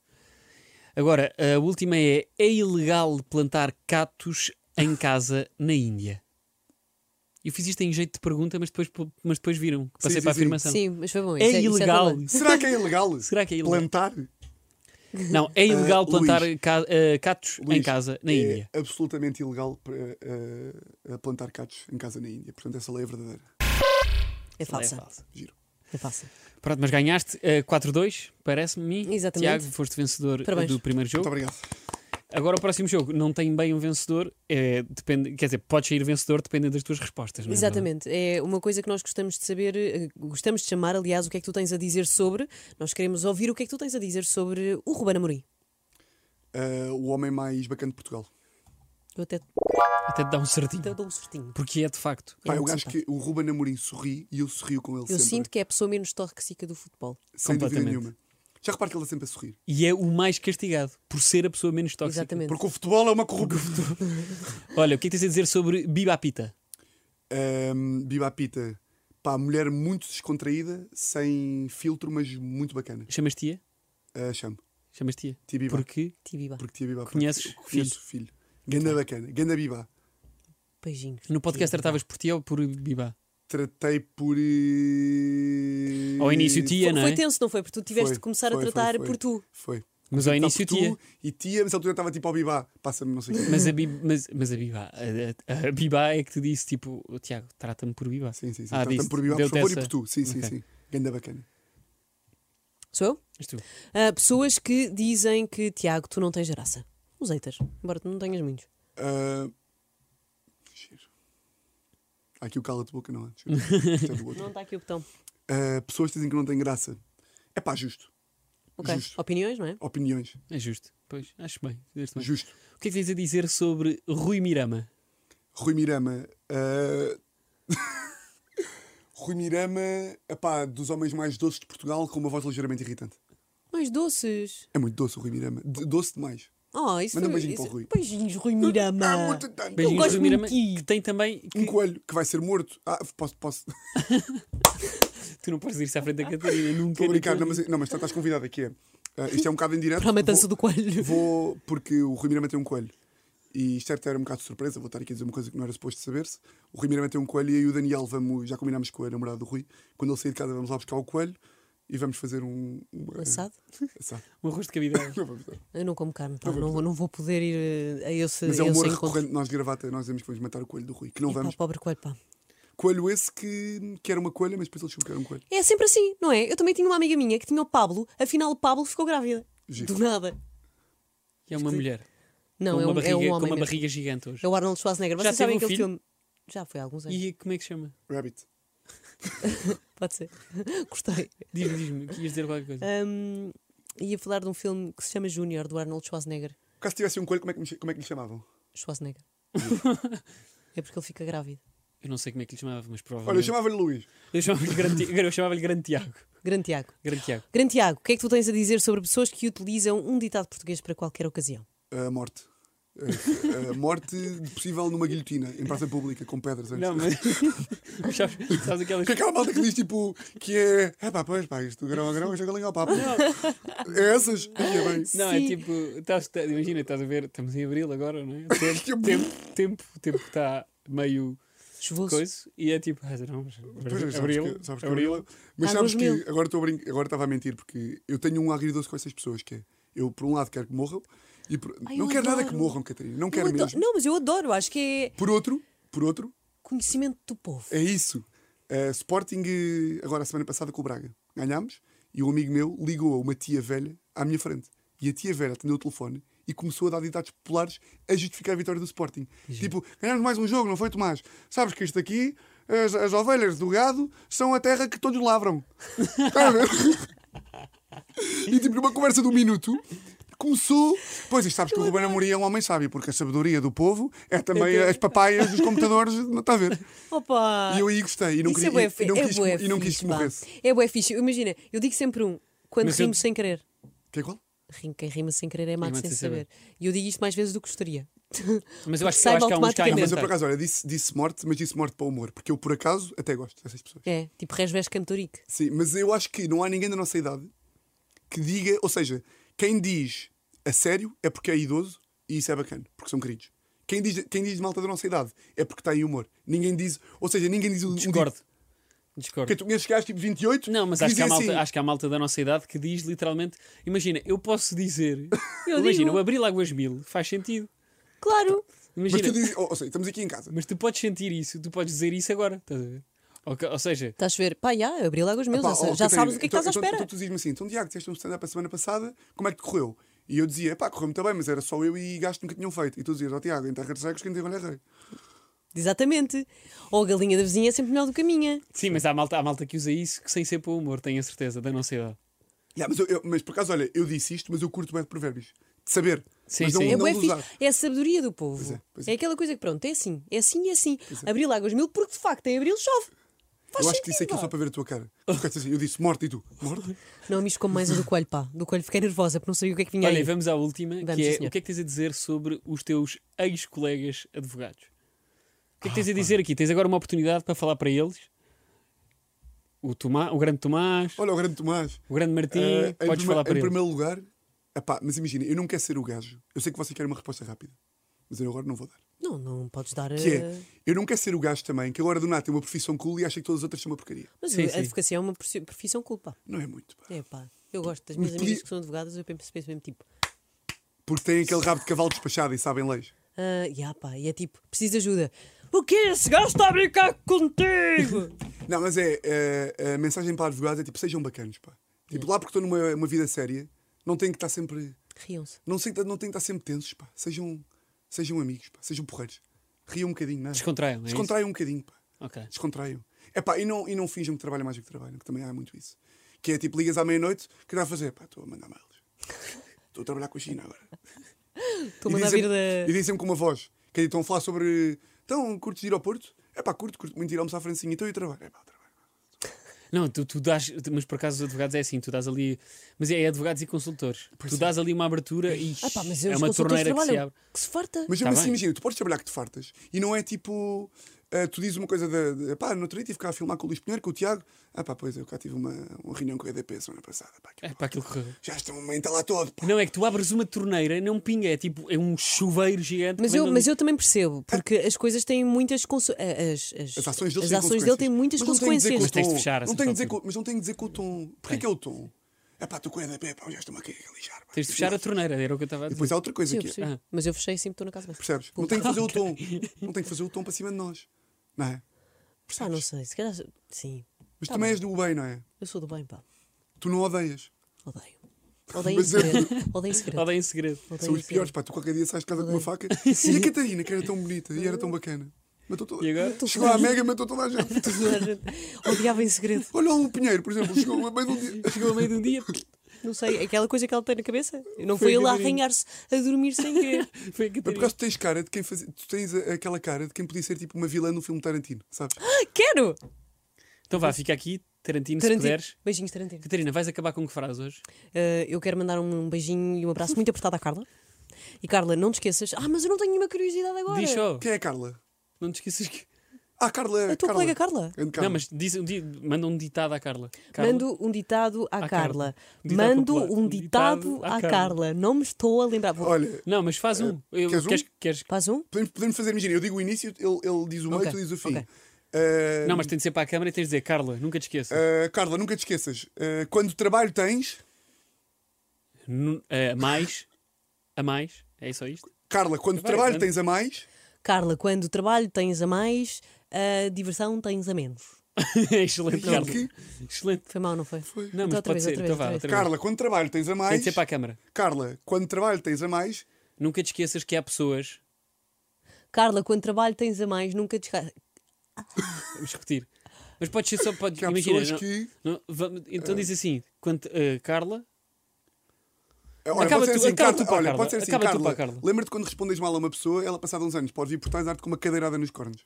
[SPEAKER 2] Agora, a última é: é ilegal plantar cactos em casa na Índia? Eu fiz isto em jeito de pergunta, mas depois, mas depois viram. que Passei
[SPEAKER 4] sim,
[SPEAKER 2] para a
[SPEAKER 4] sim.
[SPEAKER 2] afirmação.
[SPEAKER 3] Sim, mas foi bom.
[SPEAKER 2] É
[SPEAKER 3] isso isso
[SPEAKER 2] ilegal.
[SPEAKER 3] bom.
[SPEAKER 4] Será que é ilegal?
[SPEAKER 2] Será que é ilegal?
[SPEAKER 4] Plantar
[SPEAKER 2] Não, é ilegal
[SPEAKER 4] Ah,
[SPEAKER 2] plantar
[SPEAKER 4] Luís.
[SPEAKER 2] ca- ah, cactos em
[SPEAKER 4] Luís,
[SPEAKER 2] casa na
[SPEAKER 4] é
[SPEAKER 2] Índia.
[SPEAKER 4] absolutamente ilegal eh, eh, plantar cactos em casa na Índia. Portanto, essa lei é verdadeira.
[SPEAKER 3] É
[SPEAKER 2] Não,
[SPEAKER 3] falsa.
[SPEAKER 4] Giro.
[SPEAKER 3] É falsa.
[SPEAKER 2] Pronto, mas ganhaste ah, 4-2, parece-me.
[SPEAKER 3] Exatamente.
[SPEAKER 2] Tiago, foste vencedor ah,
[SPEAKER 3] Parabéns.
[SPEAKER 2] do primeiro
[SPEAKER 4] Muito
[SPEAKER 2] jogo.
[SPEAKER 4] obrigado.
[SPEAKER 2] Agora o próximo jogo não tem bem um vencedor, é, depende, quer dizer, podes sair vencedor dependendo das tuas respostas, não é verdade?
[SPEAKER 3] Exatamente. É uma coisa que nós gostamos de saber, eh, gostamos de chamar, aliás, o que é que tu tens a dizer sobre. Nós queremos ouvir o que é que tu tens a dizer sobre o Ruben Amorim.
[SPEAKER 4] Eh, o homem mais bacana de Portugal.
[SPEAKER 3] Eu até,
[SPEAKER 2] Até te dá um certinho.
[SPEAKER 3] até dou um certinho.
[SPEAKER 2] Porque é de facto.
[SPEAKER 3] É
[SPEAKER 4] Pá, eu
[SPEAKER 3] muito
[SPEAKER 4] acho que o Ruben Amorim sorri e eu sorrio com ele
[SPEAKER 3] Eu
[SPEAKER 4] sempre.
[SPEAKER 3] sinto que é a pessoa menos tóxica do futebol.
[SPEAKER 4] sem dúvida
[SPEAKER 2] Completamente.
[SPEAKER 4] nenhuma. Já reparo que ele está sempre a sorrir.
[SPEAKER 2] E é o mais castigado por ser a pessoa menos tóxica.
[SPEAKER 3] Exatamente.
[SPEAKER 4] Porque o futebol é uma corrupção.
[SPEAKER 2] Olha, o que é que tens a dizer sobre Biba Pita?
[SPEAKER 4] Ahm, Biba Pita, pá, mulher muito descontraída, sem filtro, mas muito bacana.
[SPEAKER 2] Chamas tia?
[SPEAKER 4] Ah, chamo.
[SPEAKER 2] Chamas tia?
[SPEAKER 4] Tia Biba.
[SPEAKER 2] Porque
[SPEAKER 3] Tibiba.
[SPEAKER 4] Porque tia Biba.
[SPEAKER 2] Conheces
[SPEAKER 4] porque- Conheço o filho. Ganda bacana. Ganda Biba.
[SPEAKER 3] Beijinhos.
[SPEAKER 2] no podcast
[SPEAKER 3] Tibiba.
[SPEAKER 2] tratavas por tia ou por Biba?
[SPEAKER 4] Tratei por. eh,
[SPEAKER 2] Ao início tia,
[SPEAKER 3] Foi,
[SPEAKER 2] não
[SPEAKER 3] foi
[SPEAKER 2] é?
[SPEAKER 3] tenso, não foi? Porque tu tiveste
[SPEAKER 4] Foi,
[SPEAKER 3] de começar a
[SPEAKER 4] foi, foi,
[SPEAKER 3] tratar
[SPEAKER 4] foi.
[SPEAKER 3] por tu.
[SPEAKER 4] Foi.
[SPEAKER 2] Mas ao
[SPEAKER 4] Tratava
[SPEAKER 2] início
[SPEAKER 4] tá por
[SPEAKER 2] tia.
[SPEAKER 4] tu E tia, mas a altura estava tipo ao Biba. Passa-me não sei o quê.
[SPEAKER 2] Mas a, Bi- mas, mas a Biba, a, a- a Biba é que te disse tipo, "Oh, Tiago, trata-me por Biba.
[SPEAKER 4] Sim, sim, sim.
[SPEAKER 2] Ah,
[SPEAKER 4] Trata-me
[SPEAKER 2] disse,
[SPEAKER 4] por Biba, por
[SPEAKER 2] deu-te
[SPEAKER 4] favor, e
[SPEAKER 2] essa.
[SPEAKER 4] por tu. Sim, sim,
[SPEAKER 2] Ok.
[SPEAKER 4] sim. Ganda bacana.
[SPEAKER 3] Sou eu?
[SPEAKER 2] Mas tu,
[SPEAKER 3] Ah, pessoas que dizem que, Tiago, tu não tens graça. Os haters. Embora tu não tenhas muitos.
[SPEAKER 4] Ah, giro. Há aqui o cala de boca, não é? Deixa eu ver. Isto é do outro.
[SPEAKER 3] Não está aqui o botão.
[SPEAKER 4] Ah, pessoas dizem que não têm graça. É pá, justo.
[SPEAKER 3] Ok.
[SPEAKER 4] Justo.
[SPEAKER 3] Opiniões, não é?
[SPEAKER 4] Opiniões.
[SPEAKER 2] é justo. Pois, acho bem. fizeste bem.
[SPEAKER 4] Justo.
[SPEAKER 2] O que é que tens a dizer sobre Rui Mirama?
[SPEAKER 4] Rui Mirama. ah, Rui Mirama, epá, dos homens mais doces de Portugal, com uma voz ligeiramente irritante.
[SPEAKER 3] Mais doces.
[SPEAKER 4] É muito doce o Rui Mirama. De- doce demais.
[SPEAKER 3] Oh, isso
[SPEAKER 4] Manda um
[SPEAKER 3] foi-
[SPEAKER 4] beijinho
[SPEAKER 3] isso-
[SPEAKER 4] para o Rui.
[SPEAKER 3] Beijinhos, Rui Mirama.
[SPEAKER 4] Ah, muito tanto.
[SPEAKER 2] Beijinhos,
[SPEAKER 3] gosto
[SPEAKER 2] Rui Mirama,
[SPEAKER 3] muito de ti.
[SPEAKER 2] que tem também. que-
[SPEAKER 4] Um coelho que vai ser morto. Ah, posso, posso.
[SPEAKER 2] tu não podes ir-se à frente da Catarina, nunca.
[SPEAKER 4] Estou a brincar,
[SPEAKER 2] na
[SPEAKER 4] não,
[SPEAKER 2] tua
[SPEAKER 4] mas, não, mas estás convidado aqui. É. Ah, isto é um bocado em direto.
[SPEAKER 3] Para a matança
[SPEAKER 4] Vou-
[SPEAKER 3] do coelho.
[SPEAKER 4] Vou, porque o Rui Mirama tem um coelho. E isto deve era um bocado de surpresa, vou estar aqui a dizer uma coisa que não era suposto saber-se. O Rui Mirama tem um coelho e eu e o Daniel vamos, já combinámos com a namorada do Rui. Quando ele sair de casa, vamos lá buscar o coelho e vamos fazer um. uma-
[SPEAKER 3] Um assado?
[SPEAKER 4] assado.
[SPEAKER 2] Um arroz de cavidade.
[SPEAKER 4] Não vamos dar.
[SPEAKER 3] Eu não como carne, pá. Não, não vou poder ir eh, a esse,
[SPEAKER 4] Mas é
[SPEAKER 3] a
[SPEAKER 4] um
[SPEAKER 3] esse
[SPEAKER 4] humor
[SPEAKER 3] encontro.
[SPEAKER 4] recorrente, nós de gravata, nós dizemos que vamos matar o coelho do Rui. Que não
[SPEAKER 3] Epá,
[SPEAKER 4] vamos.
[SPEAKER 3] pobre coelho, pá.
[SPEAKER 4] Coelho esse que, que era uma coelha, mas depois ele descobriu que era um coelho.
[SPEAKER 3] É sempre assim, não é? Eu também tinha uma amiga minha que tinha o Pablo, afinal o Pablo ficou grávida.
[SPEAKER 4] Giro.
[SPEAKER 3] Do nada.
[SPEAKER 2] É uma mulher.
[SPEAKER 3] Não,
[SPEAKER 2] com
[SPEAKER 3] é
[SPEAKER 2] uma
[SPEAKER 3] um,
[SPEAKER 2] barriga,
[SPEAKER 3] é um
[SPEAKER 2] com
[SPEAKER 3] homem.
[SPEAKER 2] uma
[SPEAKER 3] mesmo.
[SPEAKER 2] barriga gigante hoje.
[SPEAKER 3] É o Arnold Schwarzenegger.
[SPEAKER 2] Já
[SPEAKER 3] Vocês
[SPEAKER 2] teve
[SPEAKER 3] sabem
[SPEAKER 2] um
[SPEAKER 3] aquele
[SPEAKER 2] filho?
[SPEAKER 3] filme. Já foi há alguns anos.
[SPEAKER 2] E como é que se chama?
[SPEAKER 4] Rabbit.
[SPEAKER 3] Pode ser. Gostei.
[SPEAKER 2] Diz-me, diz-me, que ias dizer qualquer coisa.
[SPEAKER 3] Hum, ia falar de um filme que se chama Júnior, do Arnold Schwarzenegger.
[SPEAKER 4] Caso tivesse um coelho, como é que, me ch- como é que lhe chamavam?
[SPEAKER 3] Schwarzenegger. é porque ele fica grávido.
[SPEAKER 2] Eu não sei como é que lhe chamava, mas
[SPEAKER 4] Olha, eu
[SPEAKER 2] provavelmente.
[SPEAKER 4] chamava-lhe Luís.
[SPEAKER 2] eu chamava-lhe Grande, Ti- eu chamava-lhe Grande Tiago.
[SPEAKER 3] Grande Tiago.
[SPEAKER 2] Grande Tiago.
[SPEAKER 3] Grande Tiago, o que é que tu tens a dizer sobre pessoas que utilizam um ditado português para qualquer ocasião?
[SPEAKER 4] A morte. A, a morte possível numa guilhotina, em praça pública, com pedras. antes.
[SPEAKER 2] Não, mas. mas sabes, sabes aquelas.
[SPEAKER 4] Porque aquela malta É que diz tipo que é. É pá, pois pá, isto grão a grão, chega legal, pá. É essas? Ai, é bem.
[SPEAKER 2] Não, é
[SPEAKER 3] Sim.
[SPEAKER 2] tipo. Estás, tá- imagina, estás a ver, estamos em abril agora, não é? Tempo, tempo, tempo, o tempo está meio
[SPEAKER 3] Chuvoso.
[SPEAKER 2] coisa e é tipo. Ah, não, mas.
[SPEAKER 4] Pois, é, sabes
[SPEAKER 2] Abril, é
[SPEAKER 4] que- sabes que
[SPEAKER 2] abril.
[SPEAKER 4] abril- é Mas
[SPEAKER 3] Há
[SPEAKER 4] sabes
[SPEAKER 3] dois
[SPEAKER 4] que
[SPEAKER 3] mil.
[SPEAKER 4] agora estou a brincar, agora estava a mentir, porque eu tenho um agridoce com essas pessoas que é. Eu, por um lado, quero que morram, e por-
[SPEAKER 3] Ai,
[SPEAKER 4] não
[SPEAKER 3] eu
[SPEAKER 4] quero nada
[SPEAKER 3] adoro.
[SPEAKER 4] que morram, Catarina, não
[SPEAKER 3] Eu
[SPEAKER 4] quero
[SPEAKER 3] adoro-
[SPEAKER 4] mesmo.
[SPEAKER 3] Não, mas eu adoro, acho que é
[SPEAKER 4] Por outro, por outro,
[SPEAKER 3] conhecimento do povo.
[SPEAKER 4] é isso. Eh, Sporting, eh, agora a semana passada com o Braga, ganhámos, e um amigo meu ligou a uma tia velha à minha frente. E a tia velha atendeu o telefone e começou a dar ditados populares a justificar a vitória do Sporting. Tipo, ganhámos mais um jogo, não foi, Tomás? Sabes que isto aqui, as, as ovelhas do gado, são a terra que Tá todos lavram. Está a ver? e tipo, numa conversa de um minuto, Começou. Pois, e sabes que o Ruben Amorim é um homem sábio, porque a sabedoria do povo é também as papaias dos computadores. Está a ver?
[SPEAKER 3] Opa!
[SPEAKER 4] E eu aí gostei. E não,
[SPEAKER 3] Ah, Isso
[SPEAKER 4] queria,
[SPEAKER 3] é bué
[SPEAKER 4] e-
[SPEAKER 3] fi-
[SPEAKER 4] e não
[SPEAKER 3] é
[SPEAKER 4] quis,
[SPEAKER 3] bué
[SPEAKER 4] e não quis
[SPEAKER 3] fixe,
[SPEAKER 4] que
[SPEAKER 3] pá.
[SPEAKER 4] morresse.
[SPEAKER 3] É bué fixe. Imagina, eu digo sempre um, quando
[SPEAKER 2] Mas eu-
[SPEAKER 3] rimos sem querer.
[SPEAKER 4] Que é qual?
[SPEAKER 3] Rim- Quem rima sem querer é mato sem saber. E eu digo isto mais vezes do que gostaria.
[SPEAKER 2] Mas eu acho, que- eu
[SPEAKER 3] Saiba
[SPEAKER 2] acho que há uns que há a
[SPEAKER 3] automaticamente.
[SPEAKER 4] Não, mas eu por
[SPEAKER 2] inventar.
[SPEAKER 4] acaso, olha, disse, disse morte, mas disse morte para o humor, porque eu por acaso até gosto dessas pessoas.
[SPEAKER 3] É, tipo Resves Cantorique.
[SPEAKER 4] Sim, mas eu acho que não há ninguém da nossa idade que diga, ou seja, quem diz a sério é porque é idoso e isso é bacana, porque são queridos. Quem diz, quem diz malta da nossa idade é porque tem humor. Ninguém diz, ou seja, ninguém diz um.
[SPEAKER 2] Discordo.
[SPEAKER 4] Um,
[SPEAKER 2] Discordo.
[SPEAKER 4] porque tu conheces gajos tipo 28?
[SPEAKER 2] Não, mas acho que, há
[SPEAKER 4] dizem
[SPEAKER 2] malta,
[SPEAKER 4] assim,
[SPEAKER 2] acho que há malta da nossa idade que diz literalmente: Imagina, eu posso dizer.
[SPEAKER 3] Eu
[SPEAKER 2] imagina,
[SPEAKER 3] digo.
[SPEAKER 2] o abrir Águas Mil faz sentido.
[SPEAKER 3] Claro!
[SPEAKER 4] Mas
[SPEAKER 2] Imagina, mas
[SPEAKER 4] tu
[SPEAKER 2] tu,
[SPEAKER 4] dizes, ou, ou seja, estamos aqui em casa.
[SPEAKER 2] podes sentir isso, tu podes dizer isso agora. Estás a ver? Ou, que- ou seja,
[SPEAKER 3] Estás a ver? Pá, já, abri logo os meus.
[SPEAKER 4] Pá,
[SPEAKER 3] ou seja,
[SPEAKER 4] oh,
[SPEAKER 3] já
[SPEAKER 4] Catarina,
[SPEAKER 3] sabes o que é que
[SPEAKER 4] então-
[SPEAKER 3] estás à
[SPEAKER 4] então-
[SPEAKER 3] espera.
[SPEAKER 4] Então tu dizes-me assim, então Tiago, teste um stand-up a semana passada, como é que te correu? E eu dizia, pá, correu muito bem, mas era só eu e gasto nunca tinham feito. E tu dizias, ó Tiago, em terra de cegos, quem tem olho é rei.
[SPEAKER 3] Exatamente. Ou a galinha da vizinha é sempre melhor do que a minha.
[SPEAKER 2] sim, mas há malta, há malta que usa isso que sem ser para o humor, tenho a certeza, da nossa idade.
[SPEAKER 4] Yeah, mas, eu- eu- mas por acaso, olha, eu disse isto, mas eu curto bem de provérbios. De saber.
[SPEAKER 2] Sim,
[SPEAKER 4] mas não,
[SPEAKER 2] sim.
[SPEAKER 3] É
[SPEAKER 4] não
[SPEAKER 3] bué
[SPEAKER 4] de
[SPEAKER 3] fixe.
[SPEAKER 4] usar.
[SPEAKER 3] É a sabedoria do povo.
[SPEAKER 4] Pois
[SPEAKER 3] é,
[SPEAKER 4] é, pois é.
[SPEAKER 3] aquela coisa que, pronto, é assim, é assim e é assim. Abril Águas Mil, porque de facto em abril chove. Faz
[SPEAKER 4] Eu acho que disse
[SPEAKER 3] sentido,
[SPEAKER 4] aquilo
[SPEAKER 3] pá.
[SPEAKER 4] só para ver a tua cara. Tu ficaste assim, eu disse, morte, e tu? Morte?
[SPEAKER 3] Não, misto como mais o do coelho, pá. Do coelho fiquei nervosa porque não sabia o que é que vinha
[SPEAKER 2] Olha, e
[SPEAKER 3] aí.
[SPEAKER 2] vamos à última,
[SPEAKER 3] Vamos,
[SPEAKER 2] que
[SPEAKER 3] sim,
[SPEAKER 2] é
[SPEAKER 3] senhor.
[SPEAKER 2] o que é que tens a dizer sobre os teus ex-colegas advogados? O que é que tens a dizer aqui? Tens agora uma oportunidade para falar para eles. O, Tomá, o grande Tomás,
[SPEAKER 4] Olha o grande Tomás.
[SPEAKER 2] o grande Martim,
[SPEAKER 4] Eh, em
[SPEAKER 2] podes
[SPEAKER 4] prime-
[SPEAKER 2] falar para
[SPEAKER 4] Em
[SPEAKER 2] eles.
[SPEAKER 4] primeiro lugar, epá, mas imagina, eu não quero ser o gajo. Eu sei que você quer uma resposta rápida, mas eu agora não vou dar.
[SPEAKER 3] Não, não podes dar.
[SPEAKER 4] Que
[SPEAKER 3] eh,
[SPEAKER 4] é, eu não quero ser o gajo também, que agora do nada tem uma profissão cool e acha que todas as outras são uma porcaria.
[SPEAKER 3] Mas
[SPEAKER 2] Sim,
[SPEAKER 3] a
[SPEAKER 2] sim.
[SPEAKER 3] advocacia é uma profi- profissão culpa.
[SPEAKER 4] Não é muito, pá.
[SPEAKER 3] É pá. Eu gosto das minhas
[SPEAKER 4] Mas
[SPEAKER 3] amigas
[SPEAKER 4] podia-
[SPEAKER 3] que são advogadas, eu penso penso mesmo tipo.
[SPEAKER 4] Porque tem aquele rabo de cavalo despachado e sabem leis.
[SPEAKER 3] ah, já, pá, e é tipo, preciso de ajuda. O que Esse gajo está a brincar contigo!
[SPEAKER 4] Não, mas é, eh, a mensagem para advogados é tipo, sejam bacanos, pá. Tipo, lá porque estou numa uma vida séria, não tem que estar sempre...
[SPEAKER 3] Riam-se.
[SPEAKER 4] Não, sei, não tem que estar sempre tensos, pá. Sejam, sejam amigos, pá. Sejam porreiros. Riam um bocadinho, nada.
[SPEAKER 2] Descontraiam, é isso?
[SPEAKER 4] Descontraiam um bocadinho, pá.
[SPEAKER 2] Ok.
[SPEAKER 4] Descontraiam. É pá, e não, e não finjam que trabalham mais do que trabalham, que também há muito isso. Que é tipo, ligas à meia-noite, o que dá a fazer? Pá, estou a mandar mails. Estou a trabalhar com a China agora.
[SPEAKER 3] Estou a
[SPEAKER 4] E
[SPEAKER 3] mandar
[SPEAKER 4] dizem-
[SPEAKER 3] vir
[SPEAKER 4] E
[SPEAKER 3] da.
[SPEAKER 4] dizem-me com uma voz. Que é aí estão a falar sobre. Então, curtes ir ao Porto? É pá, curto, curto muito ir almoçar a Francinha. Então, e o trabalho? É pá, o trabalho.
[SPEAKER 3] Tá
[SPEAKER 2] Não, tu, tu dás, mas por acaso os advogados é assim, tu dás ali, mas é, é advogados e consultores. tu dás ali uma abertura e
[SPEAKER 3] é. Ah, pá, mas
[SPEAKER 2] é
[SPEAKER 3] os
[SPEAKER 2] uma
[SPEAKER 3] consultores
[SPEAKER 2] torneira que se
[SPEAKER 3] trabalham.
[SPEAKER 2] abre.
[SPEAKER 3] Que se farta.
[SPEAKER 4] Mas
[SPEAKER 2] Tá
[SPEAKER 4] mesmo assim,
[SPEAKER 2] bem.
[SPEAKER 4] imagina, tu podes trabalhar que te fartas e não é tipo. ah, tu dizes uma coisa da. de- pá, no outro dia tive cá a filmar com o Luís Pinheiro, com o Tiago. Ah, pá, pois eu cá tive uma, uma reunião com a EDP semana passada. Pá, que-
[SPEAKER 2] É para aquilo correu.
[SPEAKER 4] já estão a entrar lá todo. Pá.
[SPEAKER 2] Não, é que tu abres uma torneira, não pinga, é tipo, é um chuveiro gigante.
[SPEAKER 3] Mas
[SPEAKER 2] que vem
[SPEAKER 3] eu,
[SPEAKER 2] de
[SPEAKER 3] mas
[SPEAKER 2] ali.
[SPEAKER 3] eu também percebo, porque as coisas têm muitas conse- a- as, as,
[SPEAKER 4] As ações dele
[SPEAKER 3] as
[SPEAKER 4] têm
[SPEAKER 3] ações dele têm muitas
[SPEAKER 4] Mas não tem que dizer
[SPEAKER 3] consequências.
[SPEAKER 4] com o
[SPEAKER 2] Mas tens de
[SPEAKER 4] tom.
[SPEAKER 2] fechar
[SPEAKER 4] Não
[SPEAKER 3] assim,
[SPEAKER 2] essa
[SPEAKER 4] tem que dizer
[SPEAKER 2] altura.
[SPEAKER 4] com- Mas não tem que dizer com o tom. Porquê que é o tom? É pá, tu com a EDP, pá, já estou-me aqui a é lixar. pá.
[SPEAKER 2] Tens de fechar a torneira, era o que eu estava a
[SPEAKER 4] E
[SPEAKER 2] dizer.
[SPEAKER 4] depois há outra coisa
[SPEAKER 3] Sim, eu
[SPEAKER 4] que é.
[SPEAKER 3] percebi.
[SPEAKER 2] Ah.
[SPEAKER 3] Mas eu fechei sempre estou na casa. de banho.
[SPEAKER 4] Percebes? Não tem que fazer o tom. Não tem que fazer o tom para cima de nós. Não é?
[SPEAKER 3] Ah,
[SPEAKER 4] Percebes?
[SPEAKER 3] não sei, se calhar. Sim,
[SPEAKER 4] Mas
[SPEAKER 3] Tá
[SPEAKER 4] também
[SPEAKER 3] bem.
[SPEAKER 4] és do bem, não é?
[SPEAKER 3] eu sou do bem, pá.
[SPEAKER 4] Tu não odeias.
[SPEAKER 3] Odeio. Odeio em
[SPEAKER 4] Mas é- eu-
[SPEAKER 3] segredo. Odeio em segredo.
[SPEAKER 2] Roda em segredo.
[SPEAKER 3] Odeio
[SPEAKER 4] São
[SPEAKER 3] em
[SPEAKER 4] os piores,
[SPEAKER 3] segredo.
[SPEAKER 4] pá. Tu qualquer dia sais de casa com uma faca. E a Catarina, que era tão bonita e era tão
[SPEAKER 3] Uhum.
[SPEAKER 4] bacana. Matou toda
[SPEAKER 2] E agora?
[SPEAKER 4] Chegou à Mega, matou toda a gente.
[SPEAKER 3] Toda a gente Odiava em segredo.
[SPEAKER 4] Olha o Pinheiro, por exemplo, chegou a meio de um dia.
[SPEAKER 2] Chegou a meio de um dia,
[SPEAKER 3] Não sei, aquela coisa que ela tem na cabeça. Não
[SPEAKER 2] Foi
[SPEAKER 3] foi, ele a
[SPEAKER 2] Catarina.
[SPEAKER 3] arranhar-se a dormir sem querer.
[SPEAKER 2] foi a
[SPEAKER 4] Mas por
[SPEAKER 2] Catarina.
[SPEAKER 4] causa que tu tens cara de quem fazia. Tu tens a- aquela cara de quem podia ser tipo uma vilã no filme Tarantino, sabes?
[SPEAKER 3] Ah, Quero!
[SPEAKER 2] Então vá, fica aqui, Tarantino, se
[SPEAKER 3] Tarantino.
[SPEAKER 2] puderes.
[SPEAKER 3] Beijinhos, Tarantino.
[SPEAKER 2] Catarina, vais acabar com que frase hoje?
[SPEAKER 3] Eh, eu quero mandar um beijinho e um abraço muito apertado à Carla. E Carla, não te esqueças. Ah, mas eu não tenho nenhuma curiosidade agora.
[SPEAKER 2] Diz só,
[SPEAKER 4] Quem é a Carla?
[SPEAKER 2] não te esqueças que.
[SPEAKER 4] Ah, Carla. É
[SPEAKER 3] A tua colega Carla.
[SPEAKER 4] Grande
[SPEAKER 2] Não, mas diz, di- manda um ditado à Carla. Carla,
[SPEAKER 3] Mando um ditado à
[SPEAKER 2] À Carla.
[SPEAKER 3] Carla.
[SPEAKER 2] Um ditado
[SPEAKER 3] Mando
[SPEAKER 2] popular.
[SPEAKER 3] um ditado à Carla. Não me estou a lembrar. Vou-
[SPEAKER 4] Olha,
[SPEAKER 2] Não, mas faz um. Eu-
[SPEAKER 4] queres um?
[SPEAKER 2] queres, queres-
[SPEAKER 3] Faz um?
[SPEAKER 4] podemos, podemos fazer, imagina, eu digo o início, ele, ele diz o meio,
[SPEAKER 3] Ok,
[SPEAKER 4] tu diz o fim.
[SPEAKER 3] ok.
[SPEAKER 4] Ah,
[SPEAKER 2] Não, mas tem de ser para a câmara e tens de dizer, Carla, nunca te esqueças.
[SPEAKER 4] Uh, Carla, nunca te esqueças. uh, quando trabalho tens.
[SPEAKER 2] Nu- eh, a mais. A mais. É só isto?
[SPEAKER 4] Carla, quando
[SPEAKER 2] Vai,
[SPEAKER 4] trabalho
[SPEAKER 2] vai.
[SPEAKER 4] tens a mais.
[SPEAKER 3] Carla, quando trabalho tens a mais, a diversão tens a menos.
[SPEAKER 2] É Excelente,
[SPEAKER 4] Não,
[SPEAKER 2] Carla.
[SPEAKER 4] quê?
[SPEAKER 2] Excelente.
[SPEAKER 3] Foi mal, não foi? Foi.
[SPEAKER 2] Não, mas pode ser. Então vá, outra vez.
[SPEAKER 4] Carla, quando trabalho tens a
[SPEAKER 2] Tem de
[SPEAKER 4] mais.
[SPEAKER 2] ser para a câmara.
[SPEAKER 4] Carla, quando trabalho tens a mais.
[SPEAKER 2] Nunca te esqueças que há pessoas.
[SPEAKER 3] Carla, quando trabalho tens a mais, nunca descansa.
[SPEAKER 2] Vamos repetir. Mas pode ser só. Pode,
[SPEAKER 4] Que Ah. há
[SPEAKER 2] imagina,
[SPEAKER 4] pessoas
[SPEAKER 2] não-
[SPEAKER 4] que.
[SPEAKER 2] ah, não- vamos- então diz assim, quando, eh, Carla.
[SPEAKER 4] Olha,
[SPEAKER 2] Acaba
[SPEAKER 4] pode ser
[SPEAKER 2] tu-
[SPEAKER 4] assim,
[SPEAKER 2] acaba
[SPEAKER 4] Carla,
[SPEAKER 2] tu para a
[SPEAKER 4] olha,
[SPEAKER 2] Carla.
[SPEAKER 4] pode ser assim,
[SPEAKER 2] Acaba tu
[SPEAKER 4] Carla,
[SPEAKER 2] para a Carla.
[SPEAKER 4] Lembra-te quando respondes mal a uma pessoa, ela passada uns anos pode vir por trás e dar-te com uma cadeirada nos cornos.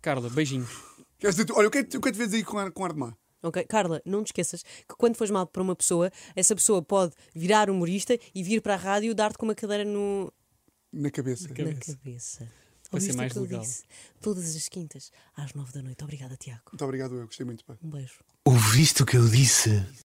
[SPEAKER 2] Carla, beijinhos.
[SPEAKER 4] Queres dizer, tu- olha, o que é que tu- o que é que te vês aí com ar, com ar de má?
[SPEAKER 3] Ok? Carla, não te esqueças que quando fores mal para uma pessoa, essa pessoa pode virar humorista e vir para a rádio dar-te com uma cadeira no,
[SPEAKER 4] Na cabeça.
[SPEAKER 3] na
[SPEAKER 2] Cabeça.
[SPEAKER 3] cabeça.
[SPEAKER 2] Vai ser
[SPEAKER 3] Ouviste o
[SPEAKER 2] mais
[SPEAKER 3] que ele
[SPEAKER 2] legal.
[SPEAKER 3] disse? Todas as quintas, às nove da noite. Obrigada, Tiago.
[SPEAKER 4] Muito obrigado, eu gostei muito, pá.
[SPEAKER 3] Um beijo.
[SPEAKER 1] Ouviste o que eu disse?